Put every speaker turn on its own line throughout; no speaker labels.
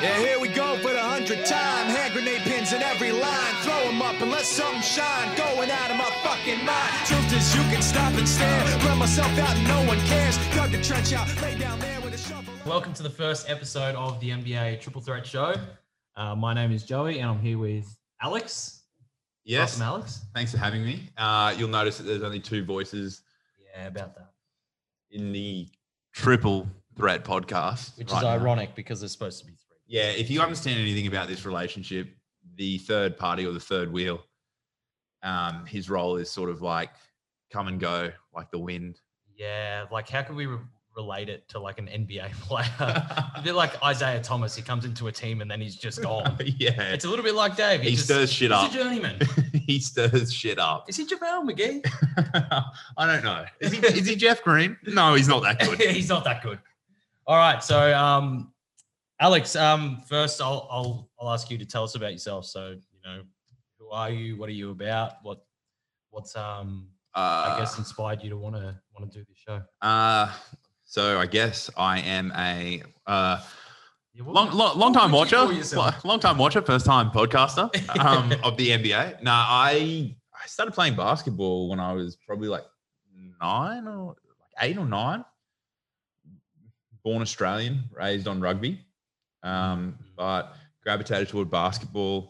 Yeah, here we go for the hundredth time. Hand grenade pins in every line. Throw 'em up and let something shine. Going out of my fucking mind. Truth is, you can stop and stare. Run myself out and no one cares. Dug the trench out, lay down there with a shovel.
Welcome to the first episode of the NBA Triple Threat Show. Uh, my name is Joey, and I'm here with Alex.
Yes,
Welcome, Alex.
thanks for having me. Uh, you'll notice that there's only two voices
Yeah, about that.
in the triple threat podcast,
Which
right
is
now.
ironic because there's supposed to be three.
Yeah, if you understand anything about this relationship, the third party or the third wheel, um, his role is sort of like come and go, like the wind.
Yeah, like how can we re- relate it to like an NBA player? a bit like Isaiah Thomas, he comes into a team and then he's just gone.
yeah,
It's a little bit like Dave.
he
just,
stirs shit
he's
up.
a journeyman.
he stirs shit up.
Is he JaVale McGee?
I don't know. Is he, is he Jeff Green? No, he's not that good.
he's not that good. All right, so um, Alex, um, first I'll I'll I'll ask you to tell us about yourself. So you know, who are you? What are you about? What what's um I
Uh,
guess inspired you to want to want to do this show?
uh, so I guess I am a uh,
Yeah, what-
long, long, long
what
time
would you
watcher,
call yourself?
Lo- long time watcher, first time podcaster um, of the NBA. No, I I started playing basketball when I was probably like nine or like eight or nine. Born Australian, raised on rugby,
Mm-hmm.
um, but gravitated toward basketball.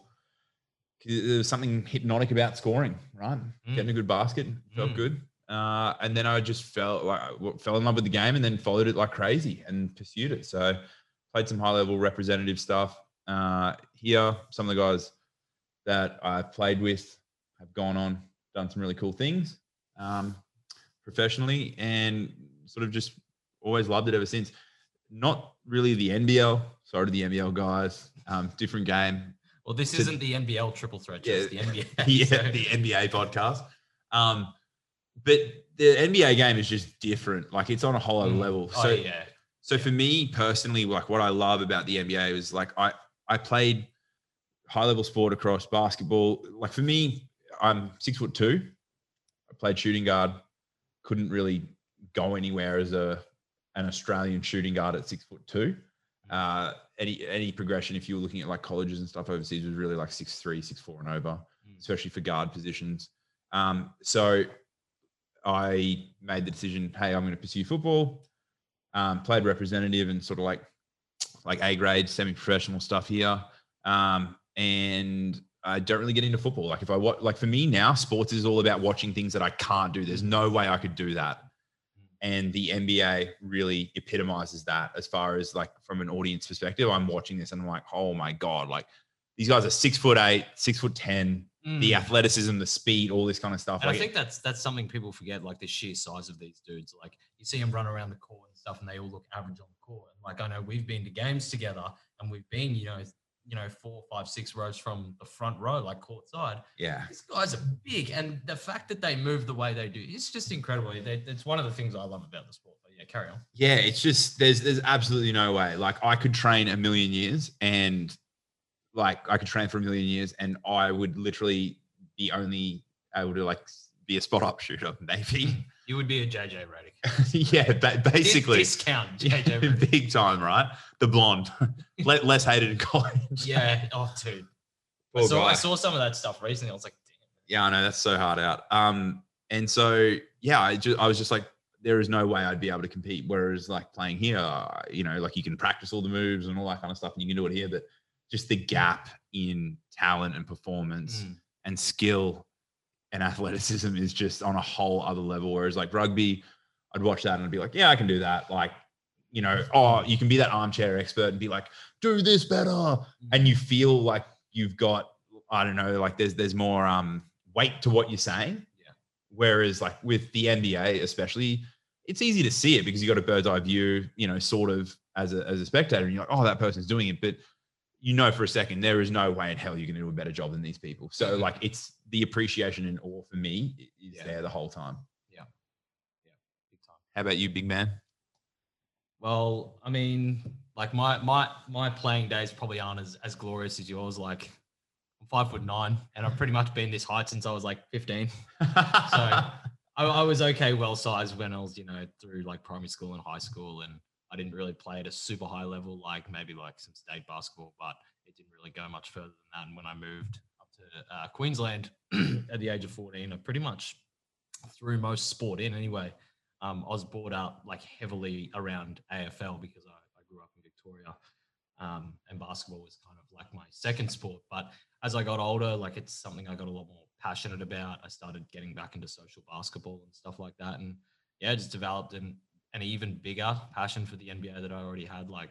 'Cause There was something hypnotic about scoring, right? Getting a good basket felt
Mm.
good. Uh, and then I just fell like, I fell in love with the game, and then followed it like crazy and pursued it. So played some high level representative stuff uh, here. Some of the guys that I've played with have gone on, done some really cool things um, professionally, and sort of just always loved it ever since. Not really the NBL. Sorry to the NBL guys. Um, different game.
Well, this
to-
isn't the NBL triple threat,
Yeah.
it's the NBA. so-
yeah, the NBA podcast. Um, but the NBA game is just different. Like it's on a whole other
Mm.
level.
oh,
So
yeah.
so for me personally, like what I love about the NBA is like I I played high level sport across basketball. Like for me, I'm six foot two. I played shooting guard. Couldn't really go anywhere as a an Australian shooting guard at six foot two. Uh, any any progression if you were looking at like colleges and stuff overseas was really like six three, six four and over,
Mm.
especially for guard positions. Um, so I made the decision, hey, I'm going to pursue football um, played representative and sort of like like A grade semi professional stuff here. Um, and I don't really get into football. Like if I watch, like for me now, sports is all about watching things that I can't do. There's no way I could do that. And the NBA really epitomizes that as far as like from an audience perspective. I'm watching this and I'm like, oh my god, like these guys are six foot eight, six foot ten, the
Mm.
athleticism, the speed, all this kind of stuff.
And I
Like,
think that's that's something people forget, like the sheer size of these dudes. Like you see them run around the court and stuff, and they all look average on the court. And like I know we've been to games together, and we've been, you know, you know, four, five, six rows from the front row, like court side.
yeah,
These guys are big, and the fact that they move the way they do, it's just incredible. They, it's one of the things I love about the sport. But yeah, carry on.
Yeah, it's just there's there's absolutely no way. Like I could train a million years and like I could train for a million years and I would literally be only able to like be a spot up shooter, maybe.
You would be a JJ Redick.
yeah, ba-
Dis-
basically
discount JJ Redick.
big time, right? The blonde. Le- less hated in college.
Yeah. Oh, dude.
Poor
so I
guy.
saw some of that stuff recently. I was like,
Yeah, I know that's so hard out. Um, and so yeah, I just I was just like, there is no way I'd be able to compete. Whereas like playing here, I- you know, like you can practice all the moves and all that kind of stuff, and you can do it here. But just the gap in talent and performance
damn.
and skill and athleticism is just on a whole other level. Whereas like rugby, I'd watch that and I'd be like, yeah, I can do that. Like, you know, oh, you can be that armchair expert and be like, do this better. And you feel like you've got, I don't know, like there's there's more um weight to what you're saying.
Yeah.
Whereas like with the NBA, especially, it's easy to see it because you got a bird's eye view, you know, sort of as a as a spectator, and you're like, oh, that person's doing it. But you know for a second there is no way in hell you're going to do a better job than these people. So
Mhm.
like it's the appreciation and awe for me i- is
Yeah.
there the whole time.
big time.
How about you, big man?
Well, I mean, like my my my playing days probably aren't as, as glorious as yours. Like I'm five foot nine, and I've pretty much been this height since I was like 15. I, I was okay, well sized when I was, you know, through like primary school and high school, and I didn't really play at a super high level, like maybe like some state basketball, but it didn't really go much further than that. And when I moved up to uh, Queensland at the age of 14, I pretty much threw most sport in anyway. Um, I was brought up like heavily around AFL because I, I grew up in Victoria um, and basketball was kind of like my second sport. But as I got older, like it's something I got a lot more passionate about. I started getting back into social basketball and stuff like that. And yeah, just developed an, an even bigger passion for the NBA that I already had. Like,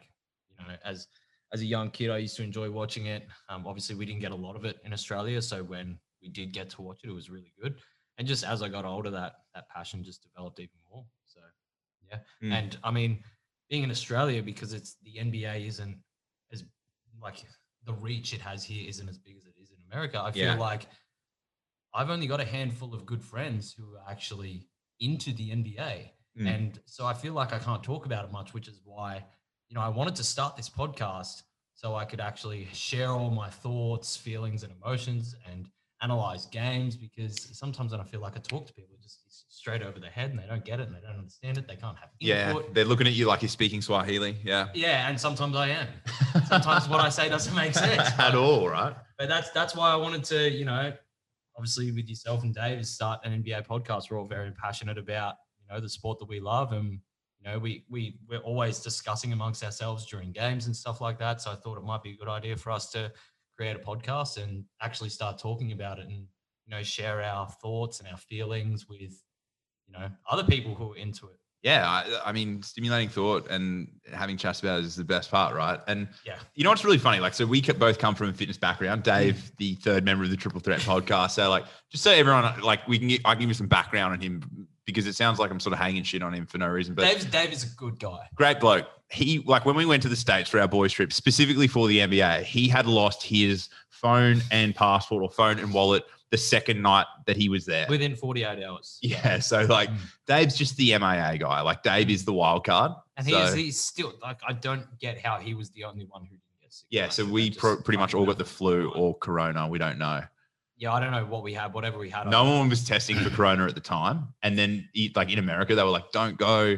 you know, as as a young kid, I used to enjoy watching it. Um, obviously, we didn't get a lot of it in Australia, so when we did get to watch it, it was really good. And just as I got older, that that passion just developed even more. So, yeah.
Mm.
And I mean, being in Australia because it's the NBA isn't as like the reach it has here isn't as big as it is in America. I feel
Yeah.
like I've only got a handful of good friends who are actually into the NBA.
Mm.
And so I feel like I can't talk about it much, which is why, you know, I wanted to start this podcast so I could actually share all my thoughts, feelings, and emotions and analyze games because sometimes when I feel like I talk to people, just it's straight over their head and they don't get it and they don't understand it. They can't have
Yeah,
input.
they're looking at you like you're speaking Swahili. Yeah.
Yeah, and sometimes I am. Sometimes what I say doesn't make sense.
at
but-
all, right?
But that's that's why I wanted to, you know, obviously with yourself and Dave, is start an NBA podcast. We're all very passionate about, you know, the sport that we love, and you know, we we we're always discussing amongst ourselves during games and stuff like that. So I thought it might be a good idea for us to create a podcast and actually start talking about it, and you know, share our thoughts and our feelings with, you know, other people who are into it.
Yeah, I, I mean, stimulating thought and having chats about it is the best part, right? And
Yeah.
you know what's really funny? Like, so we co- both come from a fitness background. Dave,
Mm.
the third member of the Triple Threat podcast. So, like, just so everyone, like, we can, get, I can give you some background on him because it sounds like I'm sort of hanging shit on him for no reason. But
Dave's Dave is a good guy.
great bloke. He like when we went to the states for our boys trip, specifically for the NBA. He had lost his phone and passport, or phone and wallet, the second night that he was there.
Within 48 hours.
Yeah, so like
Mm.
Dave's just the MIA guy. Like Dave is the wild card.
And he
so,
is, he's still like I don't get how he was the only one who didn't get sick.
yeah.
Like,
So
that
we
just
pro- pretty much all got the
fucking
flu
happened.
or corona. We don't know.
yeah. I don't know what we had, whatever we had. I
No
don't-
one was testing for corona at the time, and then he- like in America, they were like, "Don't go."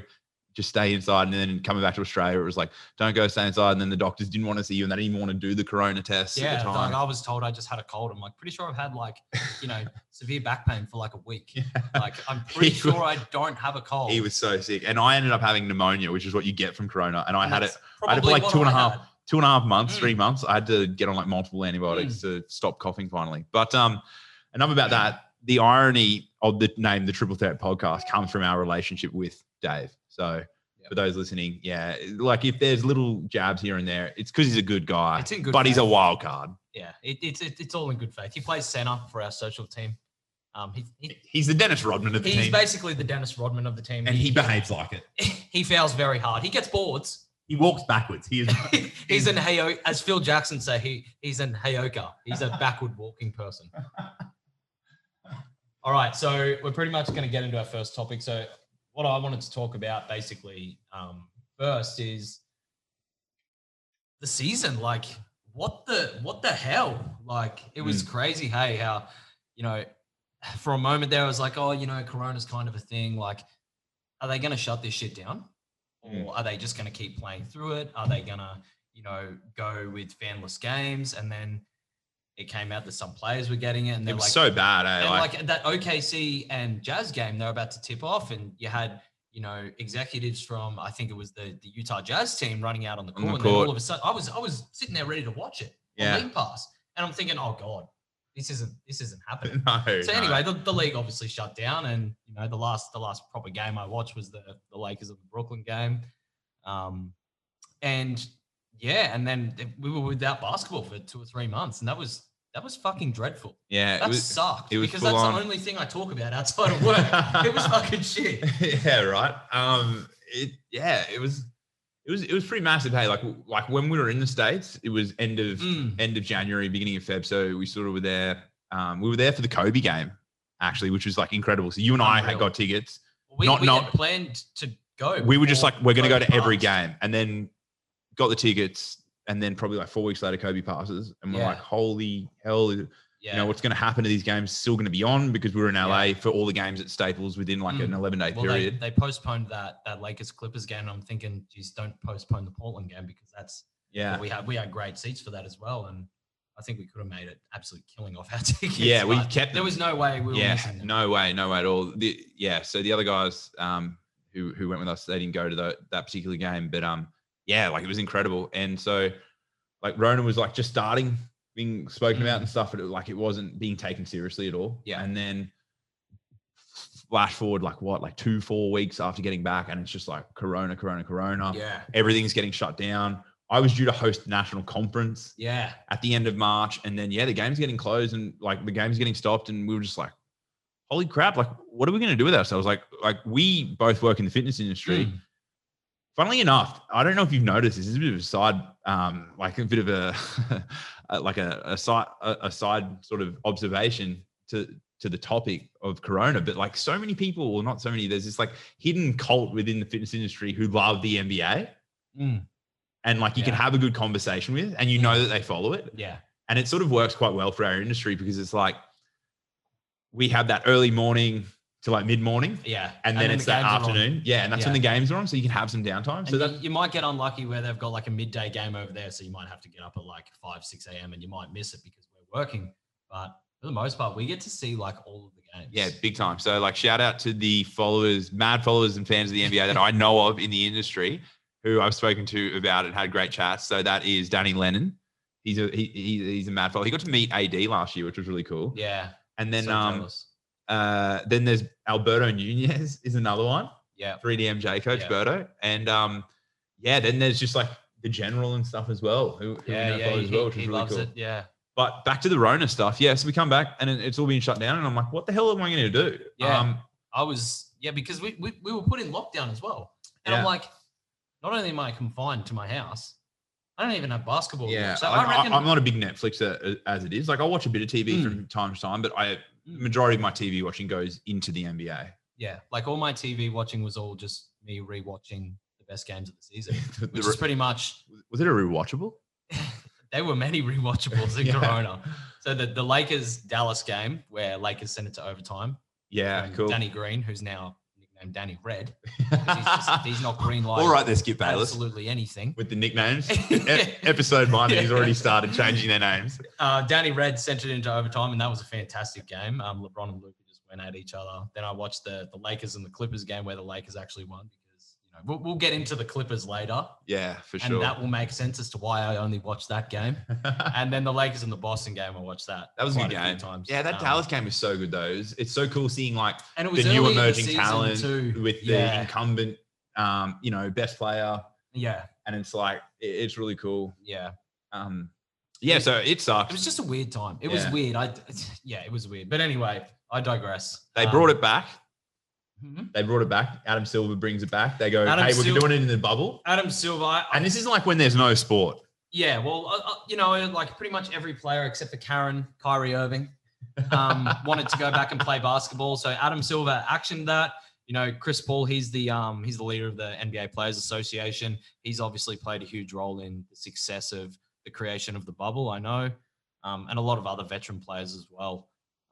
Just stay inside, and then coming back to Australia, it was like, "Don't go, stay inside." And then the doctors didn't want to see you, and they didn't even want to do the corona test at
yeah,
the time.
like I was told I just had a cold. I'm like pretty sure I've had like you know severe back pain for like a week. Like I'm pretty
He
sure
was-
I don't have a cold.
He was so sick. And I ended up having pneumonia, which is what you get from corona. And I
And
had it
that's
I had it for,
probably
like,
what
two and a
I
half
had.
two and a half months,
Mm.
three months. I had to get on like multiple antibiotics to stop coughing finally. But um, enough about that. The irony of the name, the Triple Threat Podcast, comes from our relationship with Dave. So
Yep.
for those listening, yeah, like if there's little jabs here and there, it's because he's a good guy,
It's in good
but he's a
faith.
wild card.
Yeah, it, it's it, it's all in good faith. He plays center for our social team. Um, he, he
He's the Dennis Rodman of the
he's
team,
basically the Dennis Rodman of the team.
and he behaves like it.
he fouls very hard. He gets boards.
He walks backwards. He is
he's an Heyo, as Phil Jackson say, he he's an Heyoka. He's a backward walking person. All right, so we're pretty much going to get into our first topic. So, what I wanted to talk about basically um, first is the season. Like, what the what the hell? Like, it was crazy. Hey, how you know? For a moment there, I was like, oh, you know, Corona's kind of a thing. Like, are they going to shut this shit down?
Mm.
Or are they just going to keep playing through it? Are they going to, you know, go with fanless games? And then it came out that some players were getting it, and
It
they're
was
like,
so bad. Eh?
and
Like,
like, that OKC and Jazz game, they're about to tip off, and you had you know executives from I think it was the the Utah Jazz team running out on the
On
court,
the
and then
court.
all of a sudden I was I was sitting there ready to watch it
Yeah.
on League Pass, and I'm thinking, oh god, this isn't this isn't happening.
no.
So
no.
anyway, the, the league obviously shut down, and you know the last the last proper game I watched was the the Lakers of the Brooklyn game, um, and yeah, and then we were without basketball for two or three months, and that was that was fucking dreadful.
yeah,
That sucked
it was
because
full
that's
on.
the only thing I talk about outside of work. it was fucking shit.
yeah, right. Um, it yeah, it was, it was, it was pretty massive. Hey, like like when we were in the states, it was end of
Mm.
end of January, beginning of Feb. So we sort of were there. Um, we were there for the Kobe game actually, which was like incredible. So you and I had
Unreal.
got tickets.
We,
Not-
we
not-
had planned to go.
We were just
before
like, we're gonna go
Kobe
to every
passed.
game, and then got the tickets, and then probably like four weeks later, Kobe passes, and we're
Yeah.
like, holy hell!
Yeah.
You know what's going to happen to these games? Still going to be on because we were in LA for all the games at Staples within like
Mm.
an 11 day
well, they,
period.
they postponed that that Lakers Clippers game. And I'm thinking, geez, don't postpone the Portland game because that's
yeah,
we had we had great seats for that as well, and I think we could have made it absolutely killing off our tickets.
Yeah, we
but
kept
There
them.
was no way we were
yeah,
missing them.
no way, no way at all. The, yeah, so the other guys um, who who went with us, they didn't go to the, that particular game, but um, yeah, like it was incredible. And so, like Ronan was like just starting being spoken about and stuff, but it, like it wasn't being taken seriously at all.
Mm. Yeah.
and then flash forward like what, like two, four weeks after getting back, and it's just like Corona, Corona, Corona.
Yeah,
Everything's getting shut down. I was due to host a national conference
yeah,
at the end of March. And then, yeah, the game's getting closed and like the game's getting stopped. And we were just like, holy crap, like, what are we going to do with ourselves? Like, like we both work in the fitness industry.
Mm.
Funnily enough, I don't know if you've noticed, this is a bit of a side, um, like a bit of a, a- like a, a side, a, a side sort of observation to, to the topic of Corona, but like so many people, well, not so many, there's this like hidden cult within the fitness industry who love the NBA
Mm.
and like you can
Yeah.
have a good conversation with and you know that they follow it
yeah,
and it sort of works quite well for our industry because it's like we have that early morning to like mid morning,
yeah.
and, then, it's
the
that
games are on.
afternoon. Yeah, and that's when the
Yeah.
games are on, so you can have some downtime.
And
So
you,
that
you might get unlucky where they've got like a midday game over there, so you might have to get up at like five, six a.m. and you might miss it because we're working. But for the most part, we get to see like all of the games.
yeah, big time. So like shout out to the followers, mad followers and fans of the NBA that I know of in the industry, who I've spoken to about it, had great chats. So that is Danny Lennon. He's a he, he, he's a mad follower. He got to meet AD last year, which was really cool.
yeah.
And then
so
um
jealous.
uh then there's Alberto Nunez is another one.
yeah,
3DMJ coach
Yeah.
Berto. And um, yeah, then there's just like the general and stuff as well, who, who we
yeah,
know
yeah.
follows
He,
as well, which
he
is really
loves
cool.
it. Yeah,
But back to the Rona stuff. Yeah, so we come back and it- it's all being shut down. And I'm like, what the hell am I going to do?
Yeah.
Um,
I was yeah because we we, we were put in lockdown as well, and
Yeah.
I'm like, not only am I confined to my house, I don't even have basketball.
yeah.
So
like,
I reckon
I, am not a big Netflixer as it is. Like, I'll watch a bit of TV
Mm.
from time to time, but I
Hmm.
majority of my TV watching goes into the NBA.
yeah, like all my TV watching was all just me rewatching the best games of the season,
The
which
re-
is pretty much
was it a rewatchable?
there were many rewatchables in
Yeah.
Corona. So the the Lakers Dallas game where Lakers sent it to overtime.
Yeah,
um,
cool.
Danny Green, who's now nicknamed Danny Red, 'cause he's, just, he's not green like
All right, there, Skip Bayless.
absolutely anything.
With the nicknames, E- episode one, he's already started changing their names.
uh, Danny Red sent it into overtime, and that was a fantastic game. Um, LeBron and Luka just went at each other. Then I watched the the Lakers and the Clippers game where the Lakers actually won because you know we'll, we'll get into the Clippers later,
Yeah, for
and
sure.
that will make sense as to why I only watched that game. and then the Lakers and the Boston game, I watched that.
That was a
quite
good
few
game.
Times.
Yeah, that
Um,
Dallas game was so good though. It's, it's so cool seeing like
and it
the
was
new
early in the
emerging
season
talent
too.
with the
yeah,
incumbent, um, you know, best player,
yeah,
and it's like it- it's really cool.
yeah.
Um, yeah, so it sucks.
It was just a weird time. It was
Yeah.
weird. I yeah, it was weird. But anyway, I digress.
they
Um,
brought it back.
mhm.
They brought it back. Adam Silver brings it back. They go,
Adam Oh.
hey, we're
Sil-
doing it in the bubble.
Adam Silver. I,
And this isn't like when there's no sport.
Yeah, well, uh, uh, you know, like pretty much every player except for Karen, Kyrie Irving, um, wanted to go back and play basketball. So Adam Silver actioned that. You know, Chris Paul, he's the um, he's the leader of the NBA Players Association. He's obviously played a huge role in the success of the creation of the bubble. I know, um, and a lot of other veteran players as well.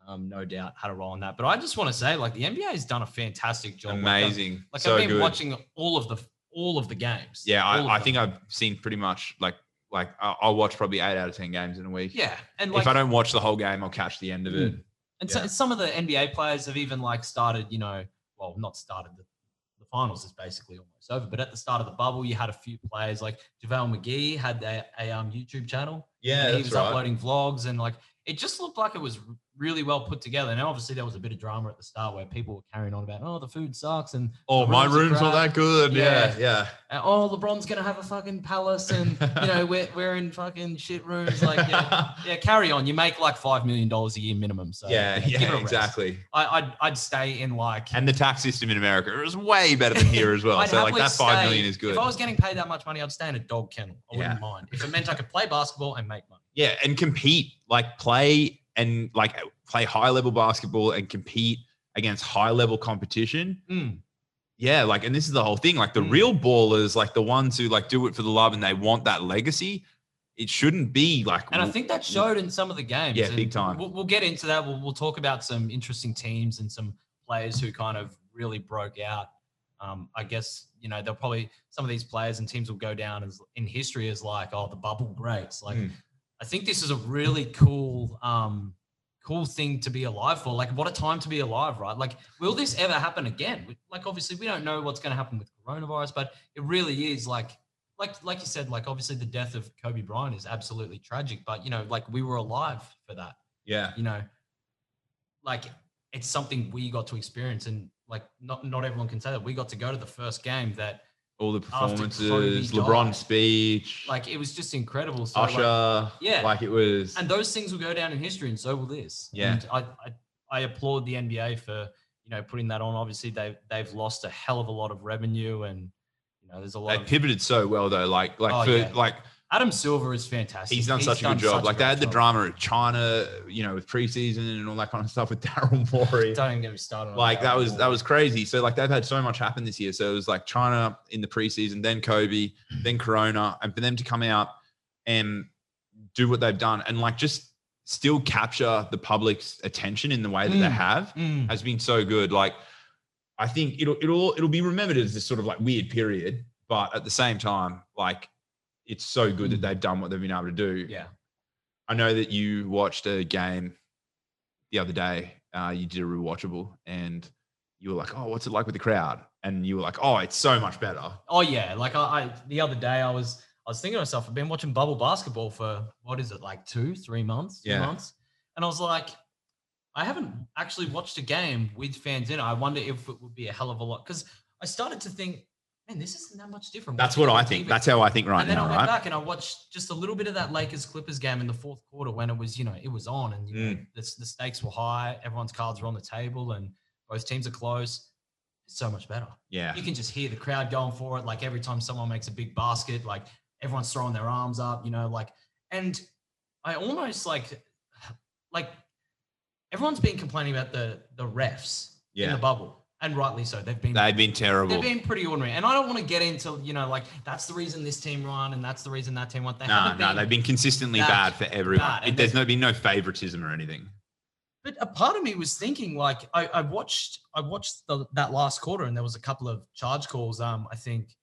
Um, no doubt had a role in that. But I just want to say, like, the NBA has done a fantastic job. Like, I've-
Amazing.
Like,
so
I've been
good.
watching all of the all of the games.
yeah,
all of
I, I
them.
think I've seen pretty much like like I- I'll watch probably eight out of ten games in a week.
yeah, and like Hmm.
if I don't watch the whole game, I'll catch the end of it.
And
Yeah.
so, some of the NBA players have even like started, you know, well, not started. The, the finals is basically almost over, but at the start of the bubble, you had a few players like JaVale McGee had a, a um, YouTube channel.
Yeah,
and he
that's
was
right.
uploading vlogs and like it just looked like it was r- really well put together. Now, obviously, there was a bit of drama at the start where people were carrying on about, oh, the food sucks and
Oh,
The
my
rooms are
room's not
crap.
that good. Yeah,
Yeah.
yeah.
uh, oh, LeBron's gonna have a fucking palace and you know we're we're in fucking shit rooms. Like, yeah, yeah carry on. You make like five million dollars a year minimum. So
yeah,
give it a
yeah,
rest.
exactly.
I, I'd I'd stay in like
And the tax system in America is way better than here as well.
I'd
so like
happily
that five
stay-
million is good.
If I was getting paid that much money, I'd stay in a dog kennel. I
Yeah.
wouldn't mind. If it meant I could play basketball and make money.
yeah, and compete, like play and like play high level basketball and compete against high level competition.
Mm,
Yeah, like and this is the whole thing. Like the
Mm.
real ballers, like the ones who like do it for the love and they want that legacy. it shouldn't be like.
And I think that showed in some of the games.
Yeah,
and
big time.
We'll, we'll get into that. We'll, we'll talk about some interesting teams and some players who kind of really broke out. Um, I guess you know they'll probably some of these players and teams will go down as in history as like oh the bubble breaks. Like
Mm.
I think this is a really cool um, cool thing to be alive for. Like what a time to be alive, right? Like will this ever happen again? We- Like obviously we don't know what's going to happen with coronavirus, but it really is like like like you said, like obviously the death of Kobe Bryant is absolutely tragic, but you know, like we were alive for that.
yeah,
You know, like it's something we got to experience, and like not not everyone can say that we got to go to the first game. That
all the
Kobe
performances,
died.
LeBron's speech, like
like it was just incredible. So, like-
Usher, like,
yeah,
it was.
and those things will go down in history, and so will this.
Yeah.
and I, I I applaud the NBA for you know putting that on. Obviously, they they've lost a hell of a lot of revenue, and you know there's a lot.
they
of,
pivoted so well though. Like like
Oh,
for
yeah.
like
Adam Silver is fantastic.
he's done such a good
done
job.
such
Like they
great
had the
job.
drama at China, you know, with preseason and all that kind of stuff with Daryl Morey.
Don't even get me started. on
Like that
Darren
was that
Moore.
was crazy. So like they've had so much happen this year. So it was like China in the preseason, then Kobe, then Corona, and for them to come out and do what they've done and like just still capture the public's attention in the way that they
Mm.
have
Mm.
has been so good. Like, I think it'll it'll it'll be remembered as this sort of like weird period, but at the same time, like, it's so good that
Mm.
they've done what they've been able to do.
Yeah.
I know that you watched a game the other day. Uh, you did a rewatchable, and you were like, "Oh, what's it like with the crowd?" And you were like, "Oh, it's so much better."
Oh yeah. Like I, I the other day I was I was thinking to myself, I've been watching bubble basketball for what is it, like two, three months, two
Yeah.
months. And I was like, I haven't actually watched a game with fans in it. I wonder if it would be a hell of a lot. Because I started to think, man, this isn't that much different.
That's
watching
what
it
I
on
think.
TV."
That's how I think right
and then I
now,
went
right?
back and I watched just a little bit of that Lakers Clippers game in the fourth quarter when it was, you know, it was on and you know,
Mm.
the, the stakes were high. Everyone's cards were on the table and both teams are close. It's so much better
Yeah,
you can just hear the crowd going for it. Like every time someone makes a big basket, like everyone's throwing their arms up, you know, like, and I almost like, like everyone's been complaining about the, the refs in
yeah.
the bubble and rightly so they've been,
They've been terrible.
they've been pretty ordinary. And I don't want to get into, you know, like that's the reason this team won and that's the reason that team won. They
no,
haven't
no, they've been consistently bad
bad,
for everyone.
bad,
It-
and
there's no been no favoritism or anything.
But a part of me was thinking, like, I, I watched, I watched the, that last quarter, and there was a couple of charge calls. Um, I think,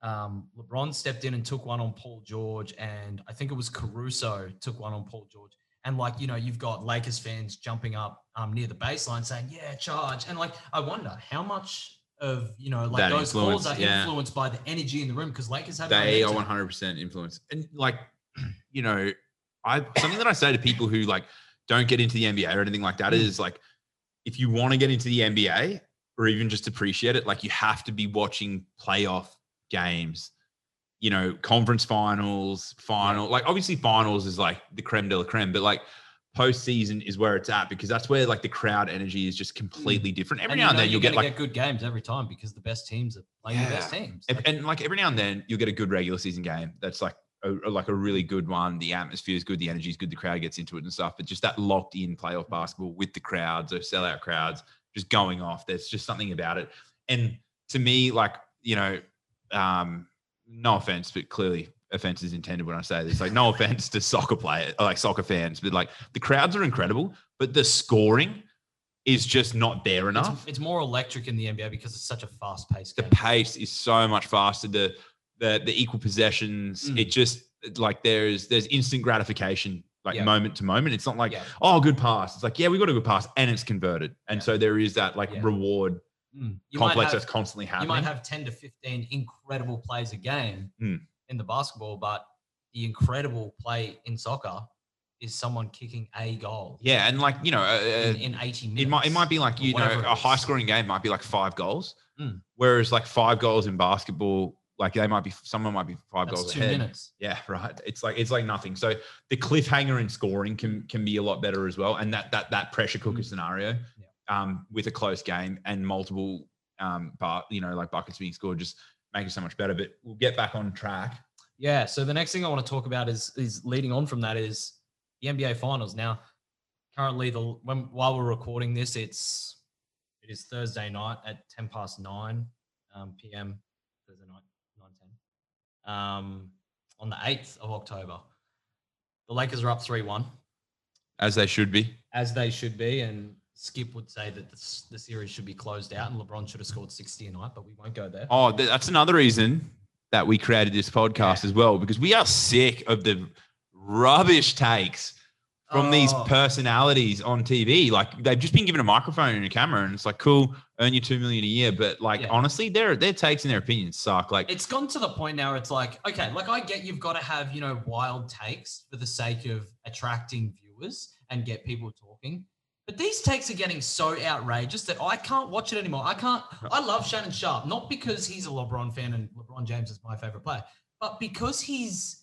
um, LeBron stepped in and took one on Paul George, and I think it was Caruso took one on Paul George. And like, you know, you've got Lakers fans jumping up um, near the baseline saying, "Yeah, charge!" And like, I wonder how much of you know, like
That
those calls
influence,
are
yeah.
influenced by the energy in the room because Lakers have
they are
momentum.
100 percent influenced and like you know i something that i say to people who like don't get into the nba or anything like that
Mm.
is like if you want to get into the nba or even just appreciate it like you have to be watching playoff games you know conference finals final like obviously finals is like the creme de la creme but like postseason is where it's at because that's where like the crowd energy is just completely different every
Hmm. And you
now and
know
then you'll
you're
get
gonna
like
get good games every time because the best teams are playing the best teams.
and, and, like every now and then you'll get a good regular season game that's like a, like a really good one. The atmosphere is good, the energy is good, the crowd gets into it and stuff. But just that locked in playoff basketball with the crowds or sellout crowds just going off. There's just something about it. And to me, like you know, um, no offense, but clearly offense is intended when I say this. Like no offense to soccer players, like soccer fans, but like the crowds are incredible, but the scoring is just not there
It's-
enough
It's, more electric in the NBA because it's such a fast-paced
the
game.
pace is so much faster. The the the equal possessions.
Mm.
It just like there's there's instant gratification, like
Yeah.
moment to moment. It's not like
Yeah.
oh good pass. It's like yeah we got a good pass and it's converted, and
Yeah.
so there is that like
Yeah.
reward
Mm. You might
complex
have-
that's constantly
you
happening.
might have 10 to 15 incredible plays a game
Mm.
in the basketball, but the incredible play in soccer is someone kicking a goal
yeah, and like you know, uh,
in, in 80 minutes.
it might it might be like
or
you know
whatever it
a
is.
high scoring game might be like five goals,
Mm.
whereas like five goals in basketball, like they might be someone might be five
That's
goals
two
ahead.
minutes.
Yeah, right. It's like it's like nothing. So the cliffhanger in scoring can can be a lot better as well, and that that that pressure cooker
Mm.
scenario um, with a close game and multiple um, but you know like buckets being scored just make it so much better. But we'll get back on track.
Yeah. So the next thing I want to talk about is is leading on from that is the NBA finals. Now, currently the when while we're recording this, it's it is Thursday night at ten past nine um, p.m. Thursday night nine ten um, on the eighth of October. The Lakers are up three one,
as they should be.
as they should be, and Skip would say that the, s- the series should be closed out, and LeBron should have scored sixty a night, but we won't go there.
Oh, th- that's another reason that we created this podcast as well because we are sick of the rubbish takes from these
Oh.
personalities on TV. Like they've just been given a microphone and a camera, and it's like, cool, earn your two million a year. But like
Yeah.
honestly, their their takes and their opinions suck. Like
it's gone to the point now where it's like okay like i get you've got to have you know wild takes for the sake of attracting viewers and get people talking but these takes are getting so outrageous that i can't watch it anymore i can't i love shannon sharp not because he's a lebron fan and lebron james is my favorite player but because he's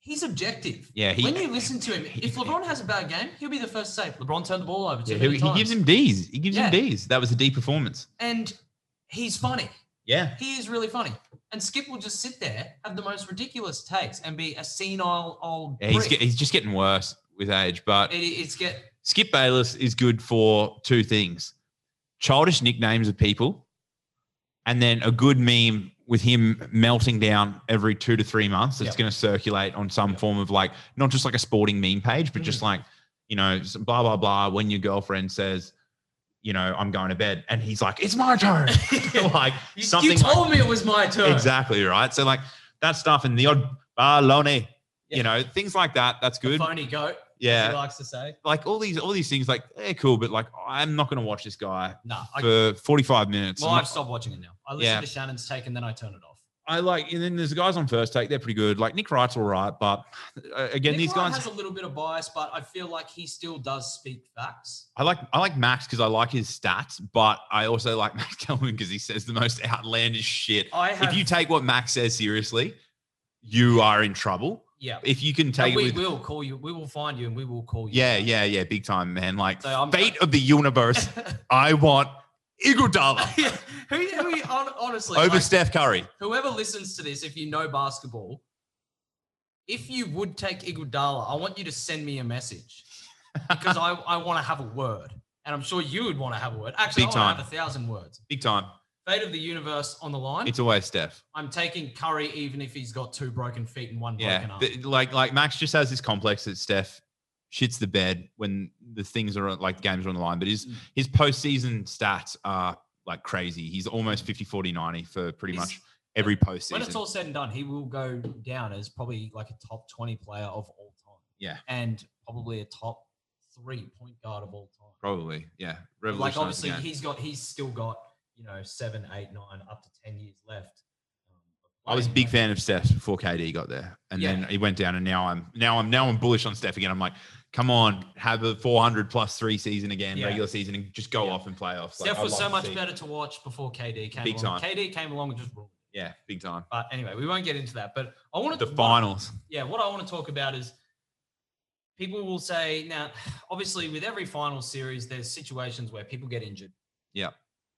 he's objective
yeah, he
when you listen to him if lebron has a bad game he'll be the first to say lebron turned the ball over too
yeah,
many
he, he
times.
gives him D's. He gives
Yeah.
him D's. That was a D performance.
and he's funny
Yeah.
he is really funny. And Skip will just sit there, have the most ridiculous takes, and be a senile old.
yeah he's,
brick.
get, he's just getting worse with age, but
It- it's get
Skip Bayless is good for two things childish nicknames of people, and then a good meme with him melting down every two to three months. It's
Yep.
going to circulate on some form of like, not just like a sporting meme page, but
Mm.
just like, you know, some blah, blah, blah. When your girlfriend says, you know, I'm going to bed, and he's like, it's my turn. like,
you,
something
you
like
told me it was my turn.
Exactly right. So like that stuff and the odd baloney,
Yeah.
you know, things like that. That's
The
good.
phony goat. As he
Yeah,
likes to say.
like all these all these things. Like they're cool, but like I'm not going to watch this guy
Nah. I,
for 45 minutes.
well,
I'm not-
I've stopped watching it now. I listen
Yeah.
to Shannon's take and then I turn it off.
I like, and then there's the guys on first take. They're pretty good. Like Nick Wright's all right, but uh, again,
Nick
these
Wright
guys.
has a little bit of bias, but I feel like he still does speak facts.
I like I like Max because I like his stats, but I also like Max Kelvin because he says the most outlandish shit.
I have.
If you take what Max says seriously, you are in trouble.
yeah.
If you can
And
take it
we
with
will call you. We will find you, and we will call you.
Yeah, yeah, yeah, big time, man. Like
So I'm-
fate of the universe. I want Iguodala
who, who, hon- honestly,
over
like-
Steph Curry.
whoever listens to this, if you know basketball, if you would take Iguodala, I want you to send me a message because I, I want to have a word, and I'm sure you would want to have a word. Actually,
Big
I want
time.
to have a thousand words.
Big time.
Fate of the universe on the line.
It's always Steph.
I'm taking Curry, even if he's got two broken feet and one
Yeah,
broken arm.
th- like like Max just has this complex that Steph shits the bed when the things are like the games are on the line. But his
Mm.
his postseason stats are like crazy. He's almost 50, 40, 90 for pretty
He's-
much every
when it's
postseason.
all said and done, he will go down as probably like a top 20 player of all time.
Yeah.
and probably a top three point guard of all time.
Probably, yeah.
like
Revolutionized
obviously
the game.
he's got he's still got you know seven eight nine up to ten years left um,
I was a big fan of Steph before KD got there, and then
Yeah.
he went down, and now I'm now I'm now I'm bullish on Steph again. I'm like, come on, have a 400 plus three season again,
Yeah.
regular season, and just go
Yeah.
off and playoffs. Like,
Steph
I
was
love
so
to
much
see-
better to watch before KD came
Big
along.
time.
KD came along and just ruled.
Yeah, big time.
But anyway, we won't get into that. But I want to
The finals.
yeah, what I want to talk about is people will say now, obviously, with every final series, there's situations where people get injured.
Yeah.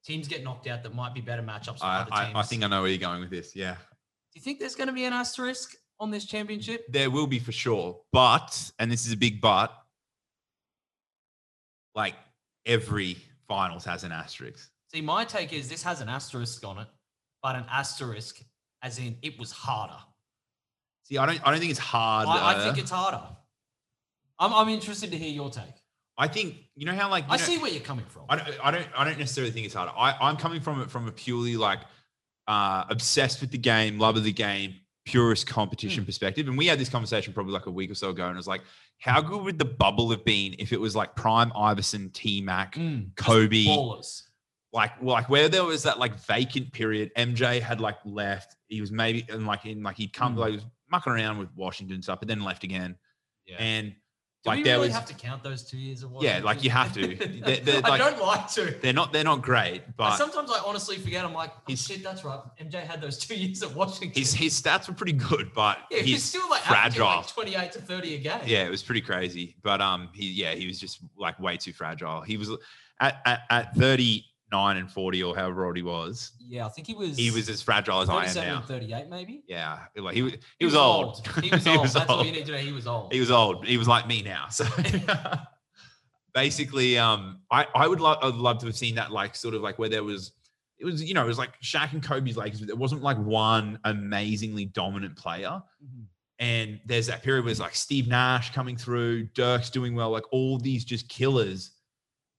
Teams get knocked out that might be better matchups for
I,
other teams.
I, I think I know where you're going with this. Yeah,
Do you think there's going to be an asterisk on this championship?
there will be for sure, but and this is a big but. Like every finals has an asterisk.
See, my take is this has an asterisk on it, but an asterisk as in it was harder.
See, I don't I don't think it's hard.
I, I think it's harder. I'm, I'm interested to hear your take.
I think you know how like you
I
know-
see where you're coming from.
I don't, I don't, I don't necessarily think it's harder. I, I'm coming from it from a purely like uh, obsessed with the game, love of the game, purist
Hmm.
competition perspective. And we had this conversation probably like a week or so ago, and it was like, how good would the bubble have been if it was like prime Iverson, T Mac,
Mm.
Kobe,
Ballers.
like like where there was that like vacant period. MJ had like left. He was maybe and like in like he'd come
Mm.
like he was mucking around with Washington and stuff, but then left again.
Yeah.
And
Do
like
we
there
really
was
have to count those two years of
Yeah, like, you have to. They're- they're
I
like-
don't like to.
they're not they're not great, but
Sometimes I honestly forget. I'm like, oh,
His-
shit, that's right. MJ had those two years at Washington.
his his stats were pretty good, but
yeah, he's
his
still like averaging,
fragile.
like 28 to 30 a game.
yeah, it was pretty crazy. But um, he yeah, he was just like way too fragile. He was at at, at thirty nine and forty or however old he was.
Yeah, I think he was.
He was as fragile as I am
37
now.
and 38 maybe.
Yeah, like he was he was old.
He was old. That's all you need to know. He was old.
He was old. He was like me now. So basically, um, I I would love I'd love to have seen that like sort of like where there was. It was, you know, it was like Shaq and Kobe's Lakers, but there wasn't like one amazingly dominant player.
Mhm.
And there's that period where it's like Steve Nash coming through, Dirk's doing well, like all these just killers.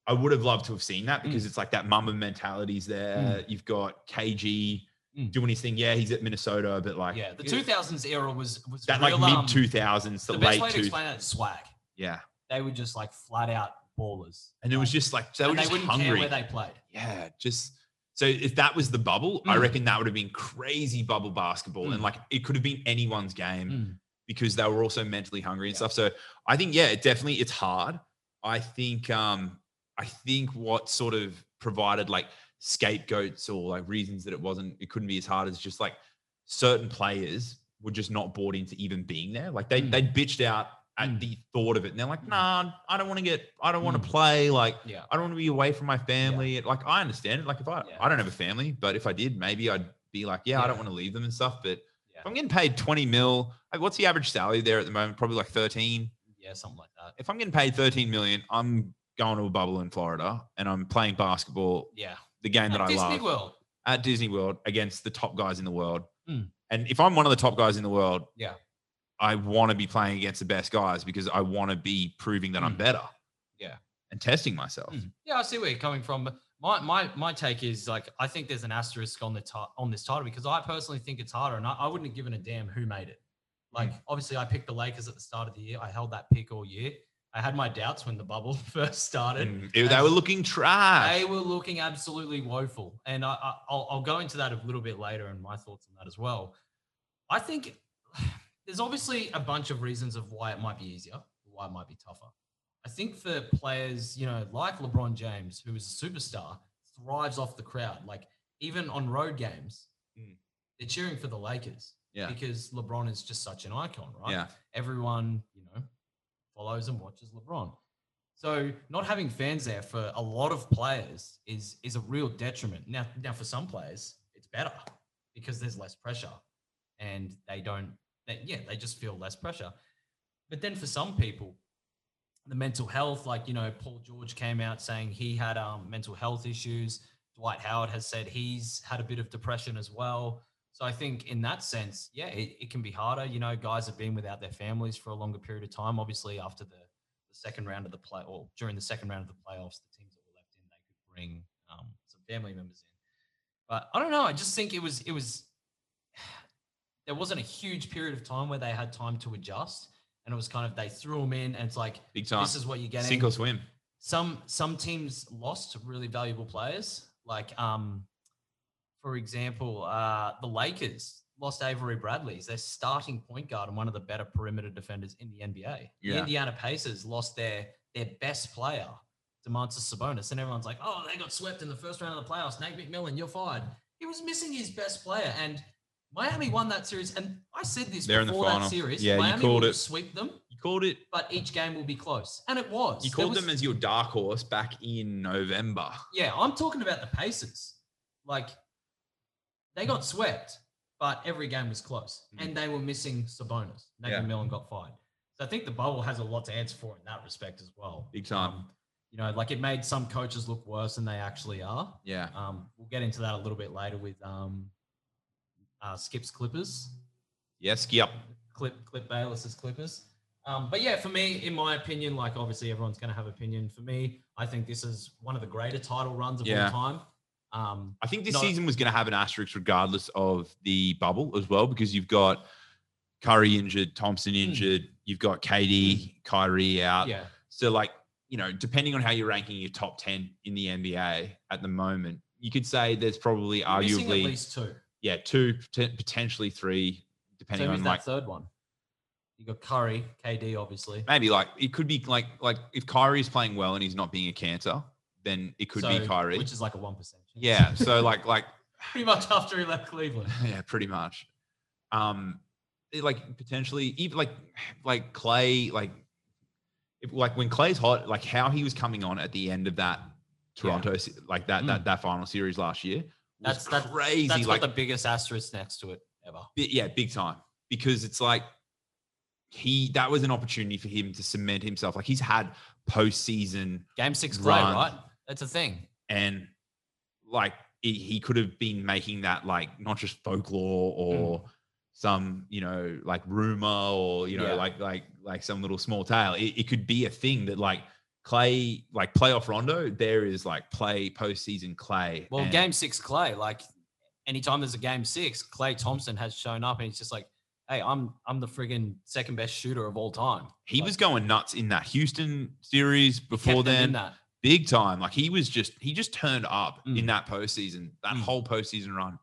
I would have loved to have seen that
Mm.
because it's like that mama mentality's there. You've got KG
Mm.
doing his thing. Yeah, he's at Minnesota, but like
yeah, the 2000s era was was
that
real,
like
um,
mid two thousands, the,
The best
late
way to
two,
explain that is swag.
yeah.
They were just like flat out ballers,
And it was just like they were
and they
just
wouldn't care
hungry.
where they played.
yeah, just so if that was the bubble, I
Mm.
reckon that would have been crazy bubble basketball, and
Mm.
like it could have been anyone's game
Mm.
because they were also mentally hungry and
Yeah.
stuff. So I think yeah, it definitely it's hard. I think um I think what sort of provided like scapegoats or like reasons that it wasn't it couldn't be as hard as just like certain players were just not bought into even being there. Like they
Mm.
they bitched out at
Mm.
the thought of it and they're like,
Mm.
nah, I don't want to get I don't want
Mm.
to play like
Yeah,
I don't want to be away from my family. Like I understand it. Like if I
Yeah.
I don't have a family, but if I did, maybe I'd be like, yeah, I don't
Yeah.
want to leave them and stuff. But
Yeah.
if I'm getting paid 20 mil, like, what's the average salary there at the moment? Probably like 13.
yeah, something like that.
If I'm getting paid 13 million, I'm going to a bubble in Florida and I'm playing basketball,
Yeah,
the game that
At
I
Disney
love
World.
at Disney World against the top guys in the world.
Mm.
And if I'm one of the top guys in the world,
Yeah.
I want to be playing against the best guys because I want to be proving that I'm
Mm.
better.
Yeah.
And testing myself.
Mm. Yeah, I see where you're coming from. but My my my take is like I think there's an asterisk on the ti- on this title because I personally think it's harder, and I, I wouldn't have given a damn who made it. Like obviously, I picked the Lakers at the start of the year. I held that pick all year. I had my doubts when the bubble first started.
And Mm, it- they were looking trash.
They were looking absolutely woeful, and I, I I'll, I'll go into that a little bit later and my thoughts on that as well. I think there's obviously a bunch of reasons of why it might be easier, why it might be tougher. I think for players, you know, like LeBron James, who is a superstar, thrives off the crowd. Like even on road games,
Mm.
they're cheering for the Lakers
Yeah.
because LeBron is just such an icon, right?
Yeah.
everyone you know follows and watches LeBron. So not having fans there for a lot of players is is a real detriment. Now now for some players it's better because there's less pressure and they don't they, yeah they just feel less pressure. But then for some people the mental health like you know Paul George came out saying he had um, mental health issues. Dwight Howard has said he's had a bit of depression as well. So I think in that sense, yeah, it, it can be harder. You know, guys have been without their families for a longer period of time. Obviously, after the, the second round of the play, or during the second round of the playoffs, the teams that were left in, they could bring um, some family members in. But I don't know. I just think it was it was there wasn't a huge period of time where they had time to adjust, and it was kind of they threw them in, and it's like
Big time.
this is what you're getting
Sink or swim.
some some teams lost really valuable players. Like um, for example, uh, the Lakers lost Avery Bradley. He's their starting point guard and one of the better perimeter defenders in the NBA. The
Yeah.
Indiana Pacers lost their their best player, Demontis Sabonis, and everyone's like, "Oh, they got swept in the first round of the playoffs." Nate McMillan, you're fired. He was missing his best player, and Miami won that series. And I said this
They're in the
before that
final.
series.
Yeah, you
Miami
called
will
it.
sweep them,
You called it.
but each game will be close, and it was.
You
There
called
was-
them as your dark horse back in November.
yeah, I'm talking about the Pacers. Like they got swept, but every game was close,
Mm.
and they were missing Sabonis. Nathan
Yeah.
Millen got fired, so I think the bubble has a lot to answer for in that respect as well.
Big time.
Um, you know, like it made some coaches look worse than they actually are.
Yeah.
Um, we'll get into that a little bit later with um, uh, Skip's Clippers.
Yes. Yep.
Clip Clip Bayless's Clippers. Um, but yeah, for me, in my opinion, like obviously everyone's going to have opinion. For me, I think this is one of the greater title runs of
Yeah.
all time. Um,
I think this
No.
season was going to have an asterisk regardless of the bubble as well, because you've got Curry injured, Thompson injured, you've got KD, Kyrie out.
Hmm. yeah,
So, like, you know, depending on how you're ranking your top 10 in the NBA at the moment, you could say there's probably
You're missing
arguably,
at least two.
yeah, two, pot- potentially three,
So
depending
who's
on
that
like
third one? You got Curry, KD, obviously.
maybe like it could be like like if Kyrie's playing well and he's not being a cancer, then it could be
So-
Kyrie.
which is like a one percent.
yeah. So like like
pretty much after he left Cleveland.
yeah, pretty much. Um, it, like potentially even like like Clay like if, like when Clay's hot, like how he was coming on at the end of that Toronto se- like that that that final series last year. Was
Mm. That's that's
crazy.
That's
like
got the biggest asterisk next to it ever.
bi- yeah, big time because it's like he that was an opportunity for him to cement himself. Like he's had postseason
Game six, Clay,
Run.
right? That's a thing.
and
Mm.
like he, he could have been making that like not just folklore or some you know like rumor or you know
Yeah.
like like like some little small tale it, it could be a thing that like clay like playoff rondo there is like play postseason clay
Well,
and-
game six, Clay. Like anytime there's a game six, Clay Thompson has shown up, and he's just like, "Hey, I'm I'm the friggin' second best shooter of all time."
he
like-
was going nuts in that houston series before
Kept them in
then
that.
big time. Like he was just he just turned up in
Mm.
that postseason, that
Mm.
whole postseason run.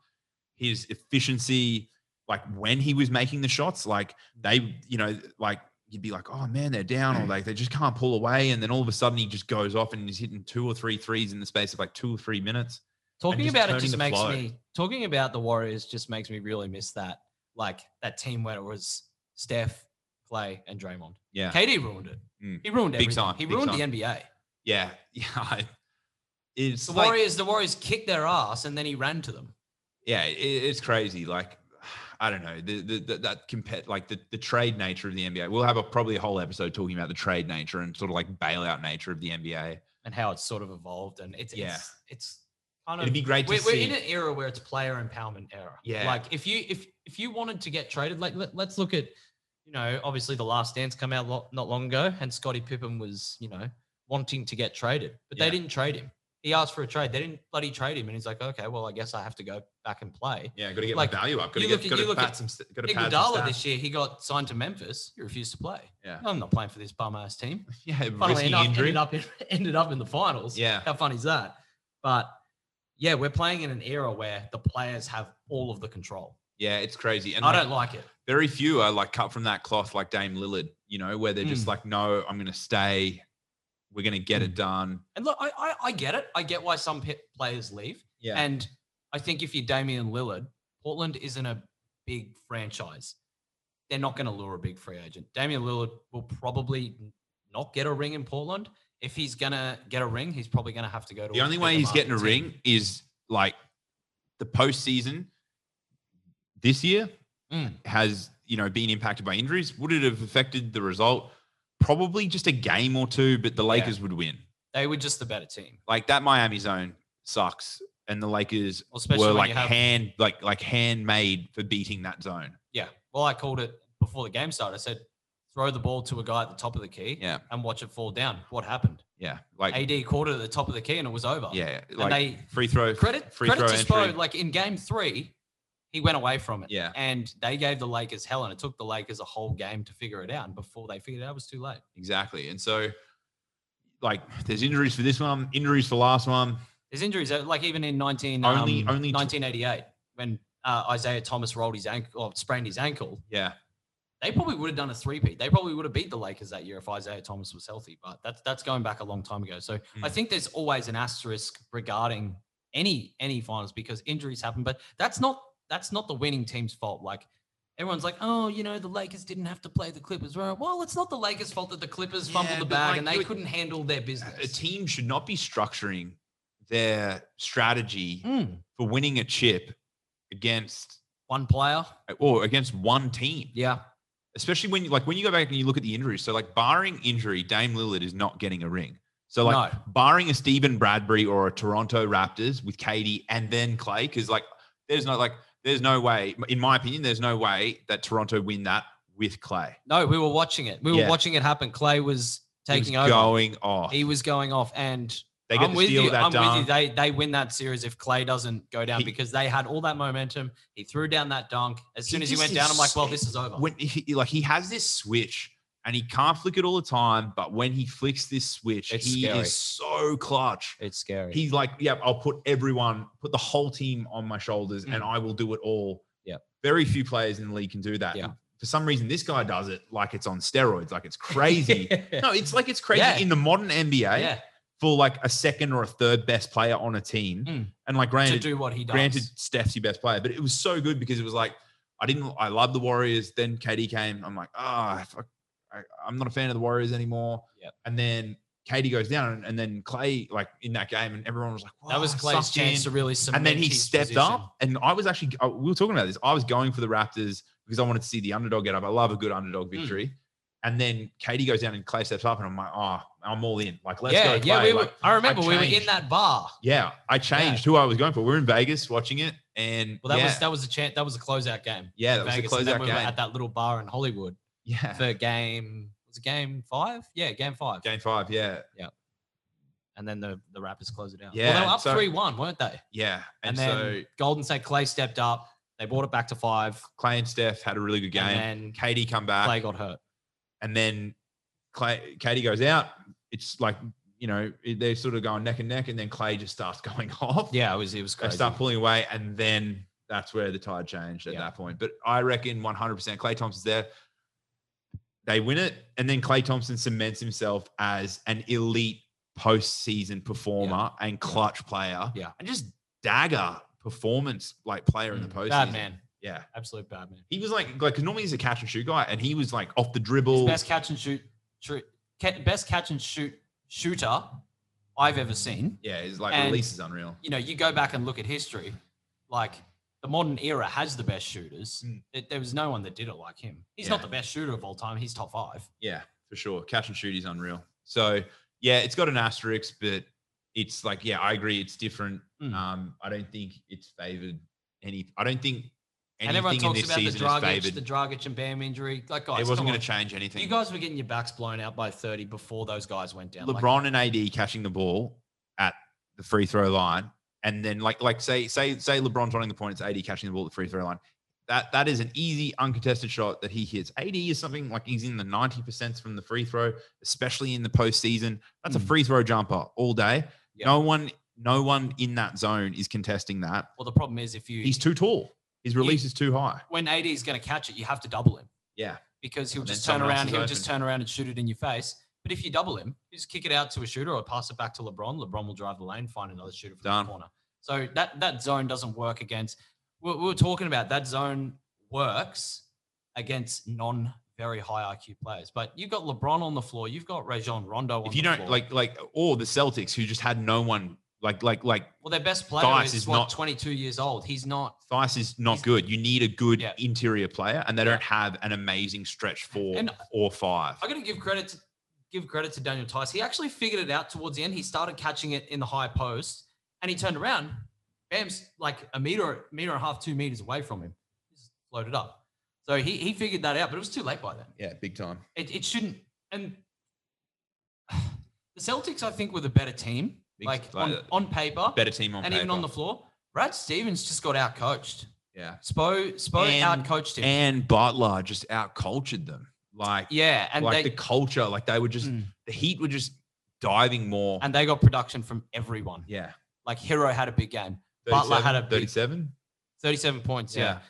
His efficiency, like when he was making the shots, like they, you know, like you'd be like, oh man, they're down, or like they just can't pull away. And then all of a sudden he just goes off and he's hitting two or three threes in the space of like two or three minutes.
Talking
just
about it
turning
just
the
makes
flow.
me talking about the Warriors just makes me really miss that like that team where it was Steph, Clay, and Draymond.
Yeah.
KD ruined it.
Mm.
He ruined
Big
everything.
time,
He
big
ruined
time.
the NBA.
Yeah. Yeah. I- It's
The
like-
Warriors, the Warriors kicked their ass, and then he ran to them.
yeah, it, it's crazy. Like, I don't know the, the, the that compet like the, the trade nature of the NBA. We'll have a probably a whole episode talking about the trade nature and sort of like bailout nature of the NBA.
and how it's sort of evolved. And it's
Yeah.
it's, it's kind
It'd
of
be great to
we're, we're in
see.
an era where it's player empowerment era.
Yeah.
like if you if if you wanted to get traded, like let, let's look at you know obviously the Last Dance come out lo- not long ago, and Scottie Pippen was you know wanting to get traded, but
Yeah.
they didn't trade him. He asked for a trade. They didn't bloody trade him, and he's like, okay, well I guess I have to go back and play.
Yeah, got to get
Like,
my value up. Got to
you look
get
at-
got
you
to
look
pad
at
some st- got to pad some
Iguodala
stats.
this year, he got signed to Memphis. He refused to play.
Yeah,
I'm not playing for this bum ass team.
yeah,
Funnily
risking
enough,
injury.
ended up in, ended up in the finals.
Yeah.
how fun is that? But yeah, we're playing in an era where the players have all of the control.
yeah, it's crazy. And
I
like,
don't like it.
very few are like cut from that cloth like Dame Lillard. You know, where they're just
Mm.
like, no, I'm going to stay. We're going to get it done.
And look, I, I, I get it. I get why some pe- players leave.
Yeah,
And I think if you're Damian Lillard, Portland isn't a big franchise. They're not going to lure a big free agent. Damian Lillard will probably not get a ring in Portland. If he's going to get a ring, he's probably going to have to go to
The
a
only
bigger
way he's getting a
market team.
ring is like the postseason this year
Mm.
has, you know, been impacted by injuries. Would it have affected the result? Probably just a game or two, but the Lakers would win.
They were just the better team.
Like that Miami zone sucks. And the Lakers
Well, especially
were
when
like
you have-
hand like like handmade for beating that zone.
Yeah. Well, I called it before the game started. I said, throw the ball to a guy at the top of the key
Yeah.
and watch it fall down. What happened?
Yeah. Like
AD caught it at the top of the key and it was over.
yeah.
And
Like
they
free throw.
credit
free
credit
throw
to Spo,
entry.
like in game three, he went away from it.
Yeah.
And they gave the Lakers hell and it took the Lakers a whole game to figure it out. And before they figured it out, it was too late.
Exactly. And so like there's injuries for this one, injuries for last one.
There's injuries uh, like even in 19
Only-
um,
only tw-
1988 when uh, Isaiah Thomas rolled his ankle or sprained his ankle.
Yeah.
They probably would have done a three-peat. They probably would have beat the Lakers that year if Isaiah Thomas was healthy, but that's that's going back a long time ago. So I
Mm.
think there's always an asterisk regarding any any finals because injuries happen, but that's not that's not the winning team's fault. Like everyone's like, "Oh, you know, the Lakers didn't have to play the Clippers." Well, well it's not the Lakers' fault that the Clippers fumbled
Yeah,
the
but,
bag
like,
and they
you-
couldn't handle their business.
a team should not be structuring their strategy
Mm.
for winning a chip against
One player.
or against one team,
Yeah.
especially when you like when you go back and you look at the injuries. So like barring injury, Dame Lillard is not getting a ring. So like
No.
barring a Stephen Bradbury or a Toronto Raptors with Katie and then Clay, because like there's no like there's no way, in my opinion, there's no way that Toronto win that with Clay.
No, we were watching it. We were
Yeah.
watching it happen. Clay was
He was
taking over.
going off.
He was going off and
they get
I'm
the
with
steal
you.
that
I'm
dunk.
with you. They they win that series if Clay doesn't go down
He-
because they had all that momentum. He threw down that dunk. As
He
soon as he
just
went down, I'm like,
is-
well, this is over.
when he, like he has this switch and he can't flick it all the time, but when he flicks this switch,
It's
he
scary.
is so clutch.
it's scary.
He's like, yeah, I'll put everyone, put the whole team on my shoulders, and
Mm.
I will do it all.
Yeah.
very few players in the league can do that.
Yeah.
And For some reason, this guy does it like it's on steroids, like it's crazy. no, it's like it's crazy
Yeah.
in the modern NBA
yeah,
for like a second or a third best player on a team,
Mm.
and like
to
granted,
do what he does.
granted Steph's your best player, but it was so good because it was like I didn't I love the Warriors. Then KD came. I'm like, ah, fuck, I, I'm not a fan of the Warriors anymore.
Yep.
And then KD goes down, and, and then Clay like in that game, and everyone was like, wow,
that was Clay's
ah, sucked
chance
in."
to really cement.
And then he
his
stepped
position.
up, and I was actually I- we were talking about this. I was going for the Raptors because I wanted to see the underdog get up. I love a good underdog
Mm.
victory. And then KD goes down, and Clay steps up, and I'm like, oh, I'm all in. Like, let's
yeah,
go.
yeah.
Clay.
We were,
Like,
I remember we were in
changed.
that bar.
yeah, I changed who I was going for. We are in Vegas watching it, And
Well, that
yeah,
was that was a chance. That was a closeout game.
yeah, that
in
was
Vegas,
a
and then
closeout
we
game.
Were at that little bar in Hollywood
yeah,
for game. Was it game five? Yeah, game five.
game five. Yeah,
And then the the Raptors closed it out. well,
Yeah,
they were up
so-
three one, weren't they?
yeah.
And,
And,
then
so
Golden State Clay stepped up. They brought it back to five.
Clay and Steph had a really good game.
And then
Katie come back,
Clay got hurt.
and then Clay, Katie goes out. It's like you know they're sort of going neck and neck, and then Clay just starts going off.
Yeah, it was it was
they
crazy.
start pulling away, and then that's where the tide changed at
Yeah.
that point. But I reckon 100% Clay Thompson's there. They win it, and then Clay Thompson cements himself as an elite postseason performer and clutch player.
Yeah. Mm.
and just dagger performance like player in the postseason.
Bad man,
Yeah,
absolute bad man.
he was like like 'cause normally he's a catch and shoot guy, and he was like off the dribble.
His best catch and shoot, tr- ca- best catch and shoot shooter I've ever seen.
yeah, his like
and-
release is unreal.
you know, you go back and look at history, like the modern era has the best shooters.
Mm.
There- There was no one that did it like him. He's
Yeah.
not the best shooter of all time. He's top five.
Yeah, for sure. Catch and shoot is unreal. So yeah, it's got an asterisk, but it's like yeah, I agree. It's different.
Mm.
Um, I don't think it's favored any. I don't think
and everyone
anything in
talks
this
about the
season is
Dragic,
favored.
the Dragic and Bam injury. Like, guys,
it wasn't
come
going
on.
to change anything.
You guys were getting your backs blown out by 30 before those guys went down. Like,
LeBron and AD catching the ball at the free throw line, and then like like say say say LeBron's running the point, it's AD catching the ball at the free throw line. That that is an easy uncontested shot that he hits. AD is something like he's in the ninety percent from the free throw, especially in the postseason. That's a
Mm.
free throw jumper all day.
Yeah.
No one no one in that zone is contesting that.
well, the problem is if you,
He's too tall. His release is too high.
when AD is going to catch it, you have to double him
Yeah,
because he'll
And then
just turn
someone else
around.
is
He'll just turn around and shoot it in your face. But if you double him, you just kick it out to a shooter or pass it back to LeBron. LeBron will drive the lane, find another shooter from
Done.
the corner. So that that zone doesn't work against. We we were talking about that zone works against non very high IQ players. But you've got LeBron on the floor. You've got Rajon Rondo. On
if you
the
don't
floor.
like like or the Celtics who just had no one like like like
well, their best player
Theis
is,
is
what,
not-
22 years old. He's not.
Thice is not
He's-
good. You need a good
Yeah.
interior player, and they
Yeah.
don't have an amazing stretch four
And-
or five.
I got to give credit to give credit to Daniel Tice. He actually figured it out towards the end. He started catching it in the high post, and he turned around. Bam's like a meter, meter and a half, two meters away from him. Just floated up. So he he figured that out, but it was too late by then.
Yeah, big time.
It it shouldn't. And the Celtics, I think, were the better team,
Big-
like
like
on,
that.
on paper
Better team on
and
paper.
even on the floor. Brad Stevens just got out coached.
yeah.
Spo Spo
And-
out coached him.
And Butler just outcultured them. Like,
yeah, and
like
they
the culture, like they were just
Mm.
the Heat were just diving more.
and they got production from everyone.
yeah,
Like Hero had a big game. Butler had a big-
thirty-seven.
37 points. Yeah.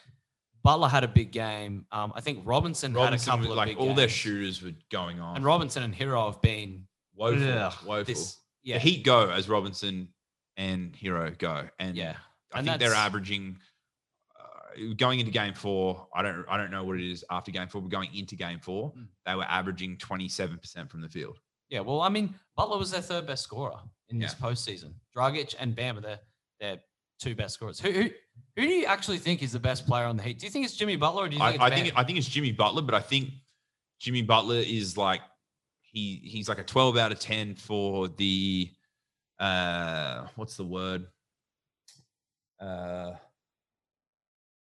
Butler had a big game. Um, I think Robinson,
Robinson,
had a
was-
couple of
like
big
all their
games.
shooters were going on.
And Robinson and Hero have been
woeful,
Ugh,
woeful.
this.
The
Yeah.
Heat go as Robinson and Hero go, and
yeah.
I
And
think they're
that's-
averaging uh, going into game four. I don't I don't know what it is after game four, but going into game four,
Mm.
they were averaging twenty seven percent from the field.
Yeah. Well, I mean, Butler was their third best scorer in this
Yeah.
postseason. Dragic and Bam are their, their two best scorers. Who, who who do you actually think is the best player on the Heat? Do you think it's Jimmy Butler or do you
I,
think
I
it's
think
Bam?
I think it's Jimmy Butler, but I think Jimmy Butler is like he he's like a twelve out of ten for the uh what's the word uh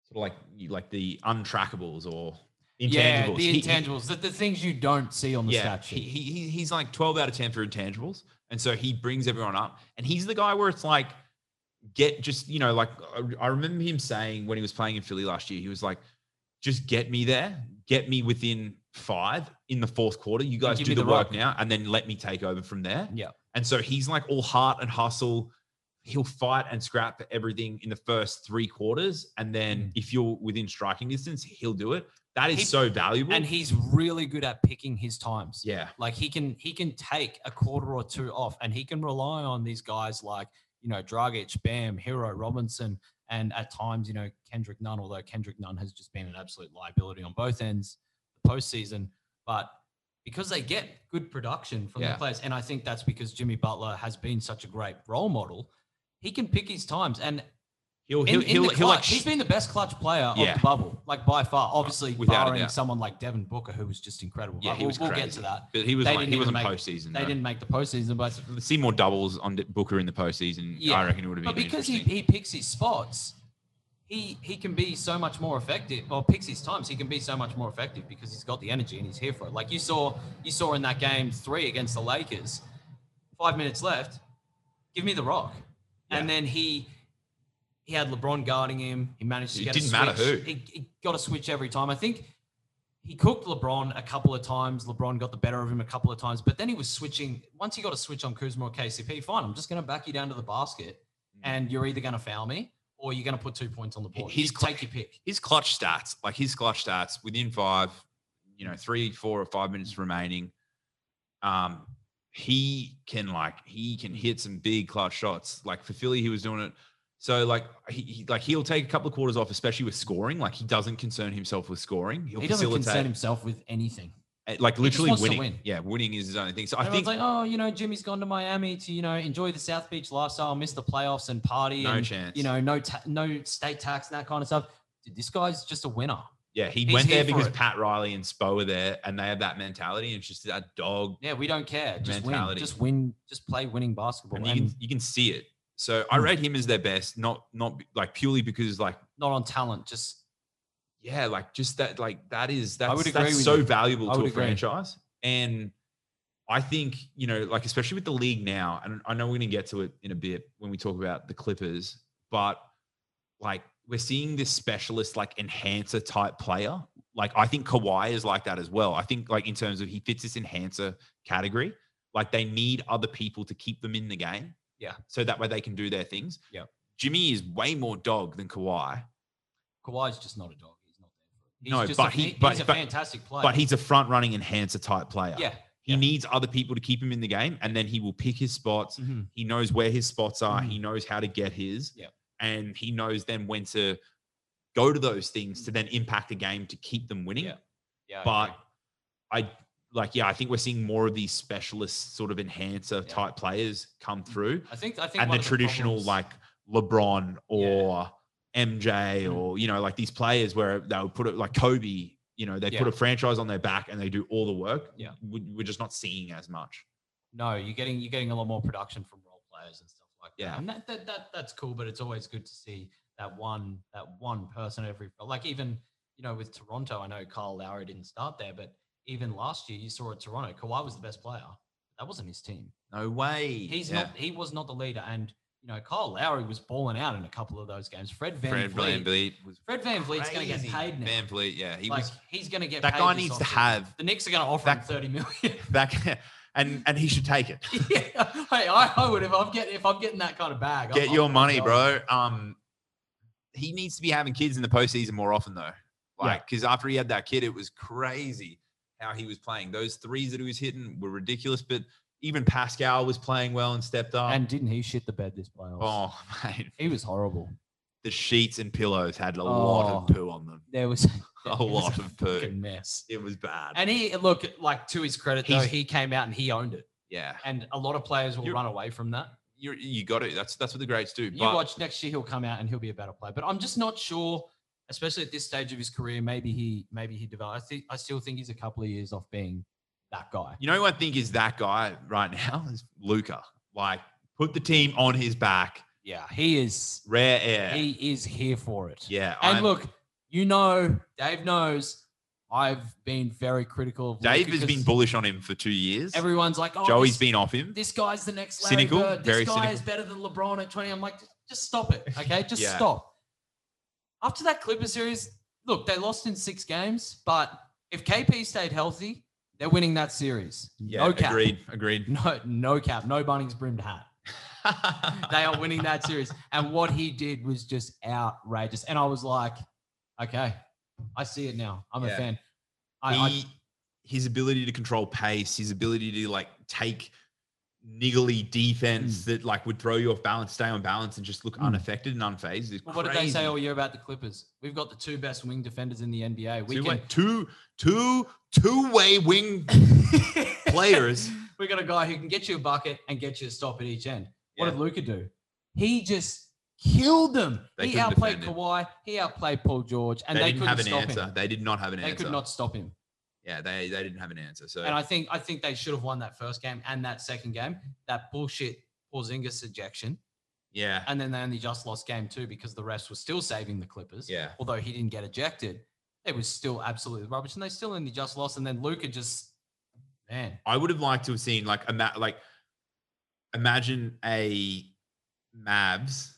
sort of like like the untrackables or intangibles.
yeah, the
He- he-
intangibles, the, the things you don't see on the
yeah,
stat
he,
sheet.
he, he- he's like 12 out of 10 for intangibles. And so he brings everyone up. And he's the guy where it's like, get just, you know, like I- I remember him saying when he was playing in Philly last year, he was like, just get me there, get me within five in the fourth quarter. You guys
give
do
me
the,
the
work
rock."
now and then let me take over from there.
Yeah.
And so he's like all heart and hustle. He'll fight and scrap for everything in the first three quarters. And then
Mm.
if you're within striking distance, he'll do it. That is
He-
so valuable.
and he's really good at picking his times.
yeah.
Like he can he can take a quarter or two off, and he can rely on these guys like you know Dragic, Bam, Hero, Robinson, and at times you know Kendrick Nunn. Although Kendrick Nunn has just been an absolute liability on both ends the postseason, but because they get good production from
Yeah.
their players, and I think that's because Jimmy Butler has been such a great role model. He can pick his times, and
He'll,
in,
he'll,
in
he'll,
the
he'll like
clutch, he's been the best clutch player of
Yeah.
the bubble, like by far. Obviously,
Without a
barring
doubt.
someone like Devin Booker, who was just incredible.
Yeah,
Like,
he
we'll-
was
we'll get
crazy.
to that.
But he was
They
like
didn't
he
even
wasn't
make-
postseason.
They
though.
didn't make the postseason, but
see more doubles on D- Booker in the postseason.
Yeah.
I reckon it would have
but
been.
because he,
interesting.
he picks his spots, he he can be so much more effective. Or picks his times, he can be so much more effective because he's got the energy and he's here for it. Like you saw, you saw in that game three against the Lakers, five minutes left, give me the rock, and then he. He had LeBron guarding him. He managed to
It
get
didn't
a switch.
matter who.
He, he got a switch every time. I think he cooked LeBron a couple of times. LeBron got the better of him a couple of times, but then he was switching. Once he got a switch on Kuzma or KCP, fine, I'm just going to back you down to the basket, and you're either going to foul me or you're going to put two points on the board.
Mm. He's
He's take your pick.
his clutch stats, like his clutch stats within five, you know, three, four, or five minutes remaining, um, he can like he can hit some big clutch shots. Like for Philly, he was doing it. So like he, he like he'll take a couple of quarters off, especially with scoring. Like he doesn't concern himself with scoring. He'll
He doesn't concern
facilitate.
himself with anything.
eh, Like
just
literally
wants to
winning.
win.
Yeah, winning is his only thing. So I
Everyone's
think
like, oh, you know, Jimmy's gone to Miami to you know enjoy the South Beach lifestyle, miss the playoffs and party,
no
and
chance.
you know, no ta- no state tax and that kind of stuff. Dude, this guy's just a winner.
yeah, he
he's
went there
here for
because
it.
Pat Riley and Spo were there, and they have that mentality. And it's just that dog
Yeah, we don't care. Just
Mentality.
win. Just win. Just play winning basketball.
and
And
you can you can see it. So I
Mm.
rate him as their best, not not be- like purely because like
not on talent, just
yeah, like just that like that is that's
would agree
that's
with
so
you.
valuable
I
to a
would agree.
franchise. And I think you know like especially with the league now, and I know we're gonna get to it in a bit when we talk about the Clippers, but like we're seeing this specialist like enhancer type player. Like I think Kawhi is like that as well. I think like in terms of he fits this enhancer category. Like they need other people to keep them in the game.
Yeah.
So that way they can do their things.
Yep.
Jimmy is way more dog than Kawhi,
Kawhi's just not a dog. He's not there for it. He's
No,
just
but
a, fa-
he- but-
he's a
but-
fantastic player.
but he's a front running enhancer type player.
yeah,
He
yeah.
needs other people to keep him in the game and then he will pick his spots.
Mm-hmm.
He knows where his spots are. He knows how to get his.
Yep.
And he knows then when to go to those things to then impact the game to keep them winning.
Yeah. yeah. I
But
agree.
I like, yeah, I think we're seeing more of these specialist sort of enhancer
Yeah. Mm-hmm.
type players come through.
I think I think
and the
one of
traditional
problems-
like LeBron or MJ
Mm.
or you know like these players where they would put it like Kobe, you know, they
Yeah.
put a franchise on their back and they do all the work.
Yeah.
we, we're just not seeing as much.
no, you're getting you're getting a lot more production from role players and stuff like that.
Yeah.
and that, that that that's cool. But it's always good to see that one that one person every like even you know with Toronto. I know Kyle Lowry didn't start there, but even last year you saw at Toronto, Kawhi was the best player. That wasn't his team.
No way.
He's not. He was not the leader. And you know, Kyle Lowry was balling out in a couple of those games. Fred Van
Fred
Vliet,
VanVleet was
Fred Van Vliet's going to get paid now.
Van Vliet, yeah, he
like
was.
he's going to get.
That
paid
guy
this
needs to
offseason.
have
The Knicks are going to offer him
that-
thirty million.
that, and and he should take it.
yeah, hey, I, I would if I'm getting if I'm getting that kind of bag. I'm-
Get
I'm
your
gonna
money,
go.
bro. Um, he needs to be having kids in the postseason more often, though. Like, because after he had that kid, it was crazy how he was playing. Those threes that he was hitting were ridiculous. But even Pascal was playing well and stepped up.
And didn't he shit the bed this playoffs?
oh man,
He was horrible.
the sheets and pillows had a lot
Oh.
of poo on them.
There was
A
it was
lot of poo.
fucking mess.
It was bad.
And he look like to his credit though
He's-
he came out and he owned it.
yeah,
And a lot of players will
You're-
run away from that.
you you got it. That's that's what the greats do.
You
but
watch next year, he'll come out and he'll be a better player. But I'm just not sure, especially at this stage of his career. Maybe he, maybe he develops. I, think I still think he's a couple of years off being that guy.
You know who I think is that guy right now is Luca. Like, put the team on his back.
Yeah, he is.
Rare air.
He is here for it.
yeah.
And
I'm-
look, you know, Dave knows. I've been very critical of Luka
Dave has been
because
bullish on him for two years.
Everyone's like, oh,
Joey's
this,
been off him.
This guy's the next Larry
Cynical,
Bird. This
very
guy is better than LeBron at 20. I'm like, just, just stop it. Okay. Just
Yeah.
stop. After that Clipper series, look, they lost in six games, but if KP stayed healthy, they're winning that series.
yeah,
no cap.
agreed. Agreed.
No, no cap. No Bunnings brimmed hat. They are winning that series. And what he did was just outrageous. And I was like, okay, I see it now. I'm
Yeah.
a fan. I,
He- his ability to control pace, his ability to like take niggly defense that like would throw you off balance, stay on balance, and just look
Mm.
unaffected and unfazed. Is
I, what did they say
crazy.
all year about the Clippers? We've got the two best wing defenders in the NBA. We
two,
can
way, two, two, two-way wing players.
we got a guy who can get you a bucket and get you a stop at each end. What
Yeah.
did Luca do? He just killed them.
They
he
couldn't
outplayed
defend him.
Kawhi. He outplayed Paul George, and they,
didn't
couldn't
have an
stop
answer.
him.
They did not have an
They
answer.
could not stop him.
Yeah, they, they didn't have an answer. So
And I think I think they should have won that first game and that second game. That bullshit Porzingis ejection
Yeah.
and then they only just lost game two because the refs were still saving the Clippers.
Yeah.
Although he didn't get ejected, it was still absolutely rubbish, and they still only just lost. And then Luca just, man,
I would have liked to have seen like a ma- like imagine a Mavs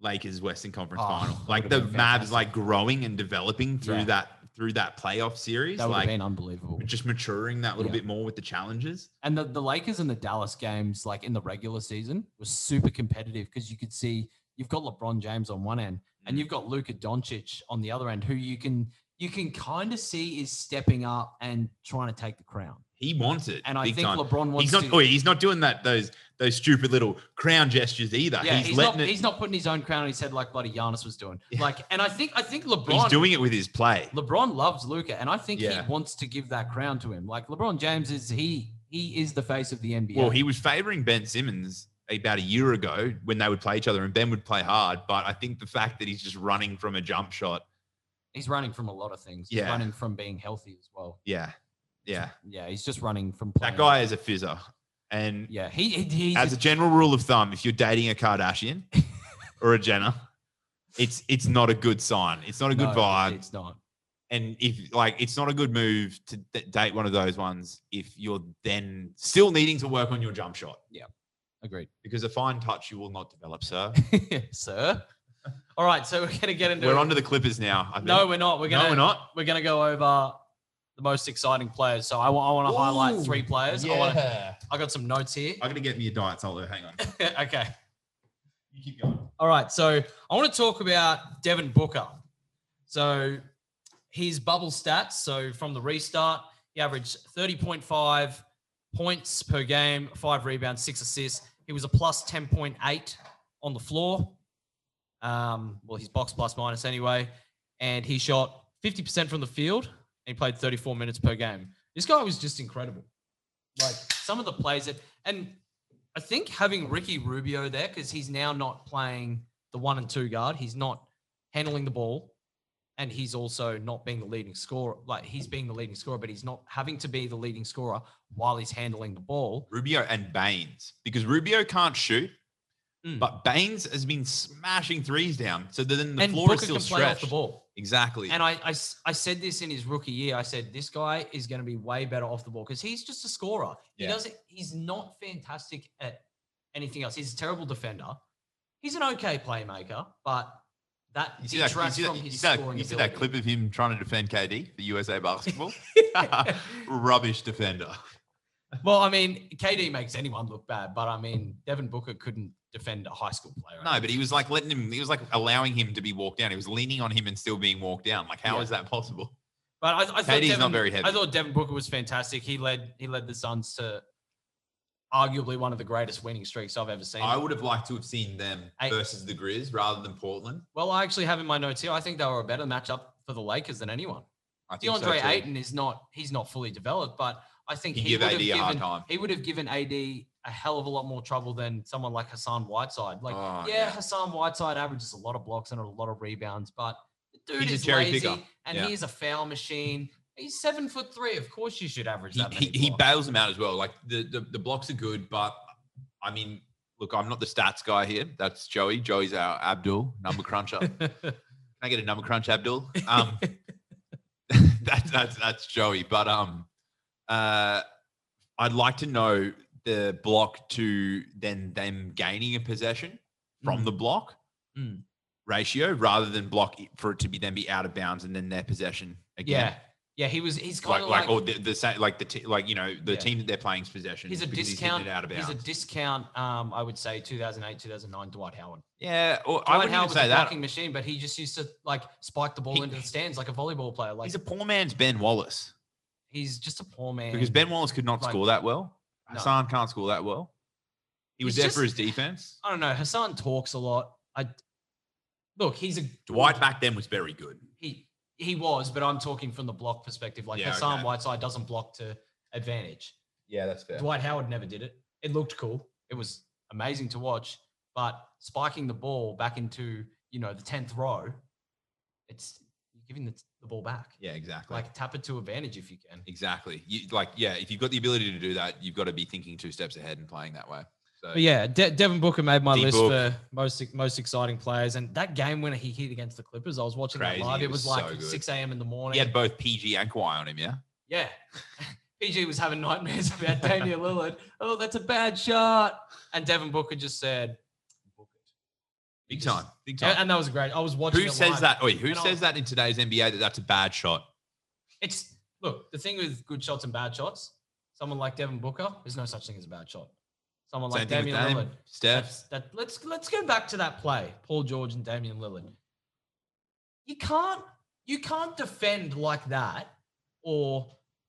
Lakers Western Conference
Oh,
final.
that
Like
would've
the
been
Mavs
fantastic.
like growing and developing through
Yeah.
that through that playoff series.
that would have
Like
been unbelievable.
just maturing that little
Yeah.
bit more with the challenges.
And the, the Lakers and the Dallas games, like in the regular season, was super competitive because you could see you've got LeBron James on one end and
Mm.
you've got Luka Doncic on the other end, who you can you can kind of see is stepping up and trying to take the crown.
He wants it.
And I
big
think
time.
LeBron wants
he's not
to.
oh, he's not doing that those those stupid little crown gestures either.
yeah,
he's,
he's,
letting
not,
it
he's not putting his own crown on his head like bloody Giannis was doing.
Yeah.
Like, and I think I think LeBron
he's doing it with his play.
LeBron loves Luca, and I think
Yeah.
he wants to give that crown to him. Like LeBron James is he he is the face of the NBA.
Well, he was favoring Ben Simmons about a year ago when they would play each other, and Ben would play hard. But I think the fact that he's just running from a jump shot,
he's running from a lot of things. He's
Yeah.
running from being healthy as well.
yeah, yeah,
Yeah, he's just running from
that
playing.
guy is a fizzer. And
Yeah, he he he's
as a
just-
general rule of thumb, if you're dating a Kardashian or a Jenner, it's it's not a good sign. It's not a good
no,
vibe.
It's not.
and if like it's not a good move to d- date one of those ones if you're then still needing to work on your jump shot
Agreed,
because a fine touch you will not develop, sir.
sir. All right, so we're gonna get into.
We're on to the Clippers now. I think.
no, we're not. We're gonna
no, we're not.
we're gonna go over the most exciting players. So I want I want to highlight three players. I want to, I got some notes here.
I gotta get me a diet solo. Hang on.
okay.
You keep going.
All right, so I want to talk about Devin Booker. So his bubble stats. So from the restart, he averaged 30.5 points per game, five rebounds, six assists. He was a plus 10.8 on the floor. Um, well, his box plus minus anyway. And he shot 50% from the field and he played 34 minutes per game. This guy was just incredible. Like some of the plays that, and I think having Ricky Rubio there because he's now not playing the one and two guard. He's not handling the ball, and he's also not being the leading scorer. Like he's being the leading scorer, but he's not having to be the leading scorer while he's handling the ball.
Rubio and Baines because Rubio can't shoot,
Mm.
but Baines has been smashing threes down. So then the
and
floor
Booker
is still
can play off
stretched.
the ball.
Exactly.
And I, I s- I said this in his rookie year. I said this guy is going to be way better off the ball because he's just a scorer.
Yeah.
He doesn't. He's not fantastic at anything else. He's a terrible defender. He's an okay playmaker, but that
you see that, you
detracts
see that,
from
you
his
see that-
scoring
you see that
ability.
clip of him trying to defend KD for USA basketball? Rubbish defender.
Well, I mean, KD makes anyone look bad, but I mean, Devin Booker couldn't defend a high school player.
No, but he was like letting him, he was like allowing him to be walked down. He was leaning on him and still being walked down. Like, how is
Yeah.
that possible?
But I, I thought
KD 's not
Devin-
very heavy.
I thought Devin Booker was fantastic. He led he led the Suns to arguably one of the greatest winning streaks I've ever seen.
would have liked to have seen them
I-
versus the Grizz rather than Portland.
well, I actually have in my notes here. I think they were a better matchup for the Lakers than anyone.
I think so
DeAndre
too.
Ayton is not he's not fully developed, but I think
You
he
give
would have
AD a hard
given
time.
he would have given AD a hell of a lot more trouble than someone like Hassan Whiteside. Like,
Oh,
yeah,
yeah.
Hassan Whiteside averages a lot of blocks and a lot of rebounds, but the dude
He's a
is
cherry
lazy
picker.
and
Yeah.
he is a foul machine. He's seven foot three. Of course, you should average
he,
that.
he,
many
he
blocks.
bails them out as well. Like the, the the blocks are good, but I mean, look, I'm not the stats guy here. That's Joey. Joey's our Abdul number cruncher. Can I get a number crunch, Abdul? Um, that's that's that's Joey. But um, uh, I'd like to know the block to then them gaining a possession from
Mm.
the block
Mm.
ratio rather than block it- for it to be then be out of bounds and then their possession again
yeah, yeah. He was. He's kind
like,
of
like,
like,
or the, the same, like the t- like you know the
Yeah.
team that they're playing's possession.
he's a
because hitting
discount.
it out of
He's a
bounds.
discount. Um, I would say 2008, 2009 Dwight Howard.
yeah, or I
Dwight
wouldn't
Howard
even
was a
say that.
blocking machine, but he just used to like spike the ball
He-
into the stands like a volleyball player. Like
He's a poor man's Ben Wallace
he's just a poor man.
because Ben Wallace could not
like-
score that well.
No.
Hassan can't score that well. He was
He's
there for his
just-
defense.
I don't know. Hassan talks a lot. I look, he's a
Dwight back then was very good.
He he was, but I'm talking from the block perspective. Like
Yeah,
Hassan
okay.
Whiteside doesn't block to advantage.
Yeah, that's fair.
Dwight Howard never did it. It looked cool. It was amazing to watch, but spiking the ball back into you know the tenth row, it's you're giving the, the ball back.
Yeah, exactly.
Like tap it to advantage if you can.
exactly. You like yeah. If you've got the ability to do that, you've got to be thinking two steps ahead and playing that way. So So
But yeah, De- Devin Booker made my list
D-Book.
for most most exciting players, and that game when he hit against the Clippers, I was watching
Crazy,
that live.
it
It was,
was
like
so good.
six a.m. in the morning.
he had both PG and Kawhi on him. Yeah,
yeah. PG was having nightmares about Damian Lillard. Oh, that's a bad shot. And Devin Booker just said, "Book it."
big
Just-
time, big
And,
time.
and that was great. I was watching.
Who
it
says
live.
that? Oi, who
And I-
says that in today's NBA that that's a bad shot?
It's look the thing with good shots and bad shots. Someone like Devin Booker, there's no such thing as a bad shot. Someone like
Same thing with
Damian
Dame,
Lillard.
Steph.
That's, that let's let's go back to that play, Paul George and Damian Lillard. You can't you can't defend like that or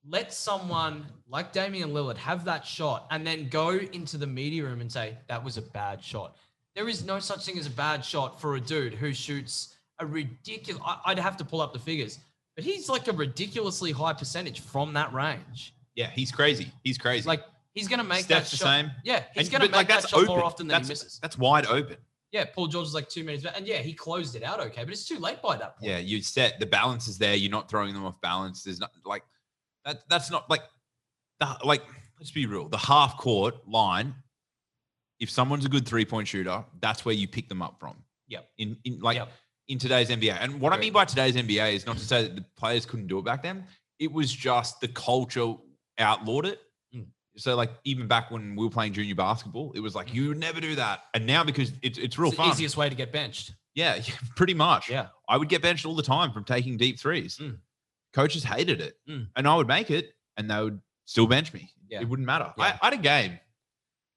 let someone like Damian Lillard have that shot and then go into the media room and say that was a bad shot. There is no such thing as a bad shot for a dude who shoots a ridiculous I'd have to pull up the figures, but he's like a ridiculously high percentage from that range.
Yeah, he's crazy. He's crazy.
Like he's going to make
Steph's
that
the
shot.
same.
Yeah, he's
And-
going to
but,
make that shot more often than
that's,
he misses.
That's wide open.
Yeah, Paul George was like two minutes back. And yeah, he closed it out okay, but it's too late by that point.
Yeah, you set the balance is there. You're not throwing them off balance. There's not like that. That's not like the like. Let's be real. The half court line. If someone's a good three point shooter, that's where you pick them up from.
Yep.
In in like
Yep.
in today's NBA, and what I
Agreed.
mean by today's NBA is not to say that the players couldn't do it back then. It was just the culture outlawed it.
Mm.
So like even back when we were playing junior basketball, it was like you would never do that. And now because it's it's real
It's the
fun.
easiest way to get benched.
Yeah, yeah, pretty much.
Yeah.
I would get benched all the time from taking deep threes.
Mm.
Coaches hated it.
Mm.
And I would make it and they would still bench me.
Yeah.
It wouldn't matter.
Yeah.
I, I had a game.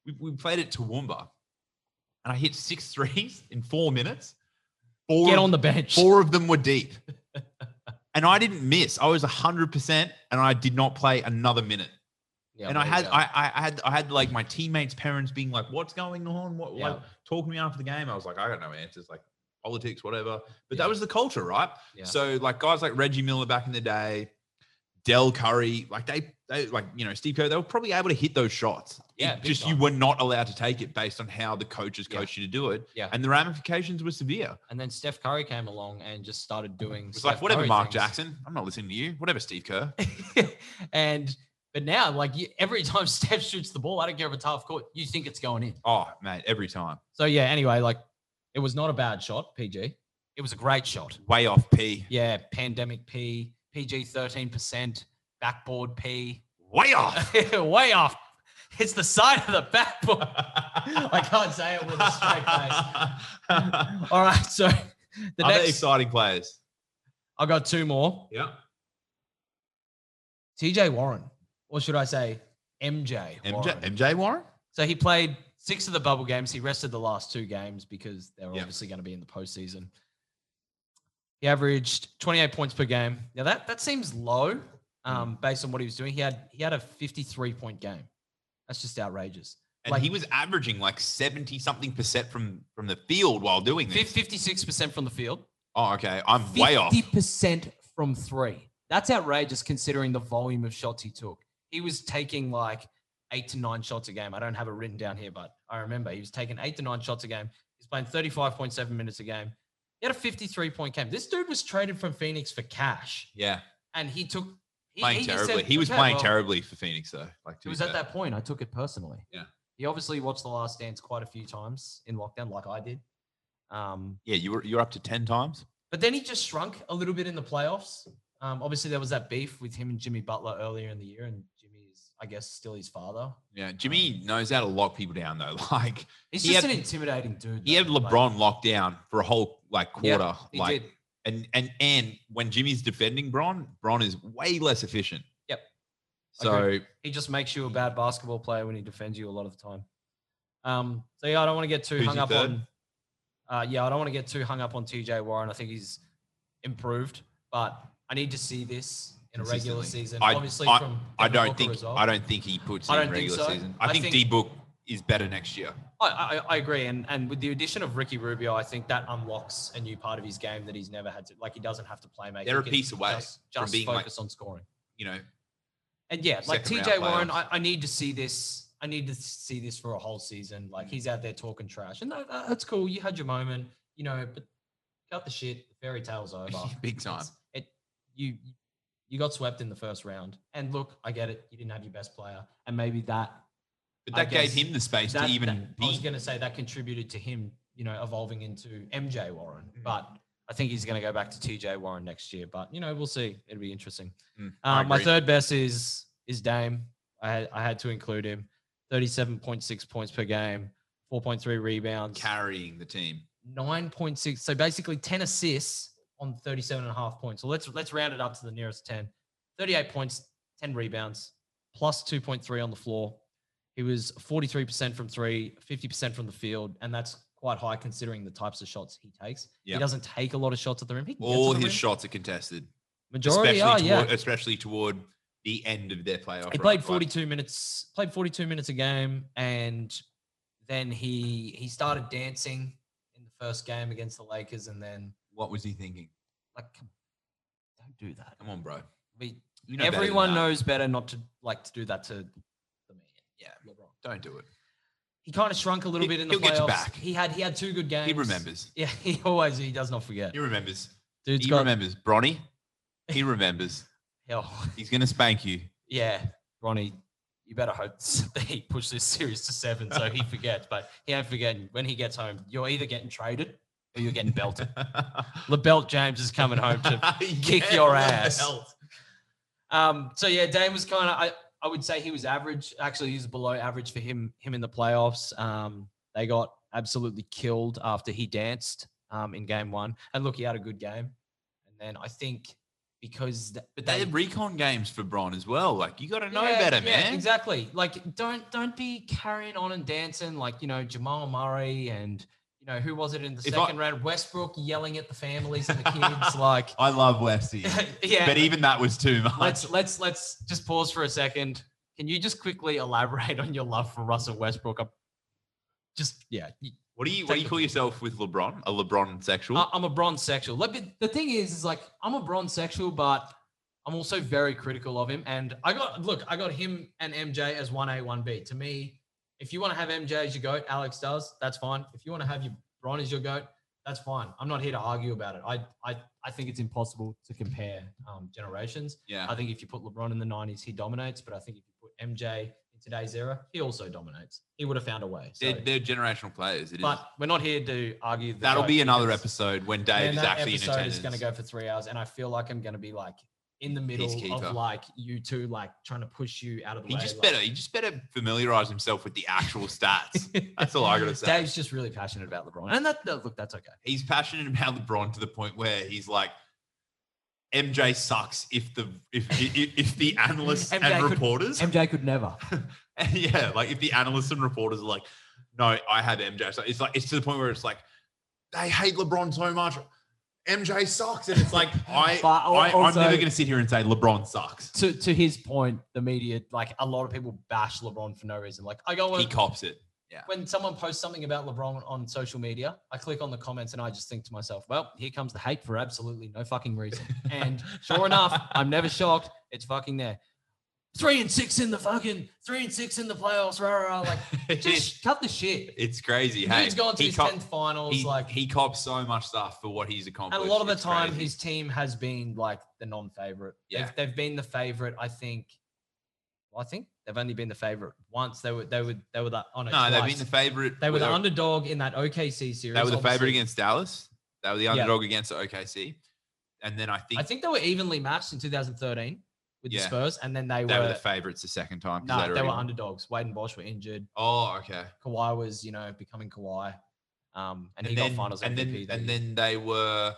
We, we played it to Toowoomba and I hit six threes in four minutes. Four,
Get
of,
on the bench.
four of them were deep. and I didn't miss. I was 100% and I did not play another minute.
Yeah,
and I
there
had,
you go.
I, I I had, I had like my teammates' parents being like, "What's going on? What,
Yeah.
like, talk to me after the game. I was like, I got no answers, like politics, whatever. But
Yeah.
that was the culture, right?
Yeah.
So like guys like Reggie Miller back in the day, Dell Curry, like they they like you know Steve Kerr, they were probably able to hit those shots. It
Yeah, big
just you
time.
were not allowed to take it based on how the coaches
Yeah.
coached you to do it.
Yeah.
and the ramifications were severe.
and then Steph Curry came along and just started doing.
It was like whatever Mark Jackson, I'm not listening to you. Whatever Steve Kerr.
Jackson. and but now, like you, every time Steph shoots the ball, I don't care if it's half court. You think it's going in.
Oh mate, every time
So yeah. Anyway, like it was not a bad shot, PG. It was a great shot.
way off P,
Yeah, pandemic P, PG thirteen percent, backboard P,
way off.
way off. It's the side of the backboard. I can't say it with a straight face. All right, so the
Other
next
exciting players.
I got two more.
Yeah.
TJ Warren, or should I say MJ? Warren.
MJ, MJ Warren?
So he played six of the bubble games. He rested the last two games because they're
Yeah.
obviously going to be in the postseason. He averaged 28 points per game. Now that that seems low, um, based on what he was doing. He had he had a 53 point game. That's just outrageous.
And
Like-
he was averaging like 70 something percent from from the field while doing
Fif-
this.
56% from the field.
Oh, okay. I'm way off.
50% from three. That's outrageous considering the volume of shots he took. He was taking like eight to nine shots a game. I don't have it written down here, but I remember he was taking eight to nine shots a game. He's playing 35.7 minutes a game. He had a 53 point game. This dude was traded from Phoenix for cash
Yeah.
and he took. He,
Playing
he just
terribly.
said,
he was
"Okay,
playing
well,
terribly for Phoenix though. Like to
It
be
was at
fair.
that point. I took it personally.
Yeah.
He obviously watched The Last Dance quite a few times in lockdown, like I did. Um,
Yeah, you were you're up to 10 times.
but then he just shrunk a little bit in the playoffs. Um, obviously, there was that beef with him and Jimmy Butler earlier in the year, and Jimmy is, I guess, still his father.
Yeah. Jimmy knows how to lock people down though. Like
He's
He
just
had-
an intimidating dude.
he had
though, like,
LeBron locked down for a whole like
Yeah,
quarter.
he
like
did.
and and and when Jimmy's defending Bron, Bron is way less efficient.
Yep.
So
Agreed. He just makes you a bad basketball player when he defends you a lot of the time. Um, so yeah, I don't want to get too
Who's
hung
your
up
third?
on. Uh, yeah, I don't want to get too hung up on TJ Warren. I think he's improved, but I need to see this in a regular
Consistently.
season.
I-
Obviously,
I-
from
I
Devin
don't
Booker
think
as well.
I don't think he puts
I
in
don't think
regular
so.
season. I,
I
think,
think-
D Book is better next year.
I, I, I agree, and and with the addition of Ricky Rubio, I think that unlocks a new part of his game that he's never had to. Like he doesn't have to play make.
They're a piece away
Just,
from
just
being, like-
focus on scoring.
You know,
And yeah, like
second
TJ
round
Warren, I,
playoffs.
I need to see this. I need to see this for a whole season. Like he's out there talking trash, and that, that- that's cool. You had your moment, you know, but cut the shit. The fairy tale's over.
big time.
It's- It you you got swept in the first round, and look, I get it. You didn't have your best player, and maybe that
But
I
that
guess
gave him the space
That-
to even
that- I was
be.
going to say that contributed to him, you know, evolving into MJ Warren,
Mm.
but I think he's going to go back to TJ Warren next year. But you know, we'll see. It'll be interesting.
Mm, I
Uh, my
agree.
third best is is Dame. I had, I had to include him. Thirty-seven point six points per game, four point three rebounds,
carrying the team.
nine point six. So basically ten assists on 37 and a half points. So let's let's round it up to the nearest ten. 38 points, 10 rebounds, plus 2.3 on the floor. He was 43% from three, 50% from the field, and that's quite high considering the types of shots he takes.
Yeah.
He doesn't take a lot of shots at the rim. He can get to
All
the
his
rim.
shots are contested,
majority are,
especially,
yeah.
toward, especially toward the end of their playoff.
He
run,
played
like,
42 minutes, played 42 minutes a game, and then he he started dancing in the first game against the Lakers, and then
What was he thinking?
like, come- don't do that.
Come on, bro.
We,
You know better than
everyone
that.
knows better not to like to do that to the man.
Yeah,
LeBron.
don't do it.
He kind of shrunk a little
He-
bit in the
he'll get you
playoffs.
back.
He had he had two good games.
He remembers.
Yeah, he always he does not forget.
He remembers.
Dude's
he
got
remembers. Bronny. He remembers.
hell.
He's gonna spank you.
Yeah, Ronnie, you better hope that he push this series to seven so he forgets. But he ain't forgetting. When he gets home, you're either getting traded or you're getting belted. LeBelt James is coming home to kick your ass. Um, so yeah, Dame was kind of I, I would say he was average. Actually, he was below average for him him in the playoffs. Um, they got absolutely killed after he danced um, in game one. And look, he had a good game. And then I think because th-
But they had recon games for Bron as well. Like you got to know
Yeah,
better,
yeah,
man.
Exactly. Like don't don't be carrying on and dancing like you know Jamal Murray and you know who was it in the
If I-
second round? Westbrook yelling at the families and the kids like
I love Westy,
yeah.
but even that was too much.
let's let's let's just pause for a second. Can you just quickly elaborate on your love for Russell Westbrook? I'm just yeah, you-
what do you what do you call yourself with LeBron? A LeBron sexual?
I- I'm a bronze sexual. Let me- the thing is, is like I'm a bronze sexual, but I'm also very critical of him. And I got look, I got him and MJ as one A, one B. To me, if you want to have MJ as your goat, Alex does. That's fine. If you want to have your Bron as your goat, that's fine. I'm not here to argue about it. I I, I think it's impossible to compare um, generations.
yeah.
I think if you put LeBron in the 90s, he dominates. But I think if you put MJ in today's era, he also dominates. He would have found a way. So-
They're, they're generational players. It is.
but we're not here to argue. the
That'll
goat
be another
because-
episode when
Man,
Dave is
that
actually in
episode
attendance.
is going to go for three hours. And I feel like I'm going to be like in the middle
keeper.
of like you two, like trying to push you out of the
he
way.
just
like-
better. He just better familiarize himself with the actual stats. That's all I gotta say.
Dave's just really passionate about LeBron. And that, that- look, that's okay.
he's passionate about LeBron to the point where he's like, MJ sucks if the if if, if the analysts
MJ
and
could-
reporters,
MJ could never.
yeah, like if the analysts and reporters are like, no, I have MJ. So it's like it's to the point where it's like they hate LeBron so much. MJ sucks, and it's like I,
But al-
I
also-
I'm never gonna sit here and say LeBron sucks.
To, to his point, the media, like a lot of people bash LeBron for no reason. Like I go
He
on,
cops it.
when someone posts something about LeBron on social media, I click on the comments and I just think to myself, well, here comes the hate for absolutely no fucking reason. And sure enough, I'm never shocked. It's fucking there. Three and six in the fucking three and six in the playoffs. Rah, rah, rah. Like, just cut the shit.
it's crazy. Hey,
Dude's gone to
he
his
cop-
tenth finals.
he,
like,
he cops so much stuff for what he's accomplished.
and a lot of the
It's
time,
crazy.
his team has been like the non-favorite.
Yeah.
They've, they've been the favorite. I think. Well, I think they've only been the favorite once. They were they were they were that on it.
no, they've
twice.
been the favorite.
They were the underdog in that OKC series.
They were the favorite
obviously.
against Dallas. They were the
Yeah.
underdog against OKC. And then I think,
I think they were evenly matched in 2013 with
Yeah.
the Spurs, and then they,
they were,
were,
the favorites the second time. 'cause
nah,
they'd
they
already
were
won.
underdogs. Wade and Bosch were injured.
Oh, okay.
Kawhi was, you know, becoming Kawhi, um, and, he
then,
got finals MVP.
and then
that
and
year.
then they were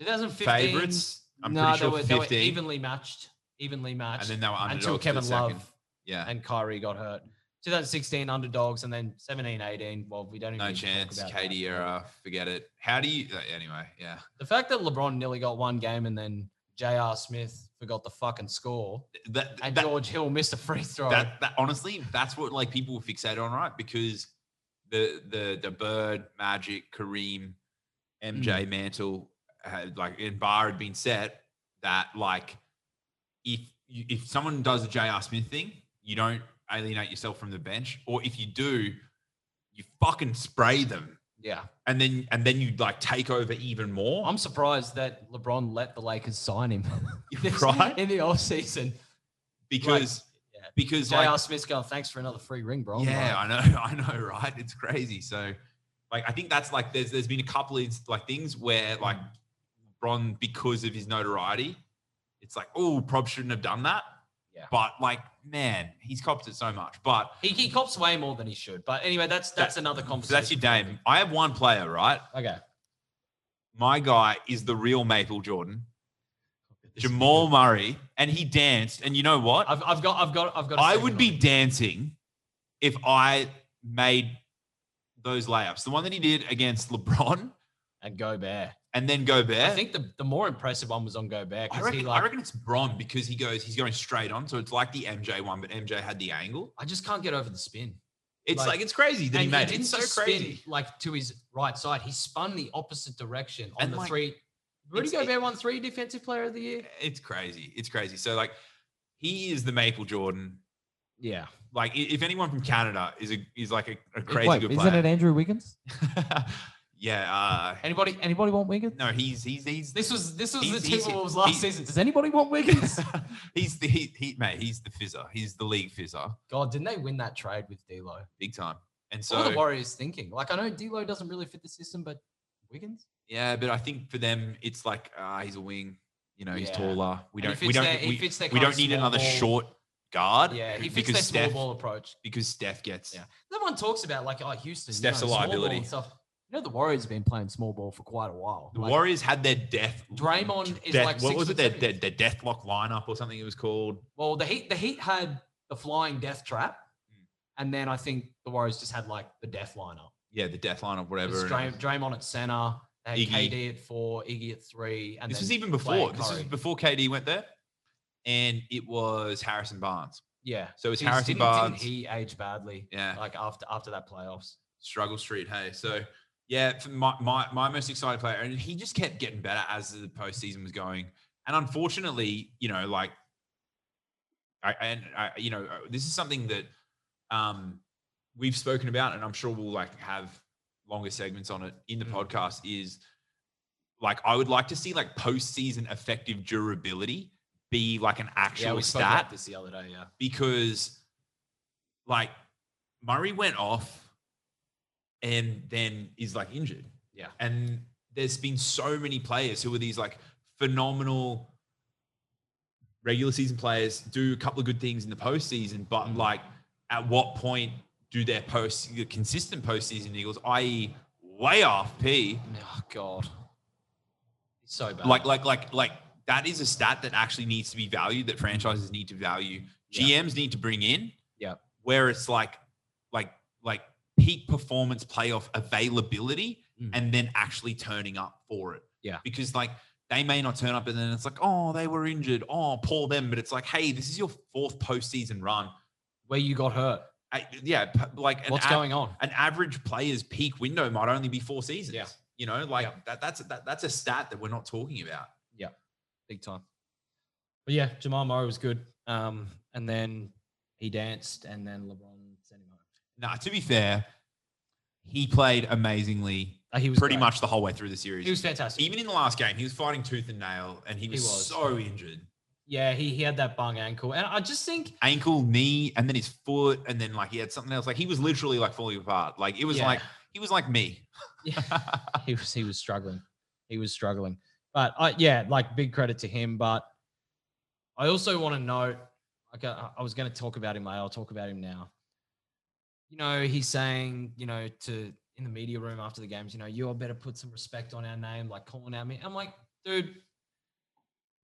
2015
favorites. I'm
no,
pretty
they,
sure
were, they were
15.
evenly matched, evenly matched,
and then they were underdogs
until
to the
Kevin Love
second. Yeah,
and Kyrie got hurt. 2016 underdogs, and then 17, 18. Well, we don't even
no
need to talk
chance.
about that.
KD era, forget it. How do you? uh, Anyway, yeah.
The fact that LeBron nearly got one game, and then J.R. Smith forgot the fucking score,
That,
and
that,
George Hill missed a free throw.
that, that honestly, that's what like people were fixated on, right? Because the the the Bird, Magic, Kareem,
Mm.
MJ, Mantle had like and bar had been set that like if you, if someone does a JR Smith thing, you don't alienate yourself from the bench, or if you do, you fucking spray them.
yeah.
And then and then you like take over even more.
I'm surprised that LeBron let the Lakers sign him
right?
in the offseason.
Because
yeah.
because
JR
like
Smith's going, thanks for another free ring, bro. I'm
yeah,
like,
I know, I know, right? It's crazy. So, like, I think that's like there's there's been a couple of like things where
Hmm.
like Bron because of his notoriety, it's like oh, Prob shouldn't have done that.
Yeah.
But like, man, he's copped it so much. But
he, he cops way more than he should. But anyway, that's that's another
so
conversation.
that's your Dame. I have one player, right?
Okay.
My guy is the real Maple Jordan, Jamal Murray, and he danced. And you know what?
I've, I've got I've got I've got. a
I
segment
would
on
be
it.
dancing if I made those layups. The one that he did against LeBron
and Gobert.
and then Gobert.
I think the, the more impressive one was on Gobert
I
because
reckon,
he
I
like
reckon it's Bron because he goes, he's going straight on. So it's like the MJ one, but MJ had the angle.
I just can't get over the spin.
It's like,
Like-
it's crazy that he made it. It's so
just
crazy.
Spin, like to his right side, he spun the opposite direction on
And,
the
like,
three. Rudy
it's- it-
Gobert won three defensive player of the year.
It's crazy. It's crazy. So like he is the Maple Jordan.
Yeah,
Like i- if anyone from Canada is a is like a, a crazy good player.
Andrew Wiggins?
yeah. Uh,
anybody? Any,
Anybody want Wiggins?
no, he's he's he's
this was this was
He's-
the
he's-
Timberwolves last
he's-
season.
Does anybody want Wiggins?
he's the he, he mate, he's the fizzer. He's the league fizzer.
God, didn't they win that trade with D'Lo?
Big time. And
what were the
so
Warriors thinking? Like, I know D'Lo doesn't really fit the system, but Wiggins.
yeah, but I think for them it's like uh, he's a wing, you know, he's
Yeah.
taller. We
And he
don't we
fits
don't
their- he
we,
fits their
we
kind of
don't need
small
another
ball.
short guard.
Yeah, he fits
because
their small
Steph
ball approach.
because Steph gets
Yeah. No one talks about like, oh, Houston. you
Steph's
know,
a
small ball
liability.
and stuff. You know, the Warriors have been playing small ball for quite a while.
the
Like,
Warriors had their death
Draymond is
death-
like
what
six
was it
foot
their,
seven
their
inches.
their death lock lineup or something it was called.
Well, the Heat the Heat had the flying death trap,
Hmm.
and then I think the Warriors just had like the death lineup.
Yeah, the death lineup,
It was
whatever. and-
Dray- Draymond at center, they had
Iggy.
KD at four, Iggy at three, and
this
then
was even
Clay
before
and
this was
Curry.
before KD went there. And it was Harrison Barnes.
yeah.
So it was
Jeez,
Harrison
didn't-
Barnes.
Didn't he age badly?
yeah.
Like after after that playoffs.
struggle street. Hey, so yeah, for my, my my most excited player, and he just kept getting better as the postseason was going. And unfortunately, you know, like, I and I, you know, uh, this is something that um we've spoken about, and I'm sure we'll like have longer segments on it
Mm.
in the podcast. Is like I would like to see like postseason effective durability be like an actual
Yeah, we spoke
stat
about this the other day. Yeah.
because like Murray went off and then is like injured.
Yeah.
And there's been so many players who are these like phenomenal regular season players do a couple of good things in the postseason, but
Mhm.
like at what point do their post the consistent postseason Eagles, i.e. way off P,
Oh God. It's so bad.
like like like like that is a stat that actually needs to be valued that franchises need to value gms
Yeah.
need to bring in
Yeah.
where it's like like like peak performance playoff availability
Mm.
and then actually turning up for it
Yeah.
because like they may not turn up and then it's like oh they were injured oh poor them but it's like hey this is your fourth postseason run
where you got hurt.
I, yeah p- like an
What's
av-
going on?
an average player's peak window might only be four seasons
Yeah.
you know like
Yeah.
that that's that, that's a stat that we're not talking about
big time. But yeah, Jamal Murray was good. Um, and then he danced, and then LeBron sent him home.
Nah, to be fair, he played amazingly
Uh, he was
pretty
great.
much the whole way through the series.
He was fantastic.
Even in the last game, he was fighting tooth and nail, and he
He
was,
was.
so injured.
yeah, he, he had that bung ankle, and I just think
Ankle, knee, and then his foot, and then like he had something else. Like he was literally like falling apart. Like it was
yeah,
like he was like me.
yeah, he was he was struggling, he was struggling. But I yeah, like big credit to him. But I also want to note, like uh, I, I was going to talk about him later. I'll talk about him now. You know, he's saying, you know, to in the media room after the games, you know, you all better put some respect on our name, like calling out me. I'm like, dude,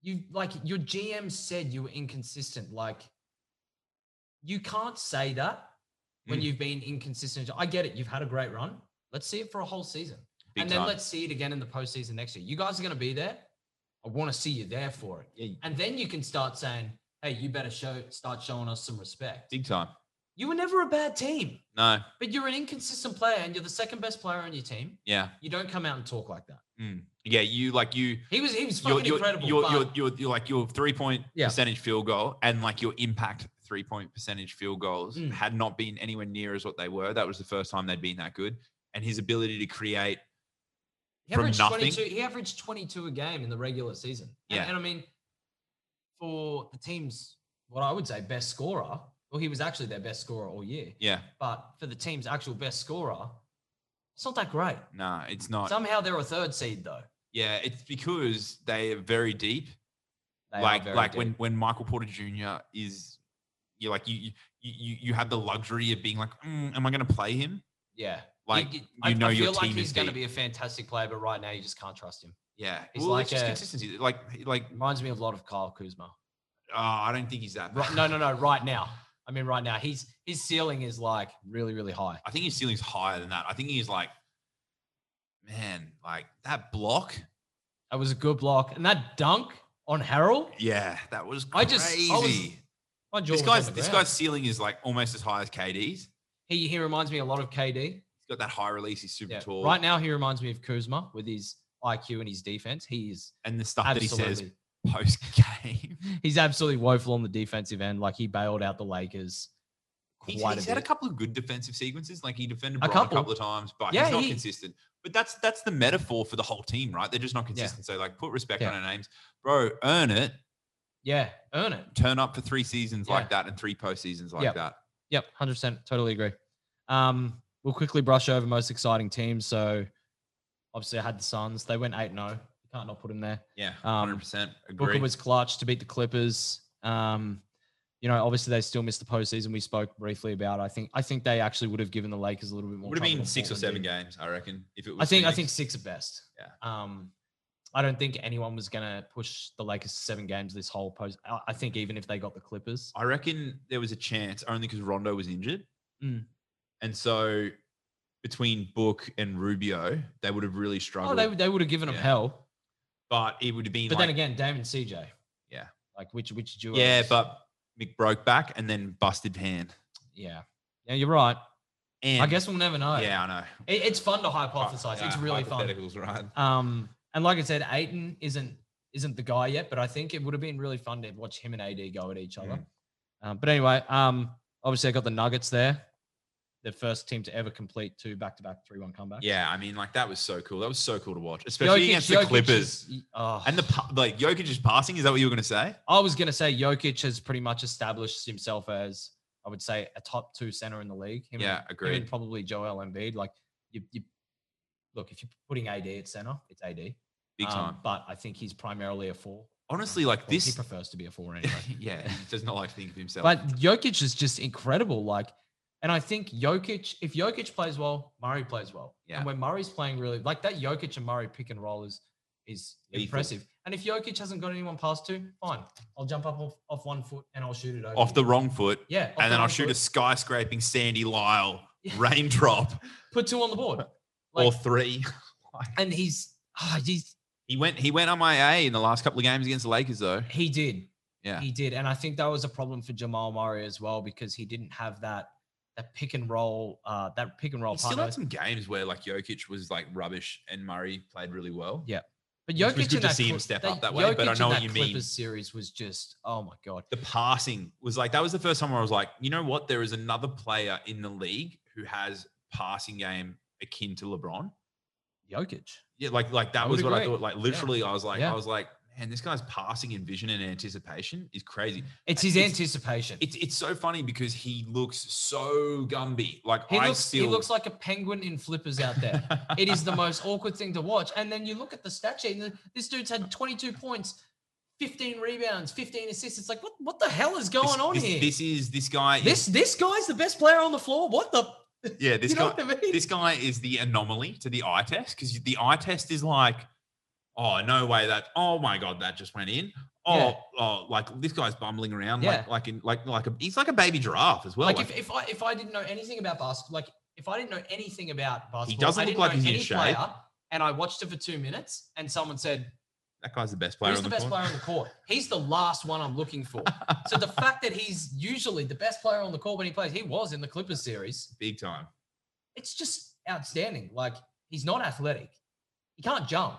you like your GM said you were inconsistent. Like, you can't say that when
Mm.
you've been inconsistent. I get it. You've had a great run. Let's see it for a whole season.
Big
and then
time.
let's see it again in the postseason next year. You guys are going to be there. I want to see you there for it.
Yeah.
And then you can start saying, hey, you better show start showing us some respect.
big time.
You were never a bad team,
No,
but you're an inconsistent player and you're the second best player on your team.
yeah,
You don't come out and talk like that.
Mm. yeah. You like you.
He was he was
Your,
fucking
your,
incredible.
your,
but
your, your, your, like your three point
Yeah.
percentage field goal and like your impact three point percentage field goals
Mm.
had not been anywhere near as what they were. That was the first time they'd been that good. And his ability to create
he
from
averaged
nothing.
22, he averaged 22 a game in the regular season. And-
Yeah.
and I mean, for the team's what I would say best scorer, Well, he was actually their best scorer all year,
Yeah.
but for the team's actual best scorer, it's not that great.
Nah, it's not.
Somehow they're a third seed though.
yeah, it's because they are very deep.
They are
like
very
like
deep.
when when Michael Porter Jr. is you like you you you you have the luxury of being like, mm, am I going to play him?
yeah,
Like,
get-
you know your
feel like
team is
he's going to
deep.
be a fantastic player, but right now you just can't trust him.
Yeah,
He's
well,
like
it's just
a-
consistency. Like like
Reminds me a lot of Kyle Kuzma.
oh, I don't think he's that.
Right,
Bad.
no, no, no. Right now, I mean, right now, he's his ceiling is like really, really high.
I think his ceiling's higher than that. I think he's like, man, like that block.
That was a good block, and that dunk on Harrell.
Yeah, that was
I
crazy.
just- I was- My jaw
this
was on
guy's
the
this
ground.
guy's ceiling is like almost as high as KD's. He's
He he reminds me a lot of KD.
got that high release. He's super
Yeah.
tall.
Right now, he reminds me of Kuzma with his IQ and his defense. He is
and the stuff that he says
absolutely
post game.
he's absolutely woeful on the defensive end. Like he bailed out the Lakers.
He's,
Quite
he's
a
had a
bit.
couple of good defensive sequences. Like he defended
A
Bron a couple,
couple.
of times, but
Yeah,
he's not
he-
consistent. But that's that's the metaphor for the whole team, right? They're just not consistent. So like, put respect
Yeah.
on our names, bro. Earn it.
Yeah, earn it.
Turn up for three seasons
Yeah.
like that and three postseasons like
Yep.
that.
Yep, hundred percent. Totally agree. Um, we'll quickly brush over most exciting teams. So obviously, I had the Suns. They went eight zero. Can't not put them there.
Yeah,
Um,
hundred percent
Booker
agree.
was clutch to beat the Clippers. Um, you know, obviously they still missed the postseason. We spoke briefly about. I think I think they actually would have given the Lakers a little bit more.
Would have
trouble
been
than
six or
Portland
seven
did.
games, I reckon. If it was,
I think I
Phoenix.
think six at best.
Yeah.
Um, I don't think anyone was gonna push the Lakers to seven games this whole post. I, I think even if they got the Clippers,
I reckon there was a chance only because Rondo was injured.
Mm.
And so between Book and Rubio, they would have really
oh,
struggled.
they they would have given them
Yeah.
hell.
but it would have been
But
like,
then again, Damon CJ.
Yeah.
Like which which duo?
yeah,
is-
but Mick broke back and then busted hand.
yeah, yeah, you're right.
And
I guess we'll never know.
yeah, I know.
It, it's fun to hypothesize.
Yeah,
it's really fun.
hypotheticals, right?
Um, and like I said, Aiton isn't isn't the guy yet, but I think it would have been really fun to watch him and AD go at each other.
Mm.
Um, but anyway, um, obviously I got the Nuggets there, the first team to ever complete two back-to-back three-one comebacks.
Yeah, I mean, like that was so cool. That was so cool to watch, especially against the Clippers.
Is, oh,
and the pa- like Jokic just passing. Is that what you were gonna say?
I was gonna say Jokic has pretty much established himself as I would say a top two center in the league. Him
Yeah,
and, him
agreed.
and probably Joel Embiid. Like you, you look if you're putting AD at center, it's AD.
Big
Um,
time.
But I think he's primarily a four.
Honestly, like
Well, he
this.
prefers to be a four anyway.
yeah, he does not like to think of himself.
but Jokic is just incredible. Like, and I think Jokic, if Jokic plays well, Murray plays well.
Yeah.
And when Murray's playing really like that, Jokic and Murray pick and roll is is
Lethal.
impressive. And if Jokic hasn't got anyone past to, fine. I'll jump up off, off one foot and I'll shoot it over
off
you.
the wrong foot,
yeah, off the
and then I'll
wrong
shoot a
foot.
skyscraping Sandy Lyle
Yeah.
raindrop
put two on the board.
or
Like,
three.
and he's, ah, he's
He went. He went on my A in the last couple of games against the Lakers, though.
he did
Yeah.
he did, and I think that was a problem for Jamal Murray as well because he didn't have that that pick and roll uh that pick and roll
He still
partner.
had some games where like Jokic was like rubbish and Murray played really well.
Yeah. But
Which was
Jokic
good
in
to
that
see him
Cl-
step
they-
up that way, but I
Jokic
know
in
what
that
you mean.
Clippers series was just oh my god.
The passing was like that was the first time where I was like, you know what? There is another player in the league who has passing game akin to LeBron.
Jokic.
Yeah, like like that
I would
was what I
agree.
thought. Like literally, I was like,
Yeah.
I was like, man, this guy's passing and vision and anticipation is crazy.
It's his
It's-
anticipation.
It's it's so funny because he looks so Gumby. Like
he
I
looks
still
he looks like a penguin in flippers out there. it is the most awkward thing to watch. And then you look at the stat sheet and this dude's had 22 points, 15 rebounds, 15 assists. It's like what what the hell is going
this,
on
this,
here? This,
This is this guy. is-
this guy's the best player on the floor. What the
yeah, this
you
guy.
know what I mean?
this guy is the anomaly to the eye test because the eye test is like, oh no way that oh my god that just went in. Oh,
Yeah.
oh like this guy's bumbling around
Yeah.
like like in like like a he's like a baby giraffe as well.
like,
like,
if, if I if I didn't know anything about basketball, like if I didn't know anything about basketball,
doesn't
I
look
didn't
like
know
he's in
any
shape.
player, and I watched it for two minutes, and someone said,
that guy's the best player.
"Who's
on
the
the,
best
court.
player on the court?" He's the last one I'm looking for. so the fact that he's usually the best player on the court when he plays, he was in the Clippers series.
Big time.
It's just outstanding. Like he's not athletic, he can't jump,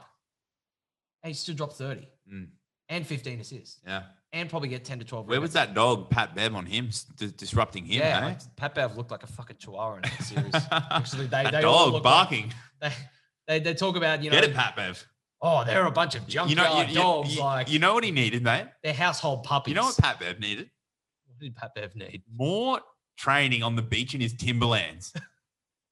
and he still dropped thirty
Mm.
and fifteen assists,
Yeah.
and probably get ten to twelve.
Where was
rebounds.
that dog Pat Bev on him s- dis- disrupting him?
Yeah,
eh?
like, Pat Bev looked like a fucking chihuahua in that series. Actually, they,
That
they all
dog
look like-
barking.
they, they, they talk about you know
Get it, Pat Bev.
oh they're a bunch of junkyard
you know, you, you-
dogs
you-
like
you know what he needed, mate.
they're household puppies.
You know what Pat Bev needed?
did Pat Bev need?
More training on the beach in his Timberlands.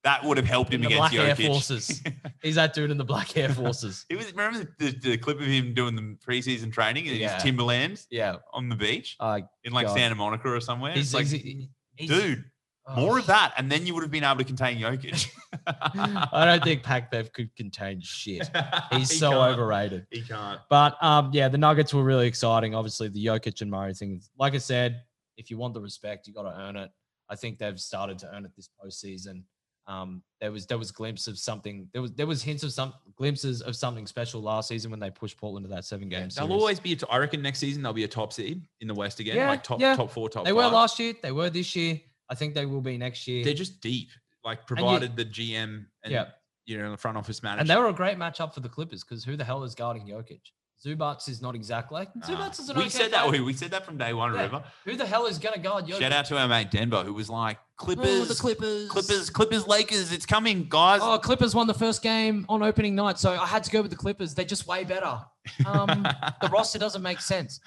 That would have helped him
In the
against
Black Air
Jokic.
Forces. He's that dude in the Black Air Forces.
It was remember the, the clip of him doing the preseason training in
Yeah.
his Timberlands
yeah.
on the beach
Uh,
in like
God.
Santa Monica or somewhere. It's
he's,
like,
he's- he's-
dude,
oh,
more of that, and then you would have been able to contain Jokic.
I don't think Pac Bev could contain shit. He's
He
so
can't.
overrated.
He can't.
But um, yeah, the Nuggets were really exciting. Obviously, the Jokic and Murray thing. Like I said, if you want the respect, you got to earn it. I think they've started to earn it this postseason. Um, there was there was glimpse of something. There was there was hints of some glimpses of something special last season when they pushed Portland to that seven game series.
They'll always be. a t- I reckon next season they'll be a top seed in the West again,
Yeah,
like top
yeah.
top four, top.
they were
five.
last year. They were this year. I think they will be next year.
They're just deep. Like
you-
provided the GM and
Yeah.
you know the front office manager.
and they were a great matchup for the Clippers because who the hell is guarding Jokic? Zubats is not exactly. Like,
Nah.
Zubats is an
Ah. we
okay
said that
player.
we, we said that from day one.
Yeah.
Remember?
Who the hell is gonna guard Jokic?
Shout out to our mate Denver, who was like
Oh, the
Clippers,
Clippers.
Clippers, Clippers, Lakers. It's coming, guys.
Oh, Clippers won the first game on opening night, so I had to go with the Clippers. They're just way better. Um, the roster doesn't make sense.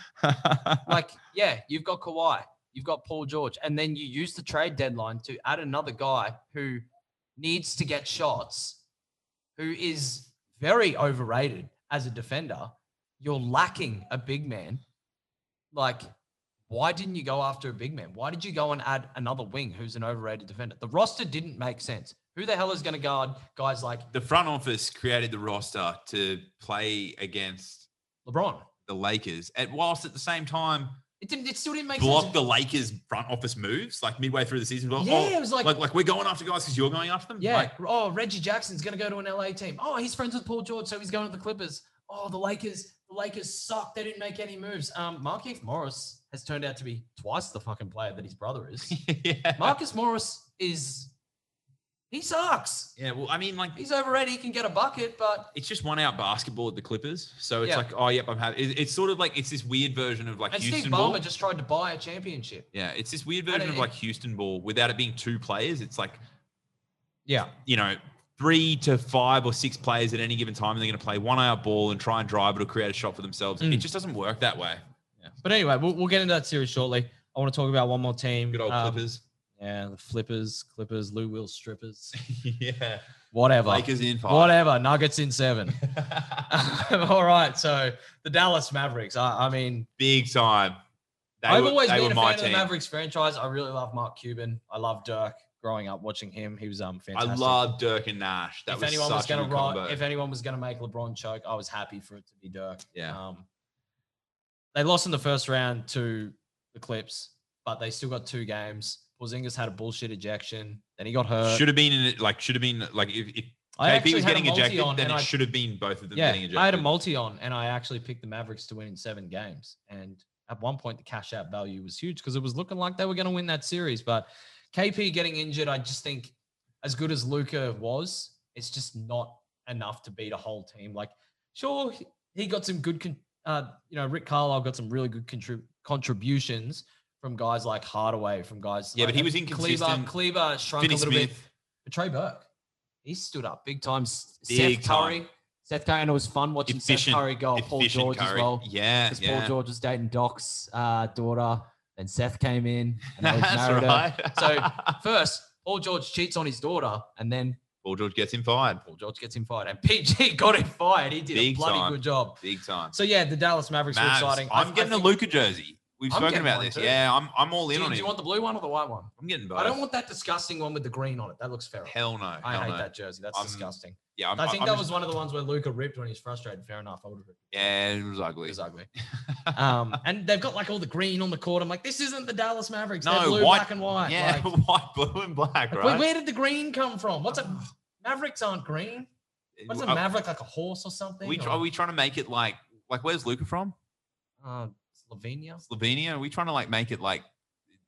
Like, yeah, you've got Kawhi, you've got Paul George, and then you use the trade deadline to add another guy who needs to get shots, who is very overrated as a defender. You're lacking a big man. Like, why didn't you go after a big man? Why did you go and add another wing who's an overrated defender? The roster didn't make sense. Who the hell is going to guard guys like
the front office created the roster to play against
LeBron?
the Lakers, and whilst at the same time
It didn't. It still didn't make
block
sense.
the Lakers' front office moves, like midway through the season. Like,
yeah,
oh,
it was like,
like, like we're going after guys because you're going after them.
yeah.
Like,
oh, Reggie Jackson's going to go to an LA team. Oh, he's friends with Paul George, so he's going to the Clippers. Oh, the Lakers. The Lakers suck. They didn't make any moves. Um, Marquise Morris has turned out to be twice the fucking player that his brother is.
yeah.
Marcus Morris is. He sucks.
yeah, well, I mean, like
He's overrated. He can get a bucket, but
it's just one out basketball at the Clippers. So it's
Yeah.
like, oh yep, I'm happy. It, it's sort of like it's this weird version of like
and
Houston
Steve
ball.
Ballmer just tried to buy a championship.
yeah, it's this weird
I
version
don't-
of like Houston ball without it being two players. It's like
Yeah,
you know, three to five or six players at any given time, and they're going to play one hour ball and try and drive it or create a shot for themselves.
Mm.
It just doesn't work that way.
but anyway, we'll, we'll get into that series shortly. I want to talk about one more team.
Good old
Um,
Clippers.
Yeah, the Flippers, Clippers, Lou Will strippers,
yeah.
whatever.
Lakers in five.
Whatever. Nuggets in seven. All right. So the Dallas Mavericks. I, I mean,
Big time. They
I've
were,
always
they
been
were
a
my
fan of the
team.
Mavericks franchise. I really love Mark Cuban. I love Dirk. Growing up watching him, he was um fantastic.
I love Dirk and Nash. That
if
was
anyone
such
was gonna
a good
ro-
combo.
if anyone was gonna make LeBron choke, I was happy for it to be Dirk.
Yeah.
Um, they lost in the first round to the Clips, but they still got two games. Porzingis had a bullshit ejection. Then he got hurt.
should have been in it. Like, should have been like if, if
I
KP
actually
was
had a
getting
multi
ejected,
on
then
and
it
I-
should have been both of them
yeah,
getting ejected.
I had a multi on, and I actually picked the Mavericks to win in seven games. And at one point, the cash out value was huge because it was looking like they were going to win that series. But KP getting injured, I just think, as good as Luca was, it's just not enough to beat a whole team. Like, sure, he- he got some good, con- uh, you know, Rick Carlisle got some really good contrib- contributions from guys like Hardaway, from guys.
Yeah, but
like
he was
Kleber,
inconsistent.
Kleber shrunk
Finney
a little bit.
Smith.
But Trey Burke, he stood up big time. S-
Big
Seth Curry, Seth Curry, and it was fun watching
Efficient-
Seth Curry go. Paul
efficient
George as
Curry.
well,
Yeah.
because
yeah.
Paul George was dating Doc's uh, daughter. Then Seth came in, and they was married.
That's
her.
right.
So first, Paul George cheats on his daughter, and then
Paul George gets him fired.
Paul George gets him fired. And PG got him fired. He did
Big
a bloody
time.
good job.
Big time.
So yeah, the Dallas Mavericks were
Mavs.
exciting. I-
I'm
I
getting a
think-
Luca jersey. We've
I'm
spoken
getting
about
one
this.
too.
Yeah, I'm I'm all
Do
in
you,
on
do
it.
you want the blue one or the white one?
I'm getting both.
I don't want that disgusting one with the green on it. That looks feral.
Hell no. Hell
I hate
no.
that jersey. That's
I'm-
disgusting.
Yeah, I'm,
I think
I'm
that
just-
was one of the ones where Luca ripped when he's frustrated. Fair enough. I would have ripped.
Yeah, it was
It
ugly.
was ugly. um, and they've got like all the green on the court. I'm like, this isn't the Dallas Mavericks. They're
No,
blue,
white-
black, and white.
Yeah,
Like,
white, blue, and black,
like,
right?
where, where did the green come from? What's a Mavericks aren't green? What's a
Uh,
Maverick like a horse or something?
We
or,
try, are we trying to make it like like where's Luca from?
uh, Slovenia.
Slovenia? Are we trying to like make it like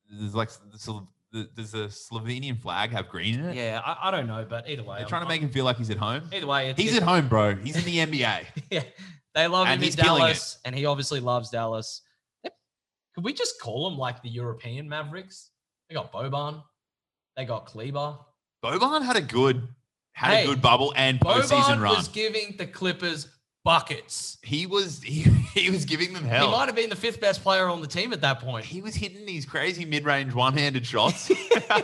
there's like the, Slo- the, does the Slovenian flag have green in it?
Yeah, I, I don't know, but either way,
They're
I'm-
trying to
I'm-
make him feel like he's at home.
Either way, it's,
He's at
it's-
home, bro. He's in the NBA.
yeah, they love
And
him
he's
in
killing it.
Dallas, and he obviously loves Dallas. Could we just call them like the European Mavericks? They got Boban, they got Kleber.
Boban had a good had
Hey,
a good bubble and postseason
Boban
run.
was giving the Clippers buckets.
He was he, he was giving them
He
hell.
might have been the fifth best player on the team at that point.
he was hitting these crazy mid-range one-handed shots. guy's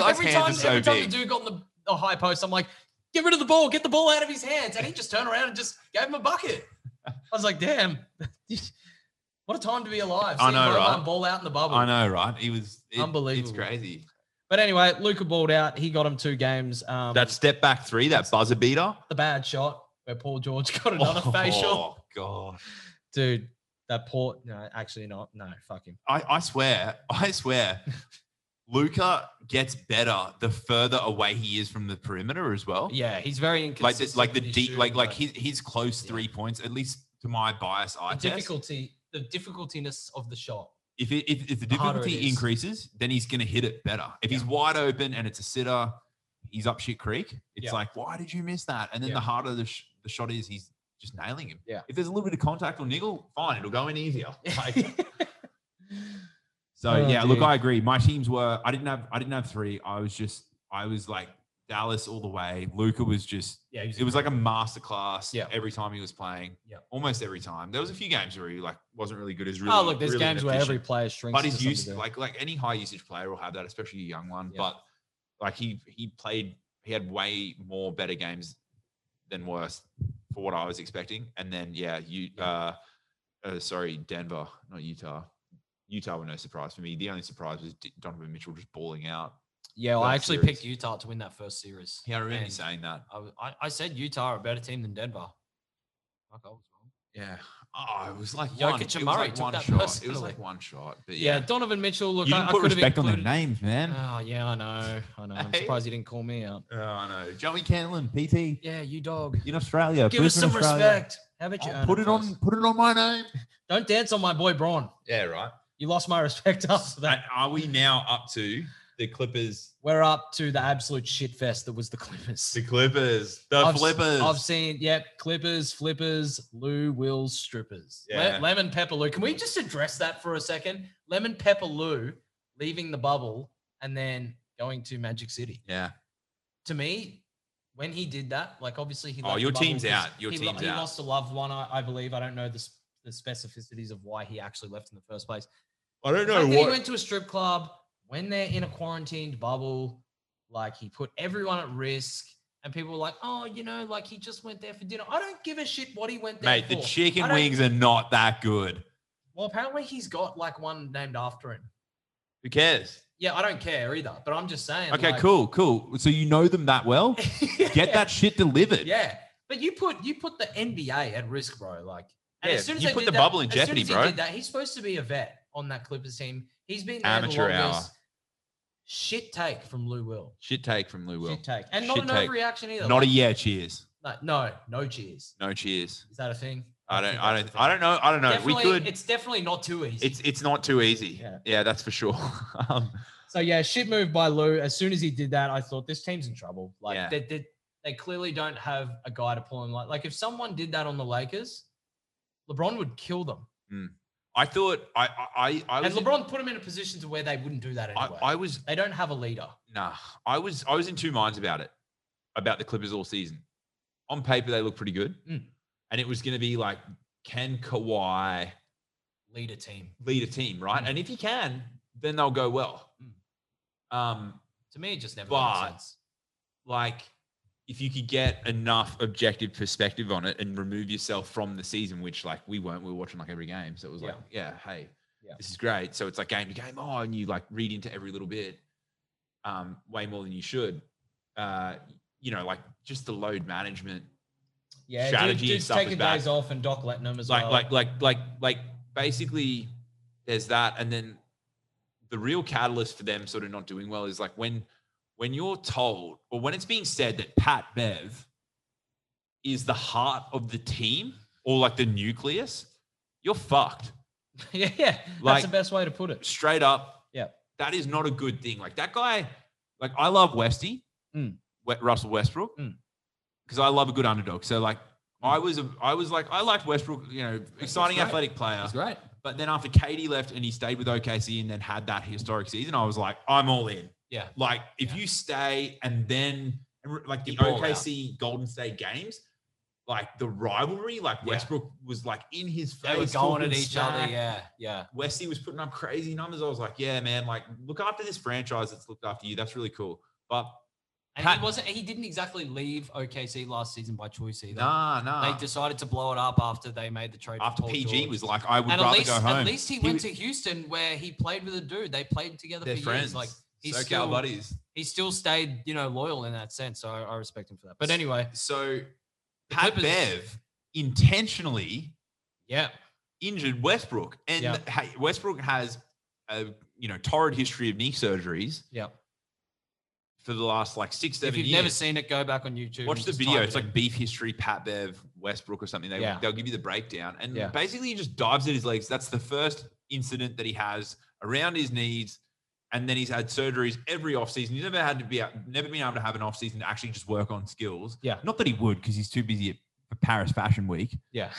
every
hands
time,
are so
every time
big.
the dude got on the, the high post, I'm like, get rid of the ball, get the ball out of his hands. And he just turned around and just gave him a bucket. I was like, damn, what a time to be alive.
I
seeing
know,
Boban
right?
Ball out in the bubble.
I know, right? He was it-
Unbelievable.
It's crazy.
But anyway, Luca balled out. He got him two games. Um,
That step back three, that buzzer beater.
the bad shot where Paul George got another facial.
Oh god.
Dude, that Port, no, actually not. No, fuck him.
I, I swear, I swear, Luca gets better the further away he is from the perimeter as well.
Yeah, he's very inconsistent.
like it's like the
with his
deep, like
shooting,
like
but-
his his close
Yeah.
three points, at least to my bias eye
the
test.
difficulty, the difficultiness of the shot.
If it, if, if the
The harder it
difficulty
is.
increases, then he's gonna hit it better. If he's
Yeah.
wide open and it's a sitter, he's up shit creek. It's
Yeah.
like why did you miss that? And then
Yeah.
the harder the, sh- the shot is, he's just nailing him.
Yeah.
If there's a little bit of contact or niggle, fine, it'll go in easier. Like, So
Oh,
yeah, look,
dear.
I agree. My teams were I didn't have I didn't have three. I was just I was like Dallas all the way. Luca was just
yeah,
it was like a masterclass
Yeah.
every time he was playing.
Yeah.
Almost every time. There was a few games where he like wasn't really good as really.
oh, look, there's
really
games where every
inefficient.
player shrinks.
but
to
his
some
use
degree.
like like any high usage player will have that, especially a young one.
Yeah.
But like he he played he had way more better games than worse for what I was expecting. And then yeah, you uh, uh sorry, Denver, not Utah. Utah were no surprise for me. The only surprise was D- Donovan Mitchell just balling out.
yeah, well, I
that
actually
series.
picked Utah to win that first series.
Yeah, I remember you
And
saying that.
I, was- I, I said Utah are a better team than Denver. Fuck, I was wrong.
Yeah. Oh, it was like
Jokic
one,
and
it was
Murray
like
took
one
that
shot. It was
personally.
like one shot. But
Yeah.
yeah,
Donovan Mitchell. Look,
you
I,
didn't
I
put
could have
respect on their
included.
names, man.
Oh yeah, I know, I know. I'm
Hey.
surprised you didn't call me out.
oh, I know. Joey Cantlin, PT.
Yeah, you dog.
in Australia.
Give us some respect. How about you?
I'll
earn
put it on.
first?
Put it on my name.
Don't dance on my boy Braun.
Yeah, right.
You lost my respect after that.
are we now up to the Clippers?
We're up to the absolute shit fest that was the Clippers.
The Clippers. The
I've, s-
Flippers.
I've seen, yep, Clippers, Flippers, Lou Wills, strippers. Le-
Yeah.
Lemon Pepper Lou. Can we just address that for a second? Lemon Pepper Lou leaving the bubble and then going to Magic City.
yeah.
To me, when he did that, like obviously he.
Oh,
left the
your
bubble
team's
'cause
out. Your
he, lo-
team's
he
out.
lost a loved one, I, I believe. I don't know the, s- the specificities of why he actually left in the first place.
I
The
don't know
fact that he
what.
went to a strip club when they're in a quarantined bubble, like he put everyone at risk, and people were like, "Oh, you know, like he just went there for dinner." I don't give a shit what he went there
Mate, the
for. I
chicken
don't-
wings are not that good.
Well, apparently he's got like one named after him.
Who cares?
Yeah, I don't care either, but I'm just saying.
okay,
like-
cool, cool. So you know them that well. Get that shit delivered.
Yeah, but you put you put the NBA at risk, bro. Like, and
Yeah,
as soon as
you
they
put
did
the
that-
bubble in
as soon
jeopardy,
as he
bro.
did that, he's supposed to be a vet on that Clippers team. He's been there
Amateur
the
hour.
longest. Shit take from Lou Will.
Shit take from Lou Will.
Shit take. And not
Shit
an
take.
overreaction either.
Not a
like,
yeah. Cheers.
like, no, no cheers.
No cheers.
Is that a thing?
I don't.
think
I
that's
don't.
a
I don't know. I don't know.
thing. Definitely,
we could.
It's definitely not too easy.
It's it's not too easy.
Yeah.
Yeah, that's for sure. um,
so yeah, shit move by Lou. As soon as he did that, I thought this team's in trouble. Like
Yeah.
they, they they clearly don't have a guy to pull him. Like like if someone did that on the Lakers, LeBron would kill them.
I thought I I I, I
And
was in-
LeBron put him in a position to where they wouldn't do that
I,
anyway.
I was
they don't have a leader.
Nah, I was I was in two minds about it, about the Clippers all season. On paper, they look pretty good,
Mm.
and it was going to be like, can Kawhi
Leader team.
lead a team, right?
Mm.
And if he can, then they'll go well.
Mm.
Um,
To me, it just never
But-
makes sense.
like if you could get enough objective perspective on it and remove yourself from the season, which like we weren't, we were watching like every game. So it was like, yeah, hey,
Yeah.
this is great. So it's like game to game. Oh, and you like read into every little bit, um, way more than you should. Uh, you know, like just the load management,
Yeah, dude-
strategy and
dude's
stuff is
taking
bad.
days off and Doc letting him as
like,
well.
like, like, like, like basically there's that. And then the real catalyst for them sort of not doing well is like when, when you're told or when it's being said that Pat Bev is the heart of the team or like the nucleus, you're fucked.
yeah, yeah. that's
like-
the best way to put it.
straight up.
Yeah.
That is not a good thing. Like that guy, like I love Westy,
Mm.
We- Russell Westbrook,
Mm.
because I love a good underdog. So like I was, a, I was like I liked Westbrook, you know, exciting
great.
athletic player.
That's great.
But then after Katie left and he stayed with OKC and then had that historic season, I was like, I'm all in.
Yeah.
Like if
Yeah.
you stay and then and re- like the
You ball
OKC Golden State games, like the rivalry, like
Yeah.
Westbrook was like in his face.
They were going
talking
at each other.
smack.
Yeah, yeah.
Westy was putting up crazy numbers. I was like, yeah, man, like look after this franchise that's looked after you. That's really cool. But
And
Pat-
he wasn't. He didn't exactly leave OKC last season by choice either.
nah, nah.
They decided to blow it up after they made the trade. for
after
Paul
PG
George.
was like, I would
and at
rather
least,
go home.
at least he,
He
went
was-
to Houston where he played with a dude. They played together
They're
for
friends.
years. Like he's
SoCal
still,
buddies.
he still stayed, you know, loyal in that sense. So I, I respect him for that. But anyway,
So Pat
Clippers-
Bev intentionally
yeah,
injured Westbrook, and
Yeah.
ha- Westbrook has a you know torrid history of knee surgeries
yeah.
for the last like six
If
seven
you've
years.
never seen it, go back on YouTube.
Watch
and
the
just
video.
type
It's
it in.
like beef history, Pat Bev, Westbrook, or something. They
Yeah.
they'll give you the breakdown, and
Yeah.
basically he just dives at his legs. That's the first incident that he has around his knees, and then he's had surgeries every offseason. He's never had to be out- never been able to have an offseason to actually just work on skills.
Yeah.
not that he would because he's too busy at Paris Fashion Week.
Yeah.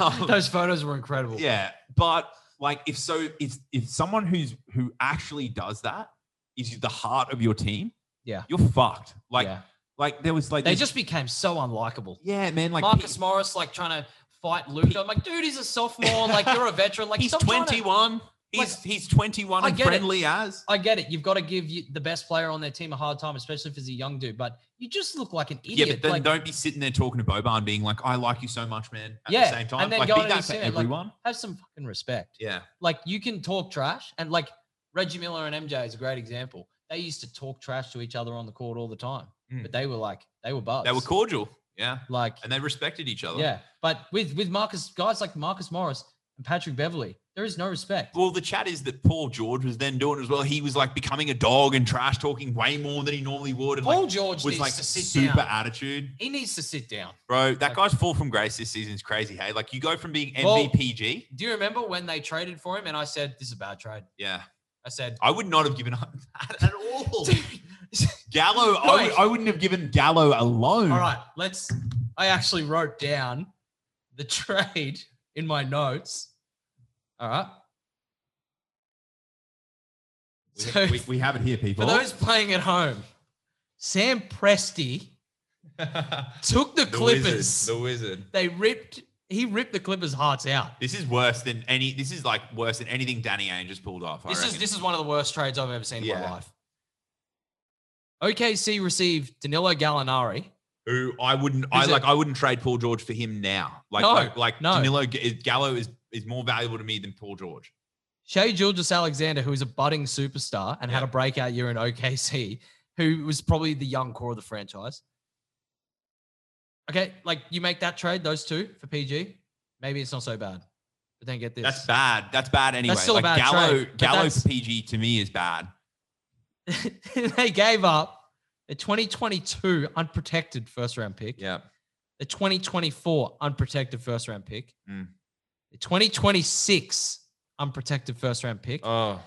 Um,
Those photos were incredible.
Yeah, but like if so, if if someone who's who actually does that is the heart of your team,
Yeah.
you're fucked. Like
Yeah.
like there was like
they
this-
just became so unlikable.
yeah, man. Like
Marcus Morris, like trying to fight Luke. I'm like, dude, he's a sophomore. Like you're a veteran. Like
he's
stop trying to-
21. He's he's 21
I
and
get it.
friendly as.
I get it. You've got to give you, the best player on their team a hard time, especially if he's a young dude. But you just look like an idiot.
Yeah, but then
like,
don't be sitting there talking to Boban, being like, "I like you so much, man." At
Yeah,
the same time,
and then
like
going
be
and
that for
saying it, like-
everyone.
have some fucking respect.
yeah,
Like you can talk trash, and like Reggie Miller and MJ is a great example. They used to talk trash to each other on the court all the time,
Mm.
but they were like they were buds.
they were cordial. Yeah,
Like
and they respected each other.
yeah, but with with Marcus guys like Marcus Morris and Patrick Beverly, there is no respect.
Well, the chat is that Paul George was then doing it as well. He was like becoming a dog and trash talking way more than he normally would. And
Paul
like,
George
was
needs
like
to sit
super
down.
attitude.
He needs to sit down.
Bro, that guy's fall from grace this season is crazy. Hey, like you go from being
Well-
MVPG.
Do you remember when they traded for him? And I said, this is a bad trade.
Yeah.
I said,
I would not have given up that at all. Gallo, I,
Guys.
would, I wouldn't have given Gallo a loan.
All right, let's. I actually wrote down the trade in my notes. All right.
We,
So-
we, we have it here,
For
people.
those playing at home, Sam Presti took the, Clippers.
The wizard.
they ripped. He ripped the Clippers' hearts out.
This is worse than any. This is like worse than anything Danny Ainge has pulled off. I
this is
reckon.
this is one of the worst trades I've ever seen in
Yeah.
my life.
OKC received Danilo Gallinari.
who I wouldn't. I
Is it-
like. I wouldn't trade Paul George for him now. Like,
No,
like, like
no.
Danilo G- Gallo is is more valuable to me than Paul George.
Shea Gilgis Alexander, who is a budding superstar and had a breakout year in OKC, who was probably the young core of the franchise. Okay, like you make that trade, those two for PG, maybe it's not so bad. But then get this.
That's bad. That's bad anyway.
still a
like
bad
Gallo,
trade, but
Gallo
that's-
PG to me is bad.
they gave up the 2022 unprotected first round pick,
Yeah.
the 2024 unprotected first round pick,
Mm.
the 2026 unprotected first round pick,
Oh.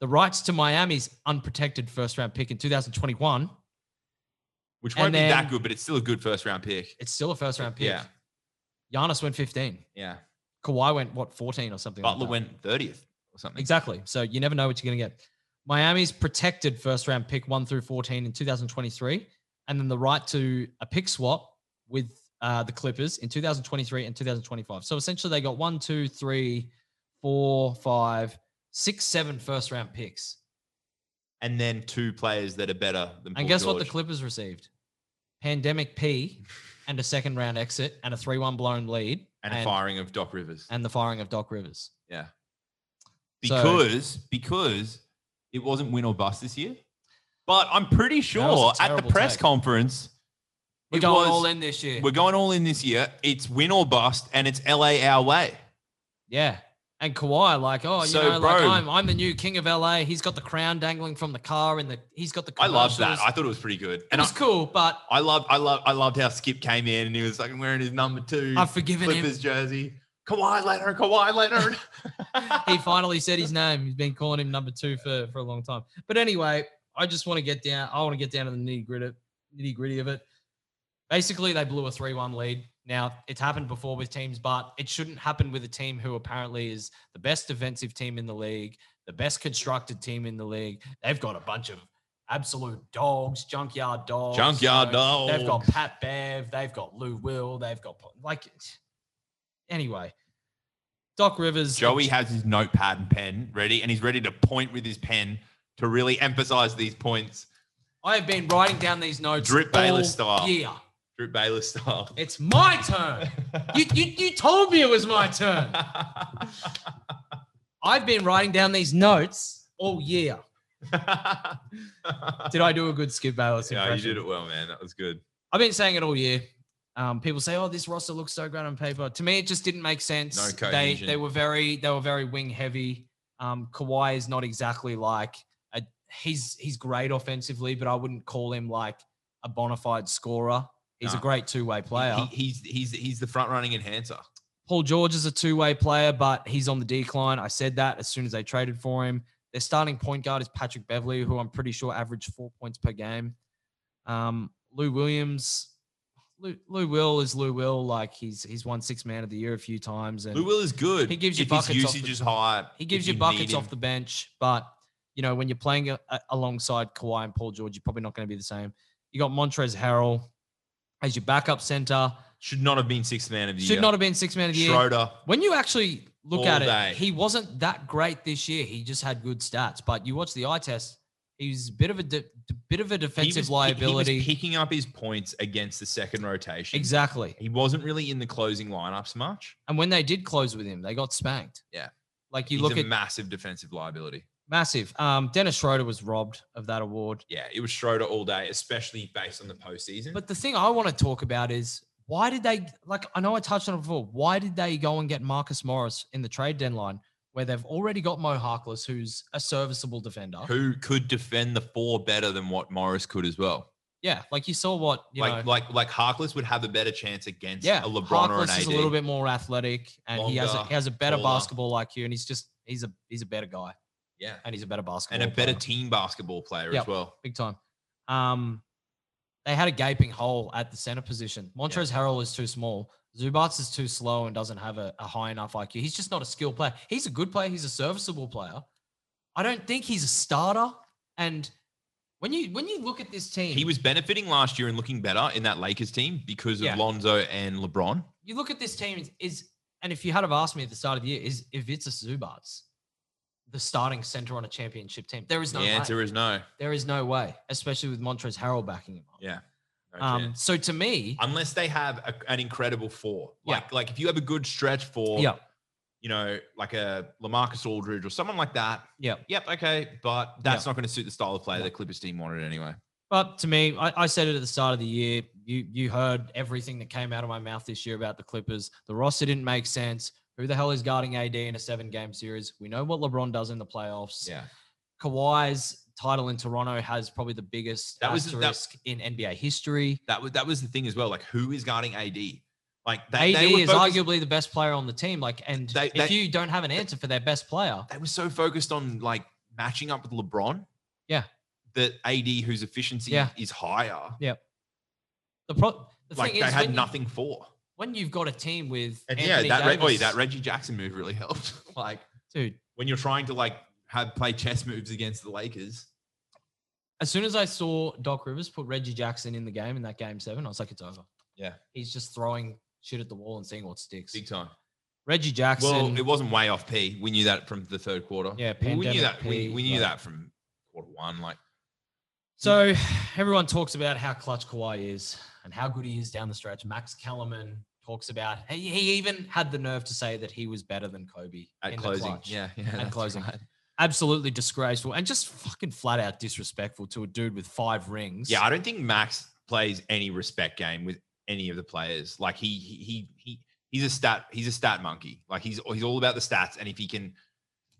the rights to Miami's unprotected first round pick in 2021.
Which
And
won't be
then-
that good, but it's still a good first round pick.
It's still a first round pick.
Yeah.
Giannis went 15.
Yeah.
Kawhi went what 14 or something. like
Butler
that.
went thirtieth or something.
exactly. So you never know what you're gonna get. Miami's protected first round pick one through 14 in 2023, and then the right to a pick swap with uh, the Clippers in 2023 and 2025. So essentially, they got one, two, three, four, five, six, seven first round picks.
And then two players that are better than. Paul
And guess what the
George.
Clippers received? Pandemic P and a second round exit and a 3 1 blown lead
and, a firing of Doc Rivers
and the firing of Doc Rivers. so-
because because it wasn't win or bust this year. But I'm pretty sure
was a
at the
terrible
press
take.
conference.
We're
it
going
was-
all in this year.
We're going all in this year. It's win or bust, and it's LA our way.
Yeah. And Kawhi, like, oh, you
So,
know, like
bro-
I'm, I'm the new king of LA. He's got the crown dangling from the car, and the he's got the.
I loved that.
commercials.
I thought it was pretty good.
it
And I,
was cool, but
I loved, I loved, I loved how Skip came in and he was like wearing his number two
I've forgiven
Clippers jersey. Kawhi Leonard, Kawhi Leonard.
him. He finally said his name. He's been calling him number two for for a long time. But anyway, I just want to get down. I want to get down to the nitty gritty nitty gritty of it. Basically, they blew a three one lead. Now it's happened before with teams, but it shouldn't happen with a team who apparently is the best defensive team in the league, the best constructed team in the league. They've got a bunch of absolute dogs, junkyard dogs.
Junkyard
you
dog.
They've got Pat Bev, they've got Lou Will, they've got like. Anyway, Doc Rivers.
Joey has his notepad and pen ready, and he's ready to point with his pen to really emphasize these points,
I have been writing down these notes.
Drip Bayless style.
Yeah,
Drew Baylor style.
it's my turn. you, you you told me it was my turn. I've been writing down these notes all year. Did I do a good Skip Bayless
yeah, you
impression?
did it well, man. That was good.
I've been saying it all year. Um, people say, "Oh, this roster looks so great on paper." To me, it just didn't make sense.
No
they
cohesion.
they were very they were very wing heavy. Um, Kawhi is not exactly like a, he's he's great offensively, but I wouldn't call him like a bona fide scorer. He's a
No.
great two way player.
He- he's he's he's the front running enhancer.
Paul George is a two way player, but he's on the decline. I said that as soon as they traded for him. Their starting point guard is Patrick Beverly, who I'm pretty sure averaged four points per game. Um, Lou Williams, Lou, Lou Will is Lou Will. Like he's he's won six man of the year a few times, and
Lou Will is good.
He gives you
if
buckets
His
off
usage
the-
is high.
he
if
gives you
need
buckets off
him.
the bench. But you know when you're playing a, a- alongside Kawhi and Paul George, you're probably not going to be the same. You got Montrez Harrell as your backup center.
Should not have been sixth man of the
Should
year.
not have been six man of the year.
Schroeder.
When you actually look
All
at it,
day.
he wasn't that great this year. He just had good stats. But you watch the eye test, he's a bit of a de- de- bit of a
He
defensive
was- he-
liability.
He was picking up his points against the second rotation.
exactly.
He wasn't really in the closing lineups much.
And when they did close with him, they got spanked.
Yeah.
Like you
He's
look
a
at
massive defensive liability.
massive. Um, Dennis Schroeder was robbed of that award.
Yeah, it was Schroeder all day, especially based on the postseason.
But the thing I want to talk about is why did they like I know I touched on it before. Why did they go and get Marcus Morris in the trade deadline where they've already got Mo Harkless, who's a serviceable defender?
who could defend the four better than what Morris could as well?
Yeah, like you saw what you know.
like like like Harkless would have a better chance against
yeah,
a LeBron or an
Harkless
AD.
is a little bit more athletic, and he has a,
Longer,
he has a better
taller.
basketball IQ, and he's just he's a he's a better guy,
yeah,
and he's a better basketball
and a better
player,
team basketball player
Yep.
as well.
big time. Um, they had a gaping hole at the center position. Montrez Harrell is too small. Zubats is too slow and doesn't have a, a high enough IQ. He's just not a skilled player. He's a good player. He's a serviceable player. I don't think he's a starter. And when you when you look at this team,
He was benefiting last year and looking better in that Lakers team because of
Yeah.
Lonzo and LeBron.
you look at this team is, is and if you had have asked me at the start of the year is if it's a Zubats, the starting center on a championship team, there is no
the
way.
answer is no.
there is no way, especially with Montrezl Harrell backing him up.
Yeah. No
Um,
chance.
so to me,
Unless they have a, an incredible four,
Yeah.
like like if you have a good stretch for,
yeah,
you know, like a Lamarcus Aldridge or someone like that.
yeah.
Yep, okay, but that's not going to suit the style of play that Clippers team wanted anyway.
But to me, I, I said it at the start of the year. You you heard everything that came out of my mouth this year about the Clippers. The roster didn't make sense. Who the hell is guarding AD in a seven game series? We know what LeBron does in the playoffs.
Yeah,
Kawhi's title in Toronto has probably the biggest
That was- that-
asterisk in NBA history.
that was that was the thing as well. Like, who is guarding AD? Like they,
AD
they were
is
focused-
arguably the best player on the team. Like, and
They-
if
they-
you don't have an answer for their best player,
they were so focused on like matching up with LeBron.
Yeah.
That AD, whose efficiency
Yeah.
is higher,
the pro- the
like
thing
they
is
had
when,
nothing for.
when you've got a team with
And
Anthony
yeah, that Re- oi,
Davis,
that Reggie Jackson move really helped. like
dude.
when you're trying to like have play chess moves against the Lakers.
As soon as I saw Doc Rivers put Reggie Jackson in the game in that game seven, I was like, it's over.
Yeah.
he's just throwing shit at the wall and seeing what sticks.
Big time.
Reggie Jackson.
Well, it wasn't way off P. We knew that from the third quarter.
Yeah,
Well, we
pandemic
knew that. we,
P,
we knew
like-
that from quarter one. Like
So everyone talks about how clutch Kawhi is and how good he is down the stretch. Max Kellerman talks about he, he even had the nerve to say that he was better than Kobe
at
in The
closing.
clutch.
Yeah, yeah. that's
closing.
right.
Absolutely disgraceful and just fucking flat out disrespectful to a dude with five rings.
Yeah, I don't think Max plays any respect game with any of the players. Like he he he, he he's a stat he's a stat monkey. Like he's he's all about the stats, and if he can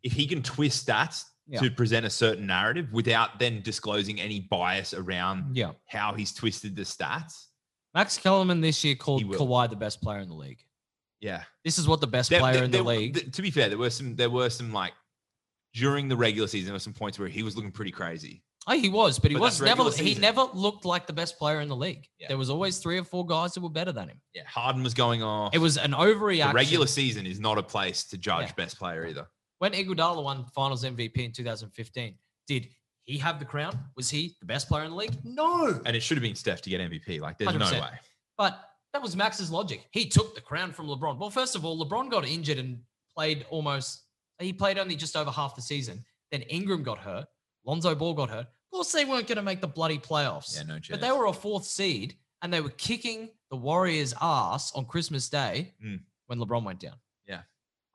if he can twist stats
Yeah.
to present a certain narrative without then disclosing any bias around
Yeah.
how he's twisted the stats,
Max Kellerman this year called
will.
Kawhi the best player in the league.
yeah,
This is what the best
There-
player
there-
in the
there-
league.
th- to be fair, there were some there were some like during the regular season there were some points where he was looking pretty crazy.
Oh, he was, but he
But
was
that's
never.
regular
He
season.
never looked like the best player in the league.
Yeah.
There was always three or four guys that were better than him.
Yeah, Harden was going off.
It was an
the
overreaction.
regular season is not a place to judge
Yeah.
best player either.
when Iguodala won Finals MVP in 2015, did he have the crown? Was he the best player in the league? No.
And it should have been Steph to get MVP. Like, there's no
100%.
way.
But that was Max's logic. He took the crown from LeBron. Well, first of all, LeBron got injured and played almost, he played only just over half the season. Then Ingram got hurt. Lonzo Ball got hurt. Of course, they weren't going to make the bloody playoffs.
Yeah, no chance.
but they were a fourth seed and they were kicking the Warriors' ass on Christmas Day
Mm.
when LeBron went down.
Yeah.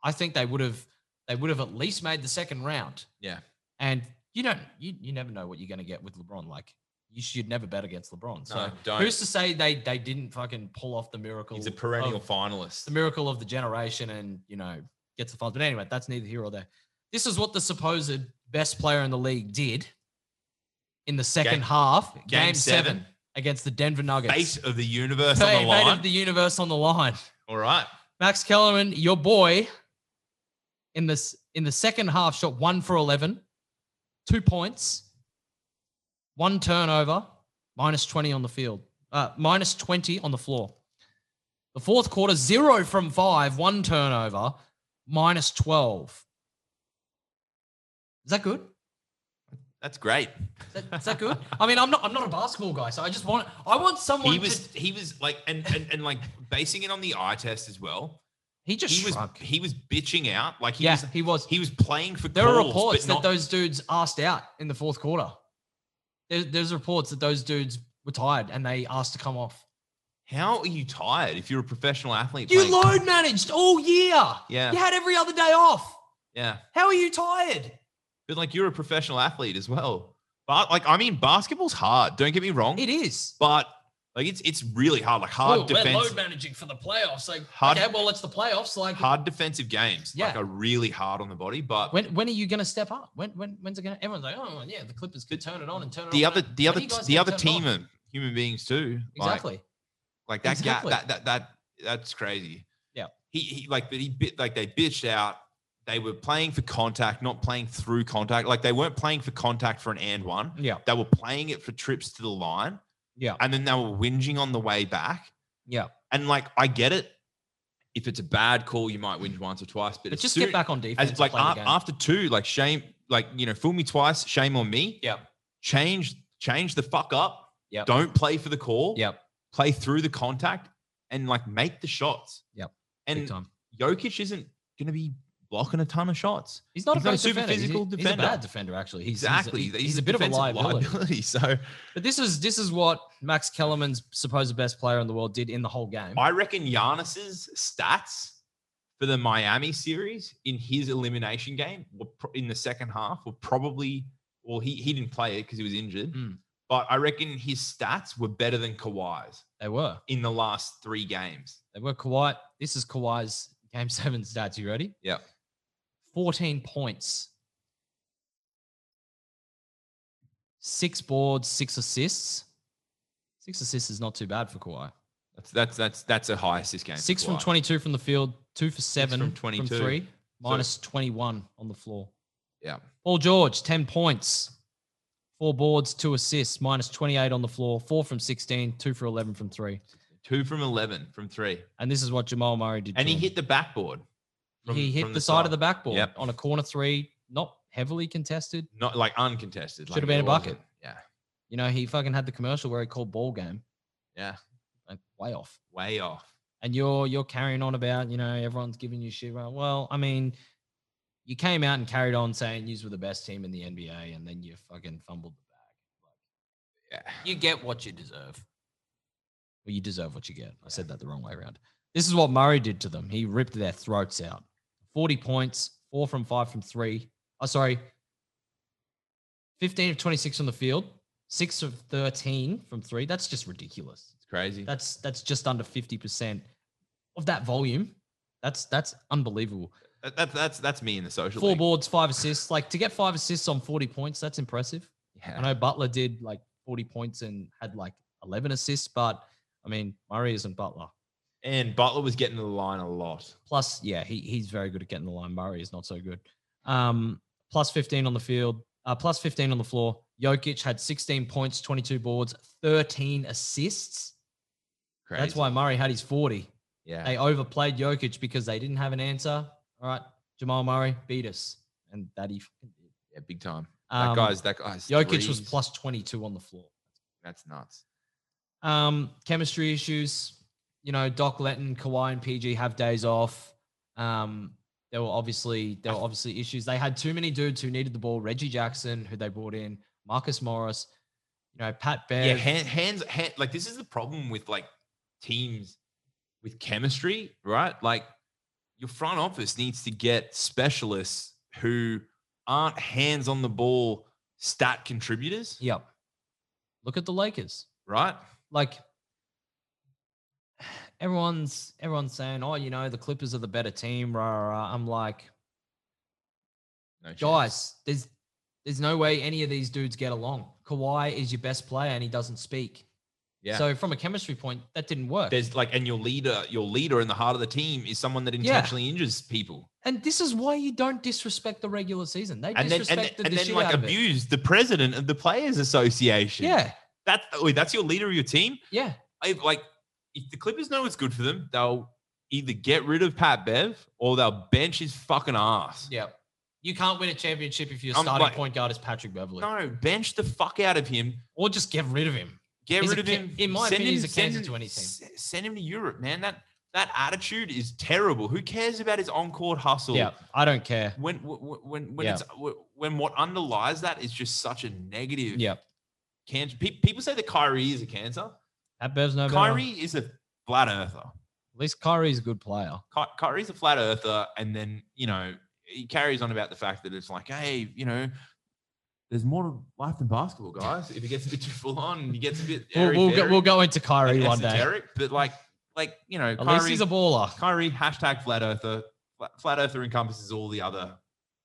I think they would have they would have at least made the second round.
Yeah.
And you don't you you never know what you're gonna get with LeBron. Like you should never bet against LeBron. So
No, don't.
who's to say they they didn't fucking pull off the miracle
He's a perennial
of-
finalist.
the miracle of the generation and you know gets the funds. But anyway, that's neither here or there. This is what the supposed best player in the league did in the second
Game-
half, game,
Game
seven,
seven.
against the Denver Nuggets.
Face of the universe
Fate-
on the
fate
line.
of the universe on the line.
All right.
Max Kellerman, your boy, in this in the second half, shot one for 11, two points, one turnover, minus 20 on the field, uh, minus 20 on the floor. The fourth quarter, zero from five, one turnover, minus 12. Is that good?
That's great.
Is that- is that good? I mean, I'm not I'm not a basketball guy, so I just want I want someone
He
to-
was he was like and and, and like basing it on the eye test as well.
he just
He was
shrunk.
he was bitching out like he
yeah,
was
he was.
he was playing for
There
calls,
are reports
but
that
not-
those dudes asked out in the fourth quarter. There, there's reports that those dudes were tired and they asked to come off.
how are you tired if you're a professional athlete?
You
playing-
load managed all year.
Yeah.
You had every other day off.
Yeah.
How are you tired?
But like you're a professional athlete as well. But like I mean basketball's hard, don't get me wrong.
It is.
but like it's it's really hard. Like hard
Oh, We're
defense
load managing for the playoffs. Like,
Hard-
okay, well, it's the playoffs. Like,
hard defensive games. Like
Yeah.
are really hard on the body. But
when when are you going to step up? When when when's it going? to Everyone's like, oh yeah, the Clippers could turn it on and turn it
the
off.
other the other
you guys
the
gonna
other
turn it
team
on?
are human beings too. Like,
exactly.
Like that gap,
Exactly.
that, that that that's crazy.
Yeah.
He, he like but he bit like they bitched out. They were playing for contact, not playing through contact. Like they weren't playing for contact for an and one.
yeah,
They were playing it for trips to the line.
Yeah.
And then they were whinging on the way back.
yeah.
And like I get it. If it's a bad call, you might whinge once or twice, but,
But
it's
just get back on defense.
as
and
like
play the
af-
game.
after two, like shame, like you know, fool me twice, shame on me.
Yep.
Change, change the fuck up.
Yep.
Don't play for the call.
Yep.
Play through the contact and like make the shots.
Yep. Big
And
time.
Jokic isn't gonna be blocking a ton of shots.
He's not
He's
a,
not a
great
super
defender. He's-
physical
he's,
defender.
a bad defender, actually. He's, he's a-
exactly.
He's, he's a bit of a
defensive
liability.
So
But this is this is what Max Kellerman's supposed best player in the world did in the whole game.
I reckon Giannis's stats for the Miami series in his elimination game were pro- in the second half were probably well he he didn't play it because he was injured,
Mm.
but I reckon his stats were better than Kawhi's
They were.
in the last three games.
They were Kawhi. This is Kawhi's game seven stats. You ready?
Yep.
14 points. Six boards, six assists. Six assists is not too bad for Kawhi.
That's that's that's that's a high assist game. for
Six from
Kawhi.
22 from the field, two for seven
from
from,
22.
three, minus 21 on the floor.
Yeah.
Paul George, 10 points, four boards, two assists, minus 28 on the floor, four from 16, two for 11 from three.
two from eleven from three,
And this is what Jamal Murray did.
and
to
he
him.
hit the backboard. from-
he hit
from
the, side of the backboard
Yep.
on a corner three, not heavily contested.
not like uncontested.
Should
like
have been
it
a bucket.
wasn't. Yeah,
You know, he fucking had the commercial where he called ball game.
Yeah.
Like way off.
way off.
and you're you're carrying on about you know everyone's giving you shit. Well, Well, I mean, you came out and carried on saying you were the best team in the NBA, and then you fucking fumbled the bag.
Yeah.
You get what you deserve. Well, you deserve what you get. I said that the wrong way around. This is what Murray did to them. He ripped their throats out. Forty points, four from five from three. Oh, sorry. Fifteen of twenty-six on the field, six of thirteen from three. That's just ridiculous.
It's crazy.
That's that's just under fifty percent of that volume. That's that's unbelievable.
That, that, that's that's me in the social.
Four
league.
boards, five assists. Like to get five assists on forty points, that's impressive.
Yeah.
I know Butler did like forty points and had like eleven assists, but I mean Murray isn't Butler.
And Butler was getting to the line a lot.
Plus, yeah, he he's very good at getting the line. Murray is not so good. Um, plus fifteen on the field, uh, plus fifteen on the floor. Jokic had sixteen points, twenty-two boards, thirteen assists.
Crazy.
That's why Murray had his forty.
Yeah.
They overplayed Jokic because they didn't have an answer. All right, Jamal Murray beat us, and that he fucking did.
yeah. Big time. That
Um,
guy's that guy's.
Jokic was
threes.
plus 22 on the floor.
That's nuts.
Um, chemistry issues. You know, Doc Lenton, Kawhi, and PG have days off. Um, there were obviously there were obviously issues. They had too many dudes who needed the ball. Reggie Jackson, who they brought in, Marcus Morris. You know, Pat Bear.
Yeah, hand, hands, hand, like this is the problem with like teams with chemistry, right? Like your front office needs to get specialists who aren't hands on the ball stat contributors,
Yep. Look at the Lakers.
right?
like everyone's everyone's saying, "Oh, you know, the Clippers are the better team." Rah, rah, rah. I'm like,
No chance.
guys, there's there's no way any of these dudes get along. Kawhi is your best player, and he doesn't speak.
Yeah.
So from a chemistry point, that didn't work.
there's like, and your leader, your leader in the heart of the team is someone that intentionally injures people,
and this is why you don't disrespect the regular season. They
and then and,
disrespected
and
the
then
shit
like
out of it.
abuse the president of the players association.
Yeah,
that's wait, that's your leader of your team.
yeah,
I like if the Clippers know it's good for them, they'll either get rid of Pat Bev or they'll bench his fucking ass.
yeah. You can't win a championship if your
I'm
starting
like-
point guard is Patrick Beverly,
No, bench the fuck out of him.
or just get rid of him.
Get
He's
rid
a
of
ca-
him.
in my opinion, he's a
send
cancer
him-
to any team.
s- Send him to Europe, man. That that attitude is terrible. Who cares about his on-court hustle?
Yeah, I don't care.
When when when when
Yeah.
it's when what underlies that is just such a negative
Yeah,
cancer. Pe- People say that Kyrie is a cancer.
that Bev's no better.
Kyrie is a flat earther.
At least Kyrie's a good player.
Ky- Kyrie's a flat earther, and then you know he carries on about the fact that it's like, hey, you know, there's more to life than basketball, guys. If it gets a bit too full on, and he gets a bit
We'll, we'll, go,
airy-fairy
we'll go into Kyrie
and
one day.
esoteric, but like, like you know,
At least
Kyrie,
he's a baller.
Kyrie hashtag flat earther. Flat- Flat earther encompasses all the other,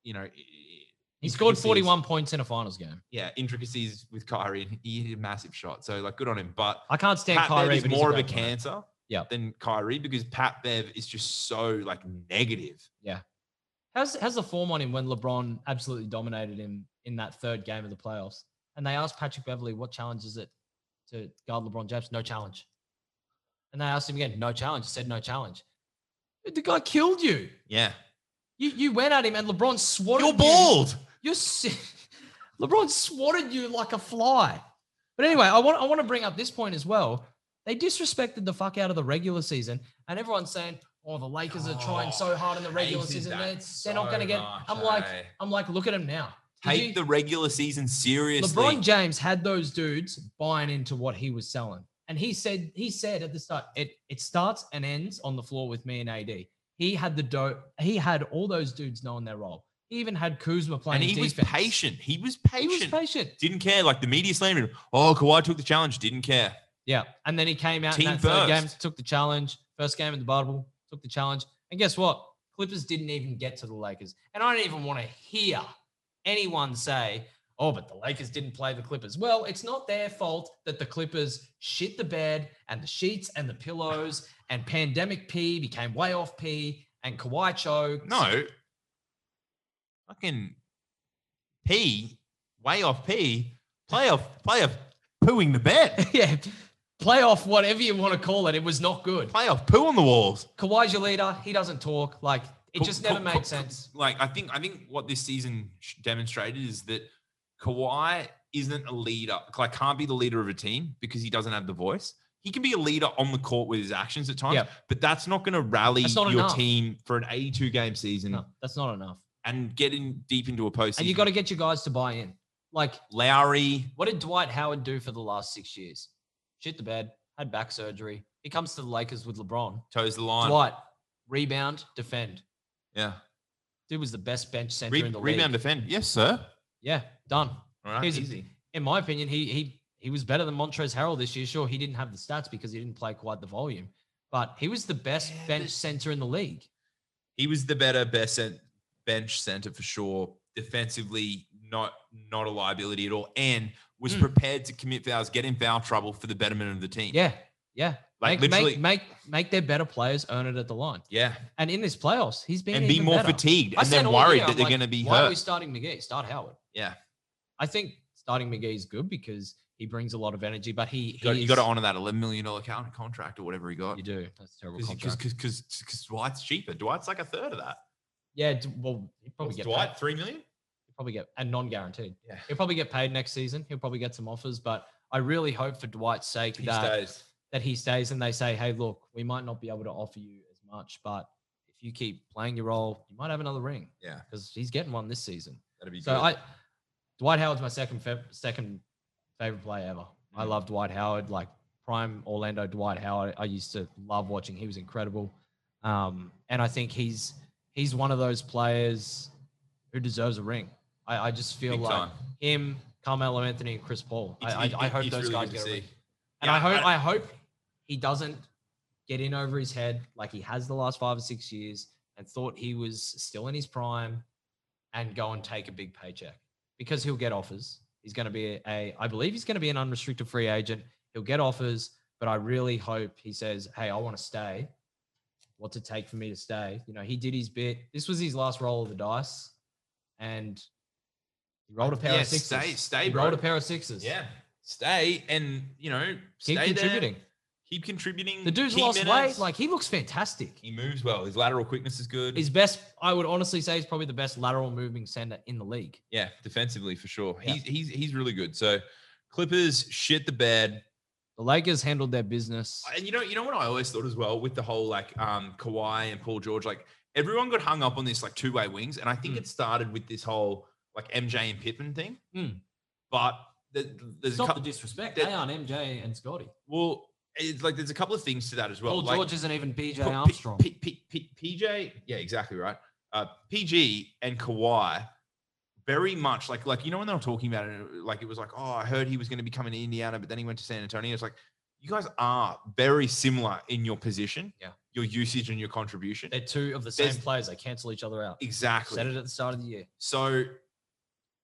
you know, i- i-
He scored
intricacies-
41 points in a finals game.
Yeah, intricacies with Kyrie. and He hit a massive shot, so like, good on him. But
I can't stand
Pat
Kyrie.
Bev is
but he's
more of a
great player.
cancer
Yep.
than Kyrie because Pat Bev is just so like negative.
How's, how's the form on him when LeBron absolutely dominated him in that third game of the playoffs? And they asked Patrick Beverly, what challenge is it to guard LeBron James? No challenge. And they asked him again, no challenge. He said no challenge. Dude, The guy killed you.
Yeah.
You, you went at him and LeBron swatted
You're
you.
bald.
You're s- LeBron swatted you like a fly. But anyway, I want I want to bring up this point as well. They disrespected the fuck out of the regular season, and everyone's saying, "Oh, the Lakers are trying so hard in the regular
hated
season;
that
they're, they're not
so
going to get."
much,
I'm like,
eh?
I'm like, look at them now. Did
Take
you-
the regular season seriously.
LeBron James had those dudes buying into what he was selling, and he said he said at the start, it it starts and ends on the floor with me and AD. He had the dope. He had all those dudes knowing their role. He even had Kuzma playing
and he was
defense.
patient. He was
He
patient.
was patient.
Didn't care. Like the media slammed him. Oh, Kawhi took the challenge. Didn't care.
Yeah. And then he came out in
Team
that third game,
first.
took the challenge. First game in the bubble, took the challenge. And guess what? Clippers didn't even get to the Lakers. And I don't even want to hear anyone say, oh, but the Lakers didn't play the Clippers. Well, it's not their fault that the Clippers shit the bed and the sheets and the pillows and pandemic P became way off P and Kawhi choked.
No. Fucking P, way off P, playoff, playoff pooing the bed.
yeah. Playoff, whatever you want to call it, it was not good.
Playoff poo on the walls.
Kawhi's your leader. He doesn't talk. Like, it
Cool,
just
cool,
never
cool,
made
cool.
sense.
Like I think I think what this season sh- demonstrated is that Kawhi isn't a leader. Like can't be the leader of a team because he doesn't have the voice. He can be a leader on the court with his actions at times,
Yeah.
but that's not going to rally
That's
your
not enough.
team for an 82 game season
No, that's not enough.
and getting deep into a postseason.
And you got to get your guys to buy in. Like,
Lowry.
what did Dwight Howard do for the last six years? Shit the bed, had back surgery. He comes to the Lakers with LeBron.
toes the line.
Dwight, rebound, defend.
Yeah.
Dude was the best bench center
Re-
in the
rebound
league.
defend. Yes, sir.
Yeah, done.
All right.
Here's-
easy.
In my opinion, he he he was better than Montrez Harrell this year. Sure, he didn't have the stats because he didn't play quite the volume, but he was the best
Yeah,
bench
but-
center in the league.
he was the better best cent- bench center for sure. Defensively, not not a liability at all, and was
Mm.
prepared to commit fouls, get in foul trouble for the betterment of the team.
Yeah, yeah.
like
make,
literally,
make make make their better players earn it at the line.
yeah,
And in this playoffs, he's been
and be
even
more
better.
fatigued,
I
and
said
then
all
worried
year,
that
I'm
they're
like,
going to be
Why are we
hurt.
starting McGee? Start Howard.
Yeah.
I think starting McGee is good because he brings a lot of energy, but he,
You got,
he
you got to
is-
honor that eleven million dollar contract or whatever he got.
You do. That's a terrible
Because
contract.
because Dwight's cheaper. Dwight's like a third of that.
yeah, d- well, he probably
What's
get
Dwight
paid.
three million?
He'd probably get and non-guaranteed.
Yeah.
He'll probably get paid next season. He'll probably get some offers, but I really hope for Dwight's sake
He
that
stays.
that he stays and they say, hey, look, we might not be able to offer you as much, but if you keep playing your role, you might have another ring.
Yeah.
Because he's getting one this season.
That'd be
So
good.
I, Dwight Howard's my second fav- second favorite player ever. I
Mm.
love Dwight Howard, like prime Orlando Dwight Howard. I used to love watching. He was incredible, um, and I think he's he's one of those players who deserves a ring. I, I just feel
Big
like
time.
him, Carmelo Anthony, and Chris Paul. I, I, I hope those guys get a ring. And
Yeah,
I hope I, hope he doesn't get in over his head like he has the last five or six years and thought he was still in his prime and go and take a big paycheck because he'll get offers. He's going to be a I believe he's going to be an unrestricted free agent. He'll get offers, but I really hope he says, "Hey, I want to stay. What's it take for me to stay?" You know, he did his bit. This was his last roll of the dice, and he rolled a pair
Yeah,
of sixes.
stay, stay,
he
bro.
rolled a pair of sixes.
Yeah. Stay and you know, stay
keep
there,
contributing.
keep contributing.
The dude's
key
lost
minutes.
weight. Like he looks fantastic.
he moves well. His lateral quickness is good.
His best, I would honestly say, he's probably the best lateral moving center in the league.
yeah, defensively for sure.
Yeah.
He's he's he's really good. So Clippers shit the bed.
The Lakers handled their business.
And you know, you know what I always thought as well with the whole like um Kawhi and Paul George, like everyone got hung up on this like two-way wings. And I think
Mm.
it started with this whole like MJ and Pippen thing.
Mm.
But the, there's a
Stop the
couple
disrespect.
that-
They aren't MJ and Scotty.
well, it's like there's a couple of things to that as well.
Paul
like,
George isn't even BJ
P- P-
Armstrong.
P- P- P- PJ, yeah, exactly right. Uh, PG and Kawhi, very much like like you know when they were talking about it, like it was like, oh, I heard he was going to be coming to Indiana, but then he went to San Antonio. It's like you guys are very similar in your position,
Yeah.
your usage and your contribution.
They're two of the same
There's-
players. They cancel each other out.
exactly.
Said it at the start of the year.
So,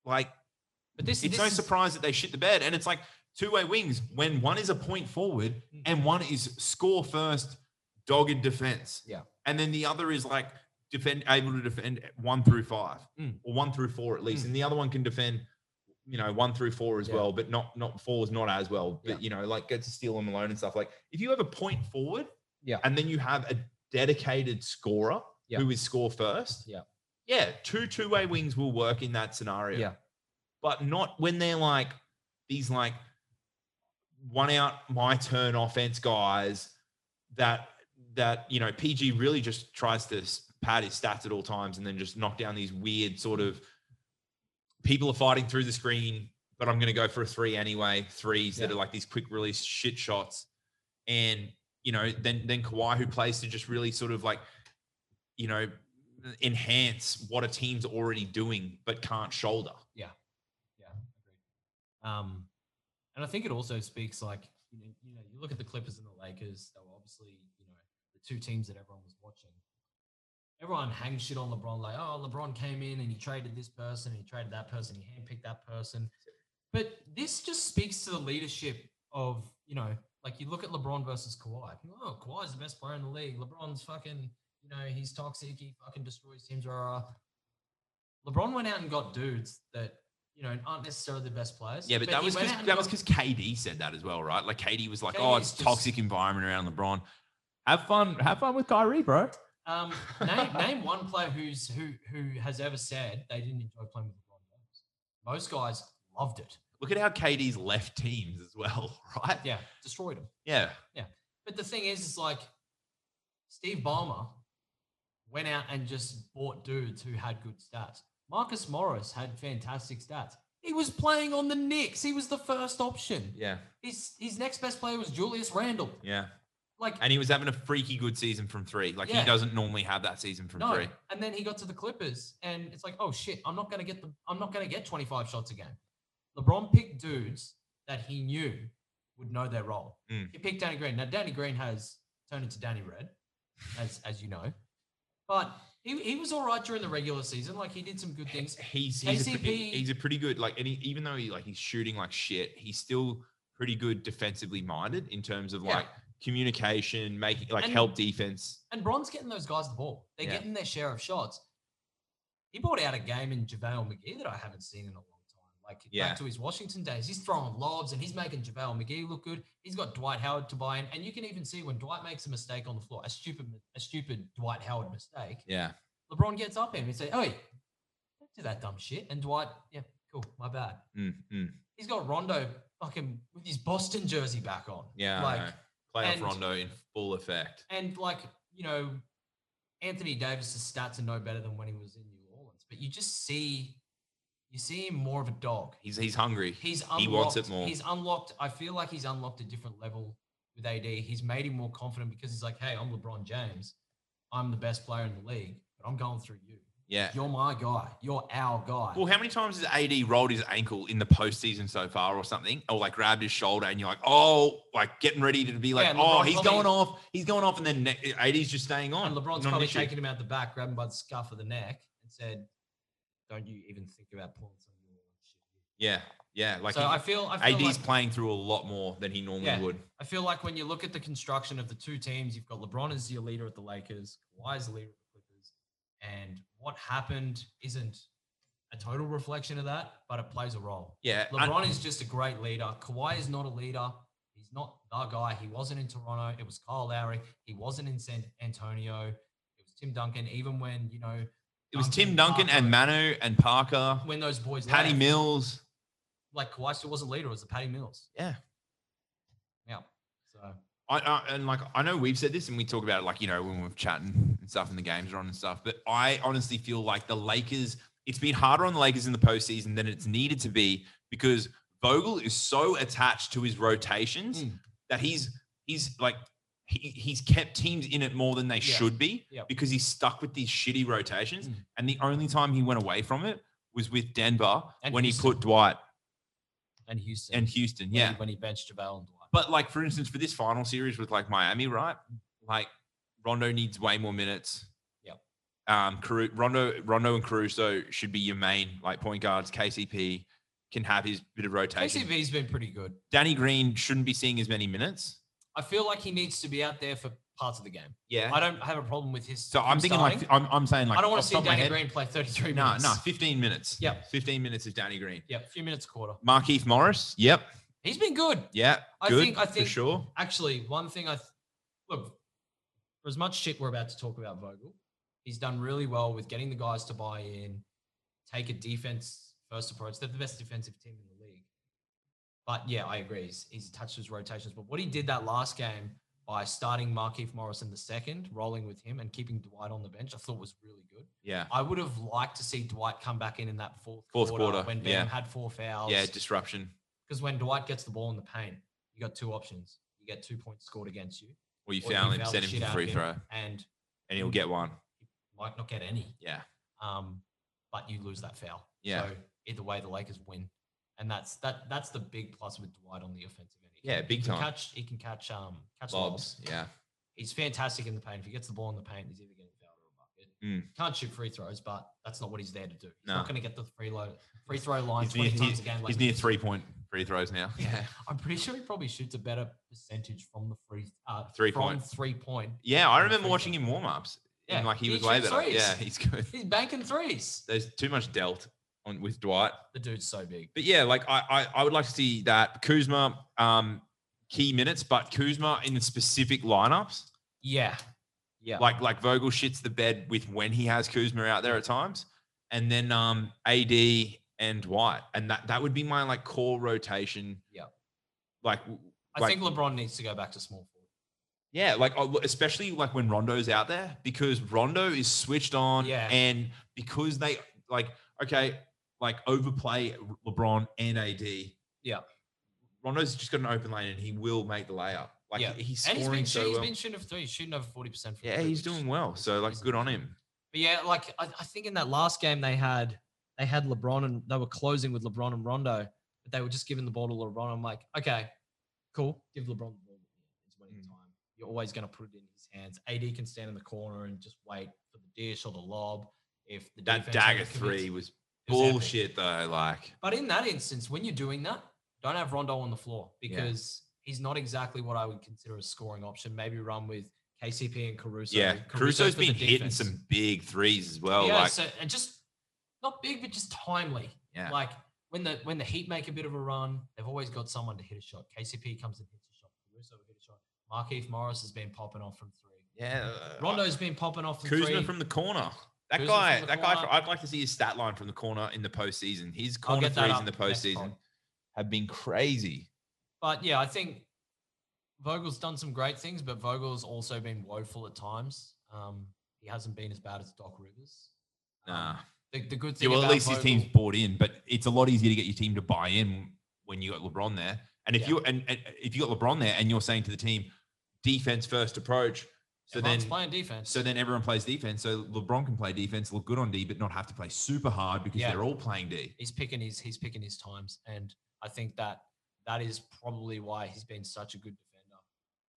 like,
But this,
it's
this
no
is
surprise that they shit the bed, and it's like two-way wings when one is a point forward
Mm.
and one is score first, dogged defense.
Yeah.
And then the other is like defend able to defend one through five
Mm.
or one through four at least. And the other one can defend, you know, one through four as
Yeah.
well, but not not four is not as well. But
Yeah.
you know, like gets to steal them alone and stuff. Like if you have a point forward,
Yeah.
and then you have a dedicated scorer
Yeah.
who is score first.
Yeah.
Yeah. Two two-way wings will work in that scenario.
Yeah.
But not when they're like these like one out my turn offense guys that that you know PG really just tries to s- pad his stats at all times and then just knock down these weird sort of people are fighting through the screen, but I'm going to go for a three anyway. Threes that
Yeah.
are like these quick release shit shots, and you know then then Kawhi who plays to just really sort of like you know enhance what a team's already doing but can't shoulder.
Um, and I think it also speaks like you know, you know you look at the Clippers and the Lakers. They were obviously you know the two teams that everyone was watching. Everyone hangs shit on LeBron like oh LeBron came in and he traded this person, he traded that person, he handpicked that person. But this just speaks to the leadership of you know like you look at LeBron versus Kawhi. Oh Kawhi's the best player in the league. LeBron's fucking you know he's toxic. He fucking destroys teams. Rah, rah. LeBron went out and got dudes that you know aren't necessarily the best players.
Yeah, but, that
he
was
went
because
out and
that was
got-
because KD said that as well, right? Like KD was like, "Oh,
KD is
it's
just-
toxic environment around LeBron." Have fun, have fun with Kyrie, bro.
Um, name name one player who's who who has ever said they didn't enjoy playing with LeBron James. Most guys loved it.
Look at how KD's left teams as well, right?
Yeah, destroyed them.
Yeah,
But the thing is, is like Steve Ballmer went out and just bought dudes who had good stats. Marcus Morris had fantastic stats. He was playing on the Knicks. He was the first option.
yeah,
His his next best player was Julius Randle.
yeah.
Like
And he was having a freaky good season from three. Like
Yeah.
he doesn't normally have that season from
No,
three.
and then he got to the Clippers, and it's like, oh shit, I'm not gonna get the, I'm not gonna get 25 shots a game. LeBron picked dudes that he knew would know their role.
Mm.
He picked Danny Green. Now Danny Green has turned into Danny Red, as as you know, but he, he was all right during the regular season. Like he did some good things.
He's he's a, pretty,
KCP
he's a pretty good like, and he, even though he like he's shooting like shit, he's still pretty good defensively minded in terms of
Yeah.
like communication, making like
And-
help defense.
And Bron's getting those guys the ball. They're
Yeah.
getting their share of shots. He brought out a game in JaVale McGee that I haven't seen in a long time. Like
Yeah.
back to his Washington days. He's throwing lobs and he's making JaVale McGee look good. He's got Dwight Howard to buy in. And you can even see when Dwight makes a mistake on the floor, a stupid a stupid Dwight Howard mistake,
Yeah,
LeBron gets up him and say, Hey, do that dumb shit. And Dwight, yeah, cool, my bad.
Mm, mm.
He's got Rondo fucking with his Boston jersey back on.
Yeah, I
like
know.
Playoff
And-
Rondo in full effect.
and like you know, Anthony Davis's stats are no better than when he was in New Orleans. But you just see, you see him more of a dog.
He's he's hungry.
He's unlocked,
He wants it more.
He's unlocked. I feel like he's unlocked a different level with AD. He's made him more confident because he's like, hey, I'm LeBron James. I'm the best player in the league, but I'm going through you.
Yeah.
You're my guy. You're our guy.
Well, how many times has AD rolled his ankle in the postseason so far, or something, or like grabbed his shoulder, and you're like, oh, like getting ready to be like,
Yeah, and
oh,
LeBron's
he's
probably-
going off, he's going off, and then ne- AD's just staying on.
and LeBron's
Not an
probably
issue.
taking him out the back, grabbed him by the scuff of the neck, and said, "Don't you even think about pulling some of your shit."
Yeah, yeah. Like
so
he-
I feel, I feel
AD's
like,
playing through a lot more than he normally
Yeah.
would.
I feel like when you look at the construction of the two teams, you've got LeBron as your leader at the Lakers, Kawhi as the leader at the Clippers, and what happened isn't a total reflection of that, but it plays a role.
Yeah, un-
LeBron is just a great leader. Kawhi is not a leader. He's not the guy. He wasn't in Toronto. It was Kyle Lowry. He wasn't in San Antonio. It was Tim Duncan. Even when you know
it was Tim
Duncan,
Duncan and Manu and Parker,
when those boys
Patty
left,
Mills.
like Kawhi still wasn't leader. It was the Patty Mills.
Yeah.
Yeah. So
I, I and like I know we've said this and we talk about it like you know when we're chatting and stuff and the games are on and stuff, but I honestly feel like the Lakers. It's been harder on the Lakers in the postseason than it's needed to be because Vogel is so attached to his rotations
Mm.
that he's he's like he, he's kept teams in it more than they
Yeah.
should be
Yeah.
because he's stuck with these shitty rotations.
Mm.
And the only time he went away from it was with Denver
And
when
Houston.
he put Dwight
and Houston
and Houston.
when he-
Yeah,
when he benched JaVale and Dwight.
but like for instance, for this final series with like Miami, right? Like Rondo needs way more minutes.
Yep.
Um, Caru- Rondo, Rondo and Caruso should be your main like point guards. KCP can have his bit of rotation.
KCV's been pretty good.
Danny Green shouldn't be seeing as many minutes.
I feel like he needs to be out there for parts of the game.
Yeah.
I don't have a problem with his.
so I'm
him
thinking
starting.
like I'm, I'm saying like
I don't want
off
to
the
see
top of my
Danny
head,
Green play 33
No,
minutes.
no, 15 minutes.
Yep.
15 minutes of Danny Green.
Yeah, a few minutes a quarter.
Markeith Morris. Yep.
He's been good.
Yeah.
I
good
think- I think-
for sure.
Actually, one thing I th- look for as much shit we're about to talk about Vogel, he's done really well with getting the guys to buy in, take a defense first approach. They're the best defensive team in the league. But yeah, I agree. He's, he's touched his rotations. But what he did that last game by starting Markeith Morris in the second, rolling with him, and keeping Dwight on the bench, I thought was really good.
Yeah.
I would have liked to see Dwight come back in in that fourth,
Fourth quarter,
when Bam
yeah.
had four fouls.
Yeah. Disruption.
because when Dwight gets the ball in the paint, you got two options. You get two points scored against you,
Or you
Or you
foul him,
foul the
send him
shit
to
out of
free
him.
throw,
and
and he'll get one.
might not get any.
Yeah.
Um, but you lose that foul.
Yeah.
So either way, the Lakers win, and that's that. That's the big plus with Dwight on the offensive end. He
Yeah,
can-
big
he can
time.
Catch. He can catch. Um, catch the
Bobs.
lobs.
Yeah.
He's fantastic in the paint. If he gets the ball in the paint, he's either getting fouled or a bucket.
Mm.
He Can't shoot free throws, but that's not what he's there to do. He's
No.
not going to get the free load, free throw line
He's
twenty
near-
times a game. Like
He's
he
near
does.
three point free throws now.
Yeah, I'm pretty sure he probably shoots a better percentage from the free uh,
Three
from
point.
three point.
Yeah, I
Free
remember
throw.
watching him warm ups.
Yeah,
and like he
he
was way
shoots
better.
threes.
Yeah, he's good.
He's banking threes.
There's too much dealt on with Dwight.
The dude's so big.
But yeah, like I, I, I would like to see that Kuzma um key minutes, but Kuzma in the specific lineups.
Yeah, yeah.
Like like Vogel shits the bed with when he has Kuzma out there at times, and then um AD and Dwight, and that that would be my like core rotation.
Yeah.
Like
I
like-
think LeBron needs to go back to small forward.
Yeah, like uh, especially like when Rondo's out there because Rondo is switched on,
Yeah.
and because they like okay, like overplay LeBron and AD.
Yeah.
Rondo's just got an open lane and he will make the layup. Like
Yeah.
he's
and
scoring
he's been,
so
shooting,
well.
he's been shooting over three. He's shooting over forty percent.
yeah, he's doing well. So like, good on him.
But yeah, like I, I think in that last game they had they had LeBron and they were closing with LeBron and Rondo, but they were just giving the ball to LeBron. I'm like, okay, cool, give LeBron the ball. It's winning
Mm.
time. You're always going to put it in his hands. AD can stand in the corner and just wait for the dish or the lob. If the
That
defense
dagger
overcommits,
three was
it was epic.
bullshit though. Like,
But in that instance, when you're doing that, don't have Rondo on the floor because he's not exactly what I would consider a scoring option. Maybe run with KCP and Caruso.
yeah, Caruso's
for the
been hitting
defense.
some big threes as well.
yeah,
like,
so, and just not big, but just timely.
Yeah.
Like when the when the Heat make a bit of a run, they've always got someone to hit a shot. KCP comes and hits a shot. Caruso hit a shot. Markeith Morris has been popping off from three.
yeah, uh,
Rondo's been popping off from
Kuzma
three.
from the corner. That
Kuzma's
guy,
from the
that guy,
corner.
I'd like to see his stat line from the corner in the postseason. His
I'll
corner
get that
threes
up
in the
next pod.
postseason have been crazy.
But yeah, I think Vogel's done some great things, but Vogel's also been woeful at times. Um, he hasn't been as bad as Doc Rivers. Um,
Nah.
The, the good thing
Yeah, well, at
about
least his
Vogel-
team's bought in, but it's a lot easier to get your team to buy in when you got LeBron there. And if
Yeah.
you and, and if you got LeBron there, and you're saying to the team, defense first approach. So
Everyone's
then,
playing defense.
so then everyone plays defense. So LeBron can play defense, look good on D, but not have to play super hard because
Yeah.
they're all playing D.
he's picking his he's picking his times, and I think that that is probably why he's been such a good defender.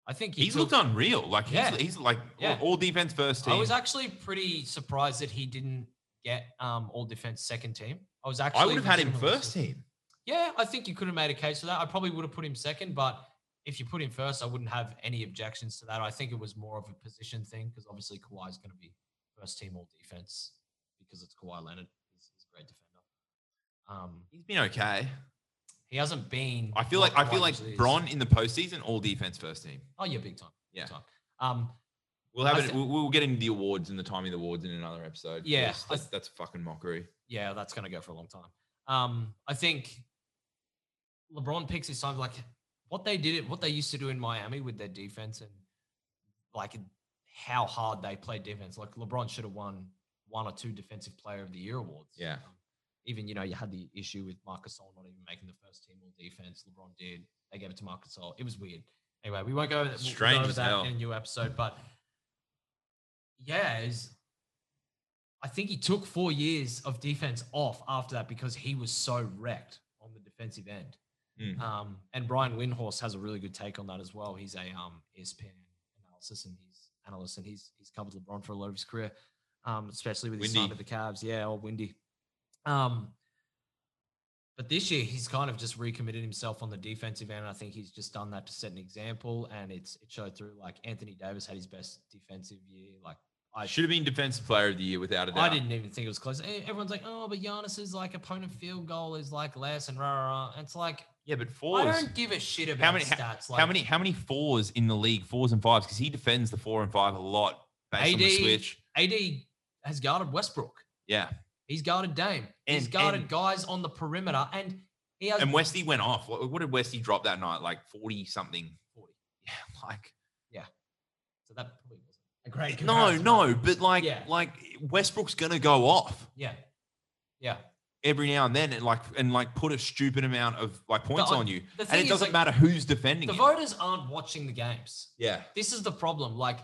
I think he
He's
took-
looked unreal. Like he's,
Yeah.
he's like
Yeah.
all defense first team.
I was actually pretty surprised that he didn't get um all defense second team. I was actually
I would have had him
legitimately
first
sur-
team.
Yeah, I think you could have made a case for that. I probably would have put him second, but if you put him first, I wouldn't have any objections to that. I think it was more of a position thing because obviously Kawhi's going to be first team all defense because it's Kawhi Leonard. He's, he's a great defender. Um,
He's been okay.
he hasn't been.
I feel
what
like I feel
Kawhi
like
usually is.
Bron in the postseason, all defense first team.
Oh yeah, big time. big
Yeah.
time. Um,
We'll have
I
it.
thi-
we'll, we'll get into the awards and the timing of the awards in another episode.
Yeah,
'cause
I
that's, that's fucking mockery.
yeah, that's going to go for a long time. Um, I think LeBron picks his time. Like what they did, it what they used to do in Miami with their defense and like how hard they played defense. Like LeBron should have won one or two Defensive Player of the Year awards.
Yeah.
Um, even you know you had the issue with Marcus not even making the first team all defense. LeBron did. They gave it to Marcus It was weird. Anyway, we won't go over that. we'll go
Strange
over
as
that
hell.
in a new episode, but yeah, is I think he took four years of defense off after that because he was so wrecked on the defensive end.
Mm.
Um, and Brian Windhorst has a really good take on that as well. He's a um, ESPN analysis and he's analyst and he's he's covered LeBron for a lot of his career, um, especially with his time
Windy.
at the Cavs. Yeah, or Windy. Um, but this year he's kind of just recommitted himself on the defensive end. I think he's just done that to set an example, and it's it showed through. Like Anthony Davis had his best defensive year. Like I
I should have been defensive player of the year without a doubt.
I didn't even think it was close. E- Everyone's like, oh, but Giannis's like opponent field goal is like less and rah rah. rah. And it's like
Yeah, but
I
fours.
don't give a shit about
many-
stats. Like
how many? How many fours in the league? Fours and fives because he defends the four and five a lot based on the
AD.
switch.
AD has guarded Westbrook.
Yeah,
He's guarded Dame. He's
And-
guarded
and-
guys on the perimeter, and he has
and Westy went off. What, what did Westy drop that night? Like forty something. Forty. Yeah, like
So that probably wasn't a great.
no,
comparison,
no, but like
Yeah.
like Westbrook's gonna go off
Yeah, yeah.
every now and then and like and like put a stupid amount of like points
I-
on you.
The
And it
is,
doesn't
like,
matter who's defending.
The
him.
voters aren't watching the games.
Yeah.
This is the problem. Like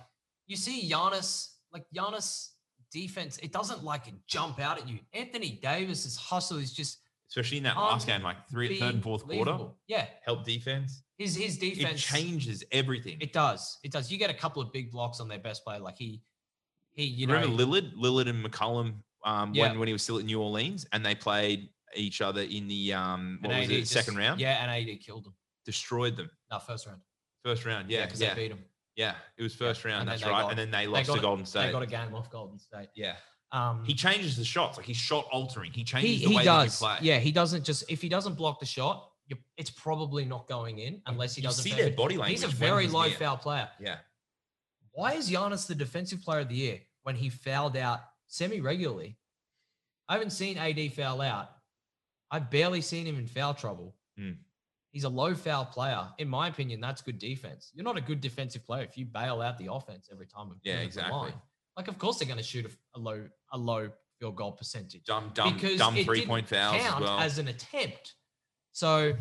you see Giannis, like Giannis defense, it doesn't like jump out at you. Anthony Davis's hustle is just
Especially in that last game, like three, third and fourth quarter,
Unbelievable. Yeah,
help defense.
his his
It
defense
changes everything.
It does. It does. You get a couple of big blocks on their best player, like he he. You
you
know,
remember Lillard, Lillard and McCollum um,
Yeah.
when when he was still at New Orleans, and they played each other in the um,
and
what was
AD
it,
just-
second round?
Yeah, and AD killed him.
destroyed them.
No, first round.
First round, yeah,
because
yeah, yeah,
they beat him.
It was first
and
round.
then
That's
they
right.
got-
and then they lost
got
to
a-
Golden
They
State.
got a game off Golden State.
yeah,
Um,
he changes the shots. Like he's shot altering. He changes
he,
the
he
way
does.
that you play.
Yeah, he doesn't just if he doesn't block the shot, you it's probably not going in unless he
you
doesn't.
see
finish.
their body language.
He's a
when
very low
near.
foul player.
Yeah,
Why is Giannis the defensive player of the year when he fouled out semi regularly? I haven't seen AD foul out. I've barely seen him in foul trouble.
Hmm.
He's a low foul player. In my opinion, that's good defense. You're not a good defensive player if you bail out the offense every time. and put it
Yeah,
at the
exactly.
line. Like, of course, they're going to shoot a, a low a low field goal percentage
dumb, dumb,
Because
dumb
it didn't
three point fouls as
count
well.
as an attempt. So,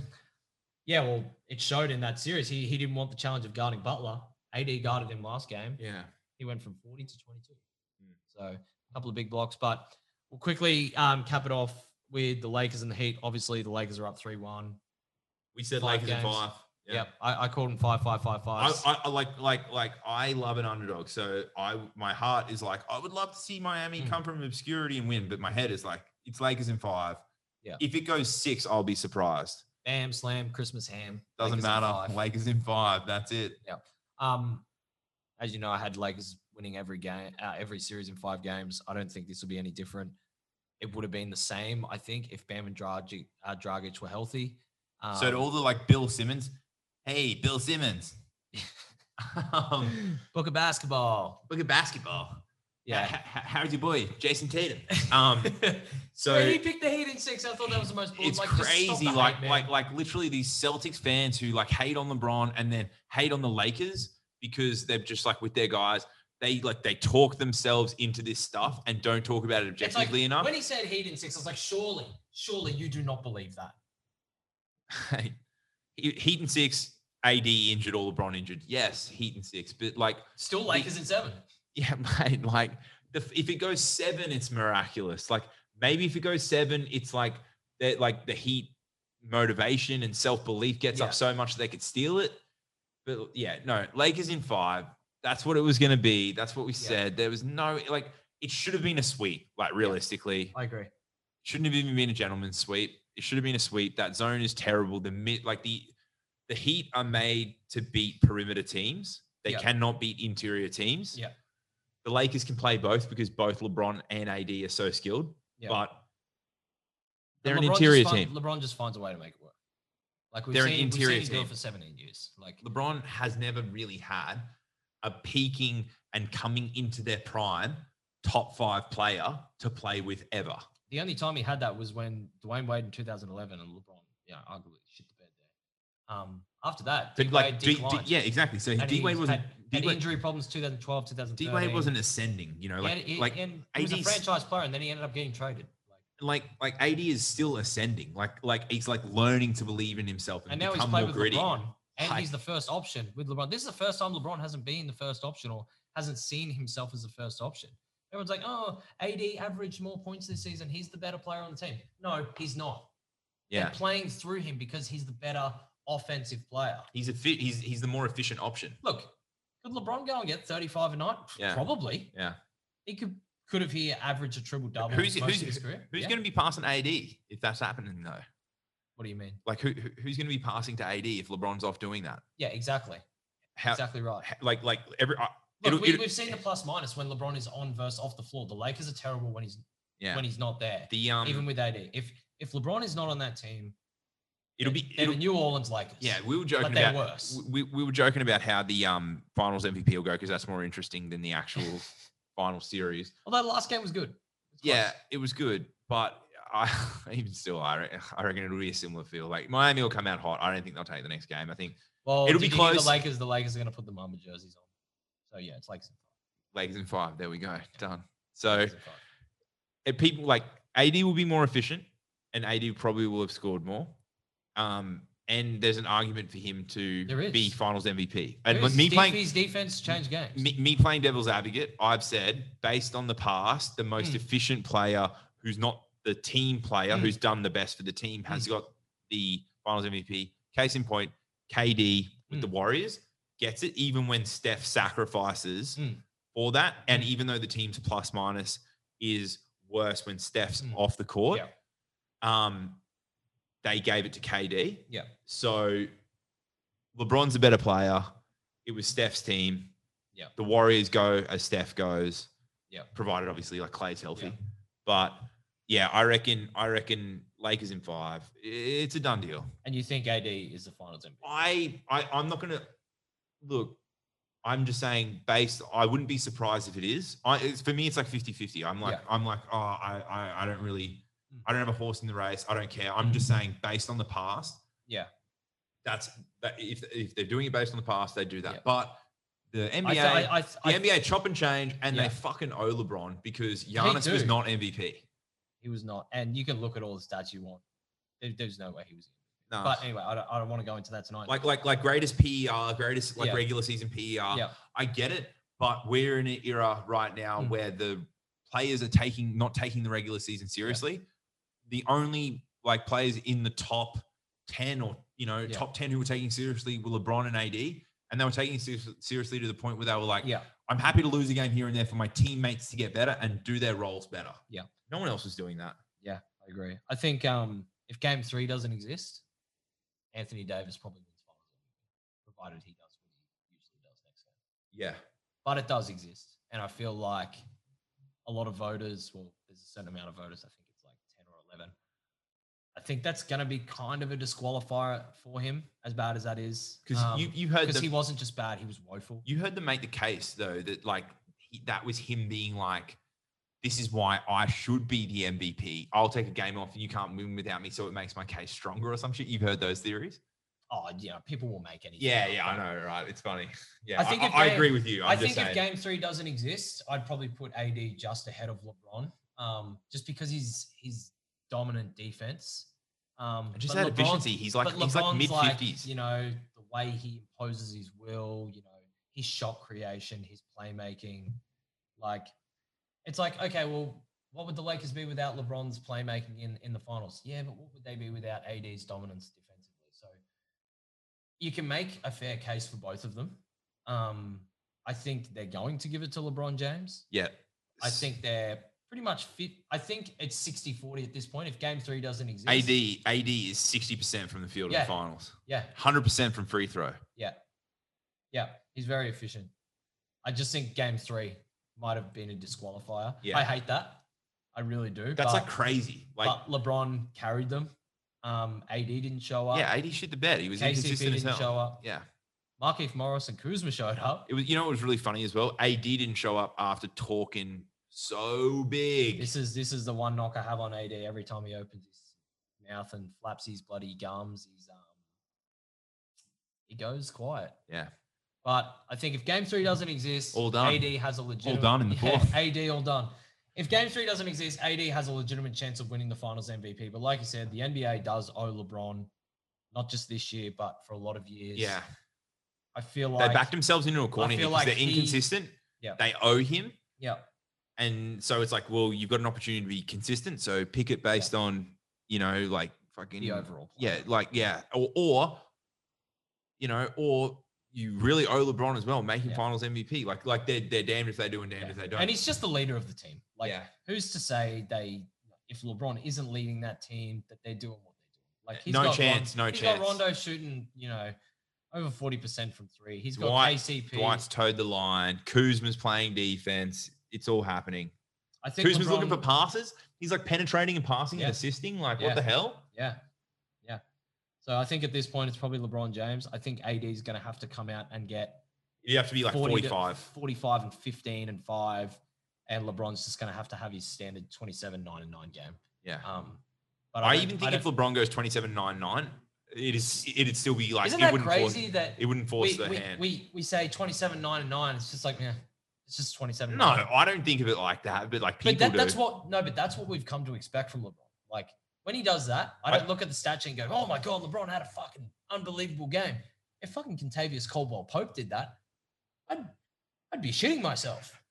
yeah, well, it showed in that series. He he didn't want the challenge of guarding Butler. AD guarded him last game
yeah,
he went from 40 to 22.
Mm.
So a couple of big blocks, but we'll quickly um, cap it off with the Lakers and the Heat. Obviously, the Lakers are up 3 1.
we said
Five
Lakers in
games.
five. Yeah.
Yep. I, I called them 5 5 5
I,
5.
I, I like like like I love an underdog. So I my heart is like I would love to see Miami
Mm.
come from obscurity and win, but my head is like it's Lakers in five.
Yeah.
If it goes six, I'll be surprised.
Bam, slam, Christmas ham.
Doesn't
Lakers in
matter.
five.
Lakers in five. That's it.
Um, as you know, I had Lakers winning every game, uh, every series in five games. I don't think this will be any different. It would have been the same, I think, if Bam and Dragic, uh, Dragic were healthy. Um,
so to all the like Bill Simmons, hey Bill Simmons, um,
um, book of basketball.
look at basketball. Yeah.
Yeah.
how's your boy, Jason Tatum? Um, so
he picked the Heat in six. I thought that was the most.
it's
like, just stop
crazy.
the
Like,
hype, man.
like, like, literally, these Celtics fans who like hate on LeBron and then hate on the Lakers because they're just like with their guys. They like they talk themselves into this stuff and don't talk about it
It's like,
objectively enough.
When he said Heat in six, I was like, surely, surely you do not believe that.
He- Heat and six, AD injured or LeBron injured. Yes, Heat and six, but like,
Still Lakers in seven.
yeah, mate, like the, if it goes seven, it's miraculous. Like maybe if it goes seven, it's like that, like the Heat motivation and self belief gets
Yeah.
up so much they could steal it. But yeah, no, Lakers in five. That's what it was going to be. That's what we said. There was no like it should have been a sweep. Like realistically,
I agree.
shouldn't have even been a gentleman's sweep. It should have been a sweep. That zone is terrible. The mid, like the the Heat are made to beat perimeter teams. They
Yeah.
cannot beat interior teams.
Yeah.
The Lakers can play both because both LeBron and AD are so skilled.
Yeah.
But they're
And
an
LeBron just
interior
find-
team.
LeBron just finds a way to make it work. Like we've
They're an
seen,
interior
we've seen him do
team.
it for 17 years. Like
LeBron has never really had a peaking and coming into their prime top five player to play with ever.
the only time he had that was when Dwayne Wade in 2011 and LeBron, you know, arguably shit the bed there. Um, after that, D Wade
But like, D, D,
declined.
yeah, exactly. So
And he
D Wade
was-
wasn't.
had-
D
had
Wade,
injury problems 2012, 2013.
D Wade wasn't ascending. You know,
He
like
had- he-
like
and he was a
80s
franchise player, and then he ended up getting traded. Like,
like like AD is still ascending. Like like he's like learning to believe in himself and,
and now he's
become
played
more
with
gritty.
LeBron, and
Hype.
he's the first option with LeBron. This is the first time LeBron hasn't been the first option or hasn't seen himself as the first option. Everyone's like, "Oh, AD averaged more points this season. He's the better player on the team." No, he's not. They're
Yeah,
playing through him because he's the better offensive player.
he's a fit. He's he's the more efficient option.
Look, could LeBron go and get 35 a night?
Yeah.
Probably.
Yeah.
He could could have he averaged a triple double
Who's-
most of
who's-
his career.
Who's
Yeah.
going to be passing AD if that's happening though?
What do you mean?
Like who who- who's going to be passing to AD if LeBron's off doing that?
Yeah, exactly.
How,
exactly right.
how- like like every uh,
Look,
it'll-
we,
it'll-
we've seen the plus minus when LeBron is on versus off the floor. The Lakers are terrible when he's
yeah
when he's not there,
the um
even with AD. If if LeBron is not on that team,
it'll be
they're
it'll
the New Orleans Lakers.
yeah we were
but
joking
they're
about
worse.
we, we were joking about how the um finals MVP will go because that's more interesting than the actual final series.
Although the last game was good. It's close.
Yeah, it was good, but I even still, I, re- I reckon it'll be a similar feel. Like Miami will come out hot. I don't think they'll take the next game. I think
Well, did
It'll be
you hear
close.
The Lakers, the Lakers are going to put the Mamba jerseys on. So yeah, it's Lakers.
Lakers in five. There we go, done. So
Lakers in five.
if people like AD will be more efficient, and AD probably will have scored more. Um, and there's an argument for him to
There is.
be Finals MVP. And
There is-
me playing
DP's defense changed games.
me, me playing devil's advocate, I've said based on the past, the most
Mm.
efficient player who's not the team player who's done the best for the team has got the finals MVP. Case in point, KD with the Warriors gets it even when Steph sacrifices
Mm.
for that. And even though the team's plus minus is worse when Steph's
Mm.
off the court,
Yeah.
um, they gave it to KD.
Yeah.
So LeBron's a better player. It was Steph's team.
Yeah.
The Warriors go as Steph goes.
Yeah.
Provided obviously like Clay's healthy.
Yeah.
But yeah, I reckon I reckon Lakers in five. It's a done deal.
And you think AD is the finals
Oh,
MVP?
I, I I'm not gonna look. I'm just saying based I wouldn't be surprised if it is. I it's, for me it's like 50-50. I'm like
Yeah.
I'm like, oh I, I I don't really
Mm.
I don't have a horse in the race. I don't care. I'm just saying based on the past.
Hmm. Yeah.
That's that if if they're doing it based on the past, they do that.
Yeah.
But the NBA
I, I, I, I,
the NBA chop and change and
Yeah.
they fucking owe LeBron because Giannis was
do.
not MVP.
he was not. And you can look at all the stats you want. There, there's no way he was.
No.
But anyway, I don't, I don't want to go into that tonight.
Oh. like ah, like like greatest PER, greatest like
Yeah.
regular season E PER.
Yeah.
I get it, but we're in an era right now
Mm.
where the players are taking not taking the regular season seriously. The only like players in the top ten or you know
Yeah.
top ten who were taking seriously were LeBron and AD, and they were taking it ser- seriously to the point where they were like,
yeah,
"I'm happy to lose a game here and there for my teammates to get better and do their roles better."
Yeah.
no one else was doing that.
yeah, I agree. I think um, if Game Three doesn't exist, Anthony Davis probably wins finals, MVP, provided he does what he usually does next game.
Yeah,
But it does exist, and I feel like a lot of voters. Well, there's a certain amount of voters. I think it's like ten or eleven. I think that's going to be kind of a disqualifier for him, as bad as that is.
because
Um,
you you heard
because
them,
he wasn't just bad; he was woeful.
You heard them make the case though that like he- that was him being like, this is why I should be the MVP. I'll take a game off and you can't win without me, so it makes my case stronger or some shit. You've heard those theories.
Oh, yeah, people will make anything.
Yeah,
up,
yeah,
but-
I know, right? It's funny. Yeah,
I
I
think
I,
if
I
game-
agree with you. I'm
i
just
think if
saying.
game three doesn't exist, I'd probably put AD just ahead of LeBron, um, just because he's he's dominant defense. Um,
just
but
out
LeBron-
of efficiency, he's like
but
he's like mid
LeBron's like,
fifties.
you know, the way he imposes his will, you know, his shot creation, his playmaking, like it's like okay, well, what would the Lakers be without LeBron's playmaking in in the finals? Yeah, but what would they be without AD's dominance defensively? So you can make a fair case for both of them. Um, I think they're going to give it to LeBron James.
yeah,
I think they're pretty much fit. I think it's 60 40 at this point. If game three doesn't exist,
AD AD is sixty percent from the field in
Yeah.
the finals,
yeah,
hundred percent from free throw.
Yeah. Yeah. He's very efficient. I just think game three might have been a disqualifier.
Yeah.
I hate that. I really do.
That's
but,
like crazy. Like
but LeBron carried them. Um, AD didn't show up.
yeah, AD shit the bed. He was
KCP
inconsistent as
didn't
hell.
show up.
Yeah.
Markeith Morris and Kuzma showed up.
It was, you know, it was really funny as well. AD didn't show up after talking so big.
This is this is the one knock I have on AD. Every time he opens his mouth and flaps his bloody gums, he's um he goes quiet.
Yeah.
But I think if game three doesn't exist,
All done.
AD has a legitimate
done in the
Yeah,
fourth.
AD all done. If game three doesn't exist, AD has a legitimate chance of winning the finals MVP. But like you said, the NBA does owe LeBron, not just this year, but for a lot of years.
Yeah,
I feel
they
like
backed themselves into a corner here
feel
because
like
they're
he-
inconsistent.
Yeah.
they owe him,
yeah.
and so it's like, well, you've got an opportunity to be consistent. So pick it based on, you know, like fucking
The overall
Yeah,
player.
like yeah, or, or you know, or you really owe LeBron as well, making
Yeah.
Finals MVP. Like like they're they're damned if they do and damned
Yeah.
if they don't.
And he's just the leader of the team. Like,
Yeah.
who's to say they, if LeBron isn't leading that team, that they're doing what they're doing? Like, he's
No
got
chance, no
Ron, He's
chance.
got Rondo shooting, you know, over forty percent from three. He's got
Dwight-
KCP.
Dwight's towed the line. Kuzma's playing defense. It's all happening.
I think
Kuzma's looking for
LeBron-
passes. He's like penetrating and passing
Yeah.
and assisting. Like
Yeah.
what the hell?
Yeah. Yeah. So I think at this point it's probably LeBron James. I think AD is going to have to come out and get
You have to be like
40 to-
45.
45 and 15 and 5 and LeBron's just going to have to have his standard 27 9 and 9 game.
Yeah.
Um but
I
don't-
even think
don't-
if LeBron goes 27 9 9, it is, it'd still be like,
Isn't
it
that
wouldn't,
crazy
force,
that
it wouldn't
we,
force the
we,
hand.
we we say 27 9 and 9 it's just like yeah it's just 27
no, I don't think of it like that, but like people
But that,
do.
that's what no, but that's what we've come to expect from LeBron. Like when he does that, I
I-
don't look at the stat sheet and go, "Oh my god, LeBron had a fucking unbelievable game." If fucking Contavious Caldwell Pope did that, I'd I'd be shitting myself.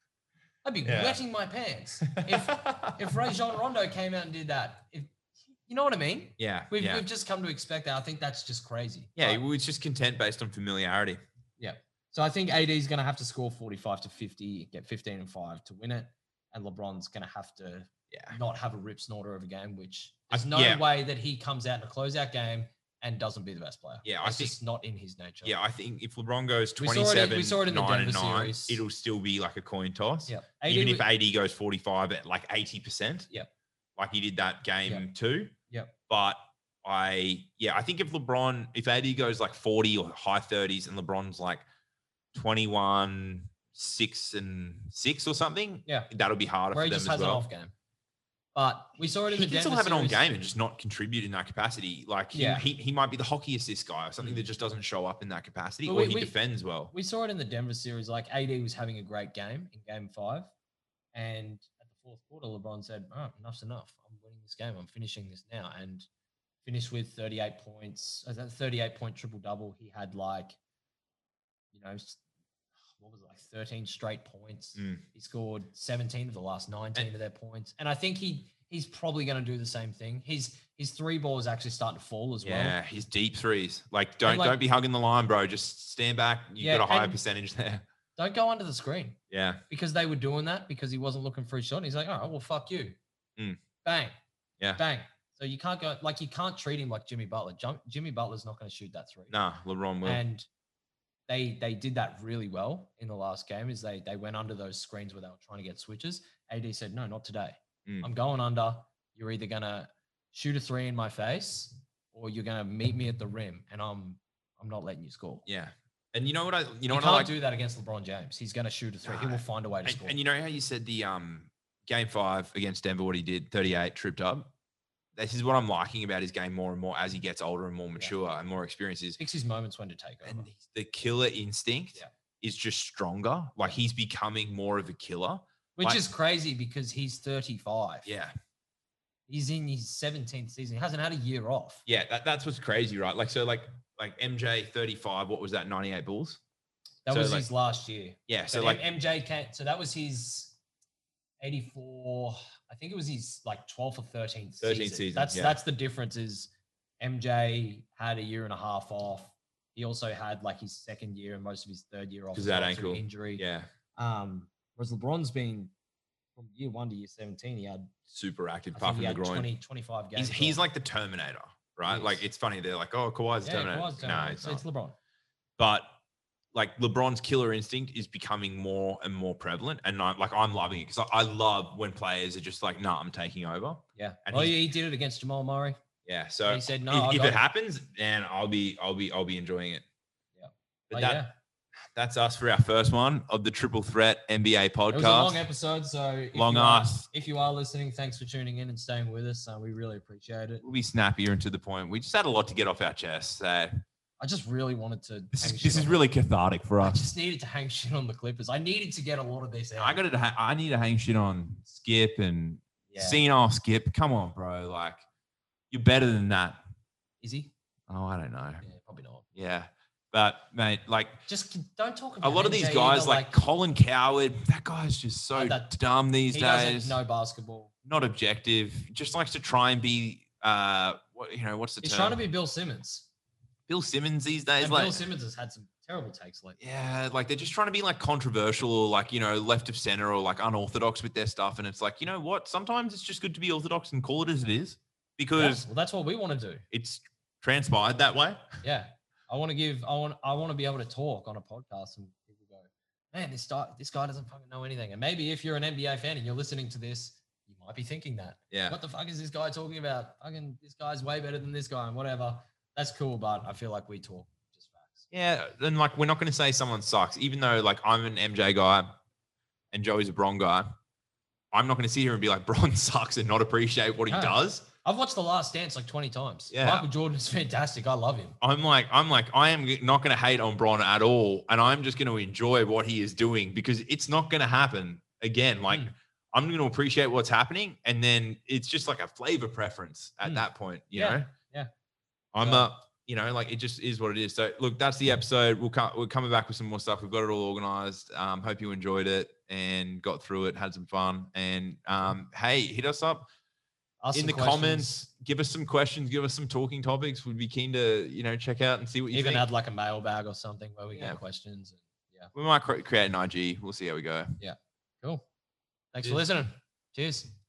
I'd be
Yeah.
wetting my pants. If if Rajon Rondo came out and did that, if you know what I mean,
yeah.
we've
yeah.
we've just come to expect that. I think that's just crazy.
yeah,
But-
it was just content based on familiarity.
so I think AD is going to have to score 45 to 50, get 15 and 5 to win it. And LeBron's going to have to
Yeah.
not have a rip snorter of a game, which
I-
there's no
yeah.
way that he comes out in a closeout game and doesn't be the best player.
Yeah, I
It's
think-
just not in his nature.
Yeah, I think if LeBron goes
We saw it in-
27
we saw it in the
9 and
Denver
9,
series.
it'll still be like a coin toss.
Yeah.
Even
AD
if AD goes 45 at like 80%.
Yep.
Like he did that game too.
Yep.
But I, yeah, I think if LeBron, if AD goes like 40 or high 30s and LeBron's like 21, 6 and 6 or something,
Yeah.
that'll be harder
where
for
he
them
just
as
has
well.
an off game. But we saw it in
He
the
can still
Denver
have an on
series.
game and just not contribute in that capacity. Like he,
Yeah. Mm.
he, he might be the hockey assist guy or something that just doesn't show up in that capacity
But
or
we-
he
we-
defends well.
We saw it in the Denver series. Like AD was having a great game in game five. And at the fourth quarter, LeBron said, All right, enough's enough. I'm winning this game. I'm finishing this now. And finished with 38 points. uh, That 38 point triple double. He had like, you know, s- what was it, like 13 straight points.
Mm.
He scored 17 of the last 19 of their points. And I think he he's probably going to do the same thing. His his three ball is actually starting to fall as well.
Yeah, his deep threes. Like don't
like-
don't be hugging the line, bro. Just stand back. You've
Yeah,
got a higher
and-
percentage there.
Don't go under the screen.
Yeah.
because they were doing that because he wasn't looking for a shot. And he's like, all right, well, fuck you.
Mm.
Bang.
Yeah.
Bang. So you can't go, like, you can't treat him like Jimmy Butler. Jum- Jimmy Butler's not going to shoot that three.
Nah, LeBron will.
And they they did that really well in the last game is they they went under those screens where they were trying to get switches. AD said, no, not today.
Mm.
I'm going under. You're either going to shoot a three in my face or you're going to meet me at the rim and I'm I'm not letting you score.
yeah. And you know what I you
You
know what I
can't
like
do that against LeBron James. He's going to shoot a three. He
No.
will find a way to
and,
score.
and you know how you said the um game five against Denver, what he did, 38 tripped up. This is what I'm liking about his game more and more as he gets older and more mature and more experienced. Is
picks his moments when to take over.
and he's- the killer instinct
Yeah.
is just stronger. Like he's becoming more of a killer.
Which
Like-
is crazy because he's 35.
Yeah.
He's in his 17th season. He hasn't had a year off.
Yeah. That, that's what's crazy, right? Like, so like like MJ 35, what was that? 98 Bulls?
That
So,
was
like-
his last year.
Yeah.
So,
So like
M- MJ came. So that was his 84. I think it was his like 12th or 13th.
13th
season.
season,
That's
yeah.
that's the difference. Is MJ had a year and a half off. He also had like his second year and most of his third year off
'Cause
as
that
well through
ankle.
injury.
yeah,
Um, whereas LeBron's been from year one to year 17. He had
super active
I
apart
think
from
he
the
had
groin.
20, 25 games.
he's he's
off.
like the Terminator, right?
He
Like
is.
it's funny, they're like, oh Kawhi's the
yeah,
Terminator.
Kawhi's
No,
done it.
it's
So
not.
it's LeBron.
but like LeBron's killer instinct is becoming more and more prevalent, and I'm like I'm loving it because I, I love when players are just like, "Nah, I'm taking over."
Yeah.
And
oh,
he's-
yeah, he did it against Jamal Murray.
Yeah, so
he said, "No, I
if, if
got
it
it."
happens, then I'll be I'll be I'll be enjoying it.
Yeah. But
but that
yeah,
that's us for our first one of the Triple Threat NBA
it was a long
podcast.
episode. So if
Long
you are-
ass.
If you are listening, thanks for tuning in and staying with us. Uh, we really appreciate it.
We'll be snappier and to the point. We just had a lot to get off our chest. So
I just really wanted to.
this
hang
is
shit
this is
on-
really cathartic for
I
us.
just needed to hang shit on the Clippers. I needed to get a lot of this out.
I got to. ha- I need to hang shit on Skip and
Yeah.
Seeing off Skip, come on, bro. Like, you're better than that.
Is he?
Oh, I don't know.
Yeah, probably not.
Yeah. But, mate, like,
Just c- don't talk about
a lot of these
NJ
guys,
either,
like, Colin Coward, that guy's just so
Like that-
dumb these
he doesn't
days.
know basketball.
Not objective. Just likes to try and be, uh, what you know, what's the
He's
term?
trying to be Bill Simmons.
Bill Simmons these days.
And
like,
Bill Simmons has had some terrible takes lately.
yeah, like they're just trying to be like controversial or like, you know, left of center or like unorthodox with their stuff. And it's like, you know what? Sometimes it's just good to be orthodox and call it as it is
Yeah,
because
well, that's what we want to do.
it's transpired that way.
Yeah. I want to give. I want. I want to be able to talk on a podcast, and people go, "Man, this guy, this guy doesn't fucking know anything." And maybe if you're an NBA fan and you're listening to this, you might be thinking that.
Yeah.
What the fuck is this guy talking about? Fucking, this guy's way better than this guy, and whatever. That's cool, but I feel like we talk just facts.
Yeah. Then like we're not going to say someone sucks, even though like I'm an MJ guy and Joey's a Bron guy. I'm not going to sit here and be like Bron sucks and not appreciate what he
No.
does.
I've watched The Last Dance like 20 times.
Yeah.
Michael Jordan is fantastic. I love him.
I'm like I'm like I am not going to hate on Bron at all, and I'm just going to enjoy what he is doing because it's not going to happen again. Like
Mm.
I'm going to appreciate what's happening, and then it's just like a flavor preference at
Mm.
that point. You
Yeah,
know.
yeah.
I'm
So-
a. You know, like it just is what it is. So, look, that's the episode. We'll come. We're coming back with some more stuff. We've got it all organized. Um, hope you enjoyed it and got through it, had some fun. And
Hmm.
um, hey, hit us up
Ask
in
some
the
questions,
comments. Give us some questions. Give us some talking topics. We'd be keen to you know check out and see what you
even
think.
add like a mailbag or something where we
Yeah.
get questions.
we might cre- create an IG. We'll see how we go.
Cool. Thanks
Cheers.
for listening. Cheers.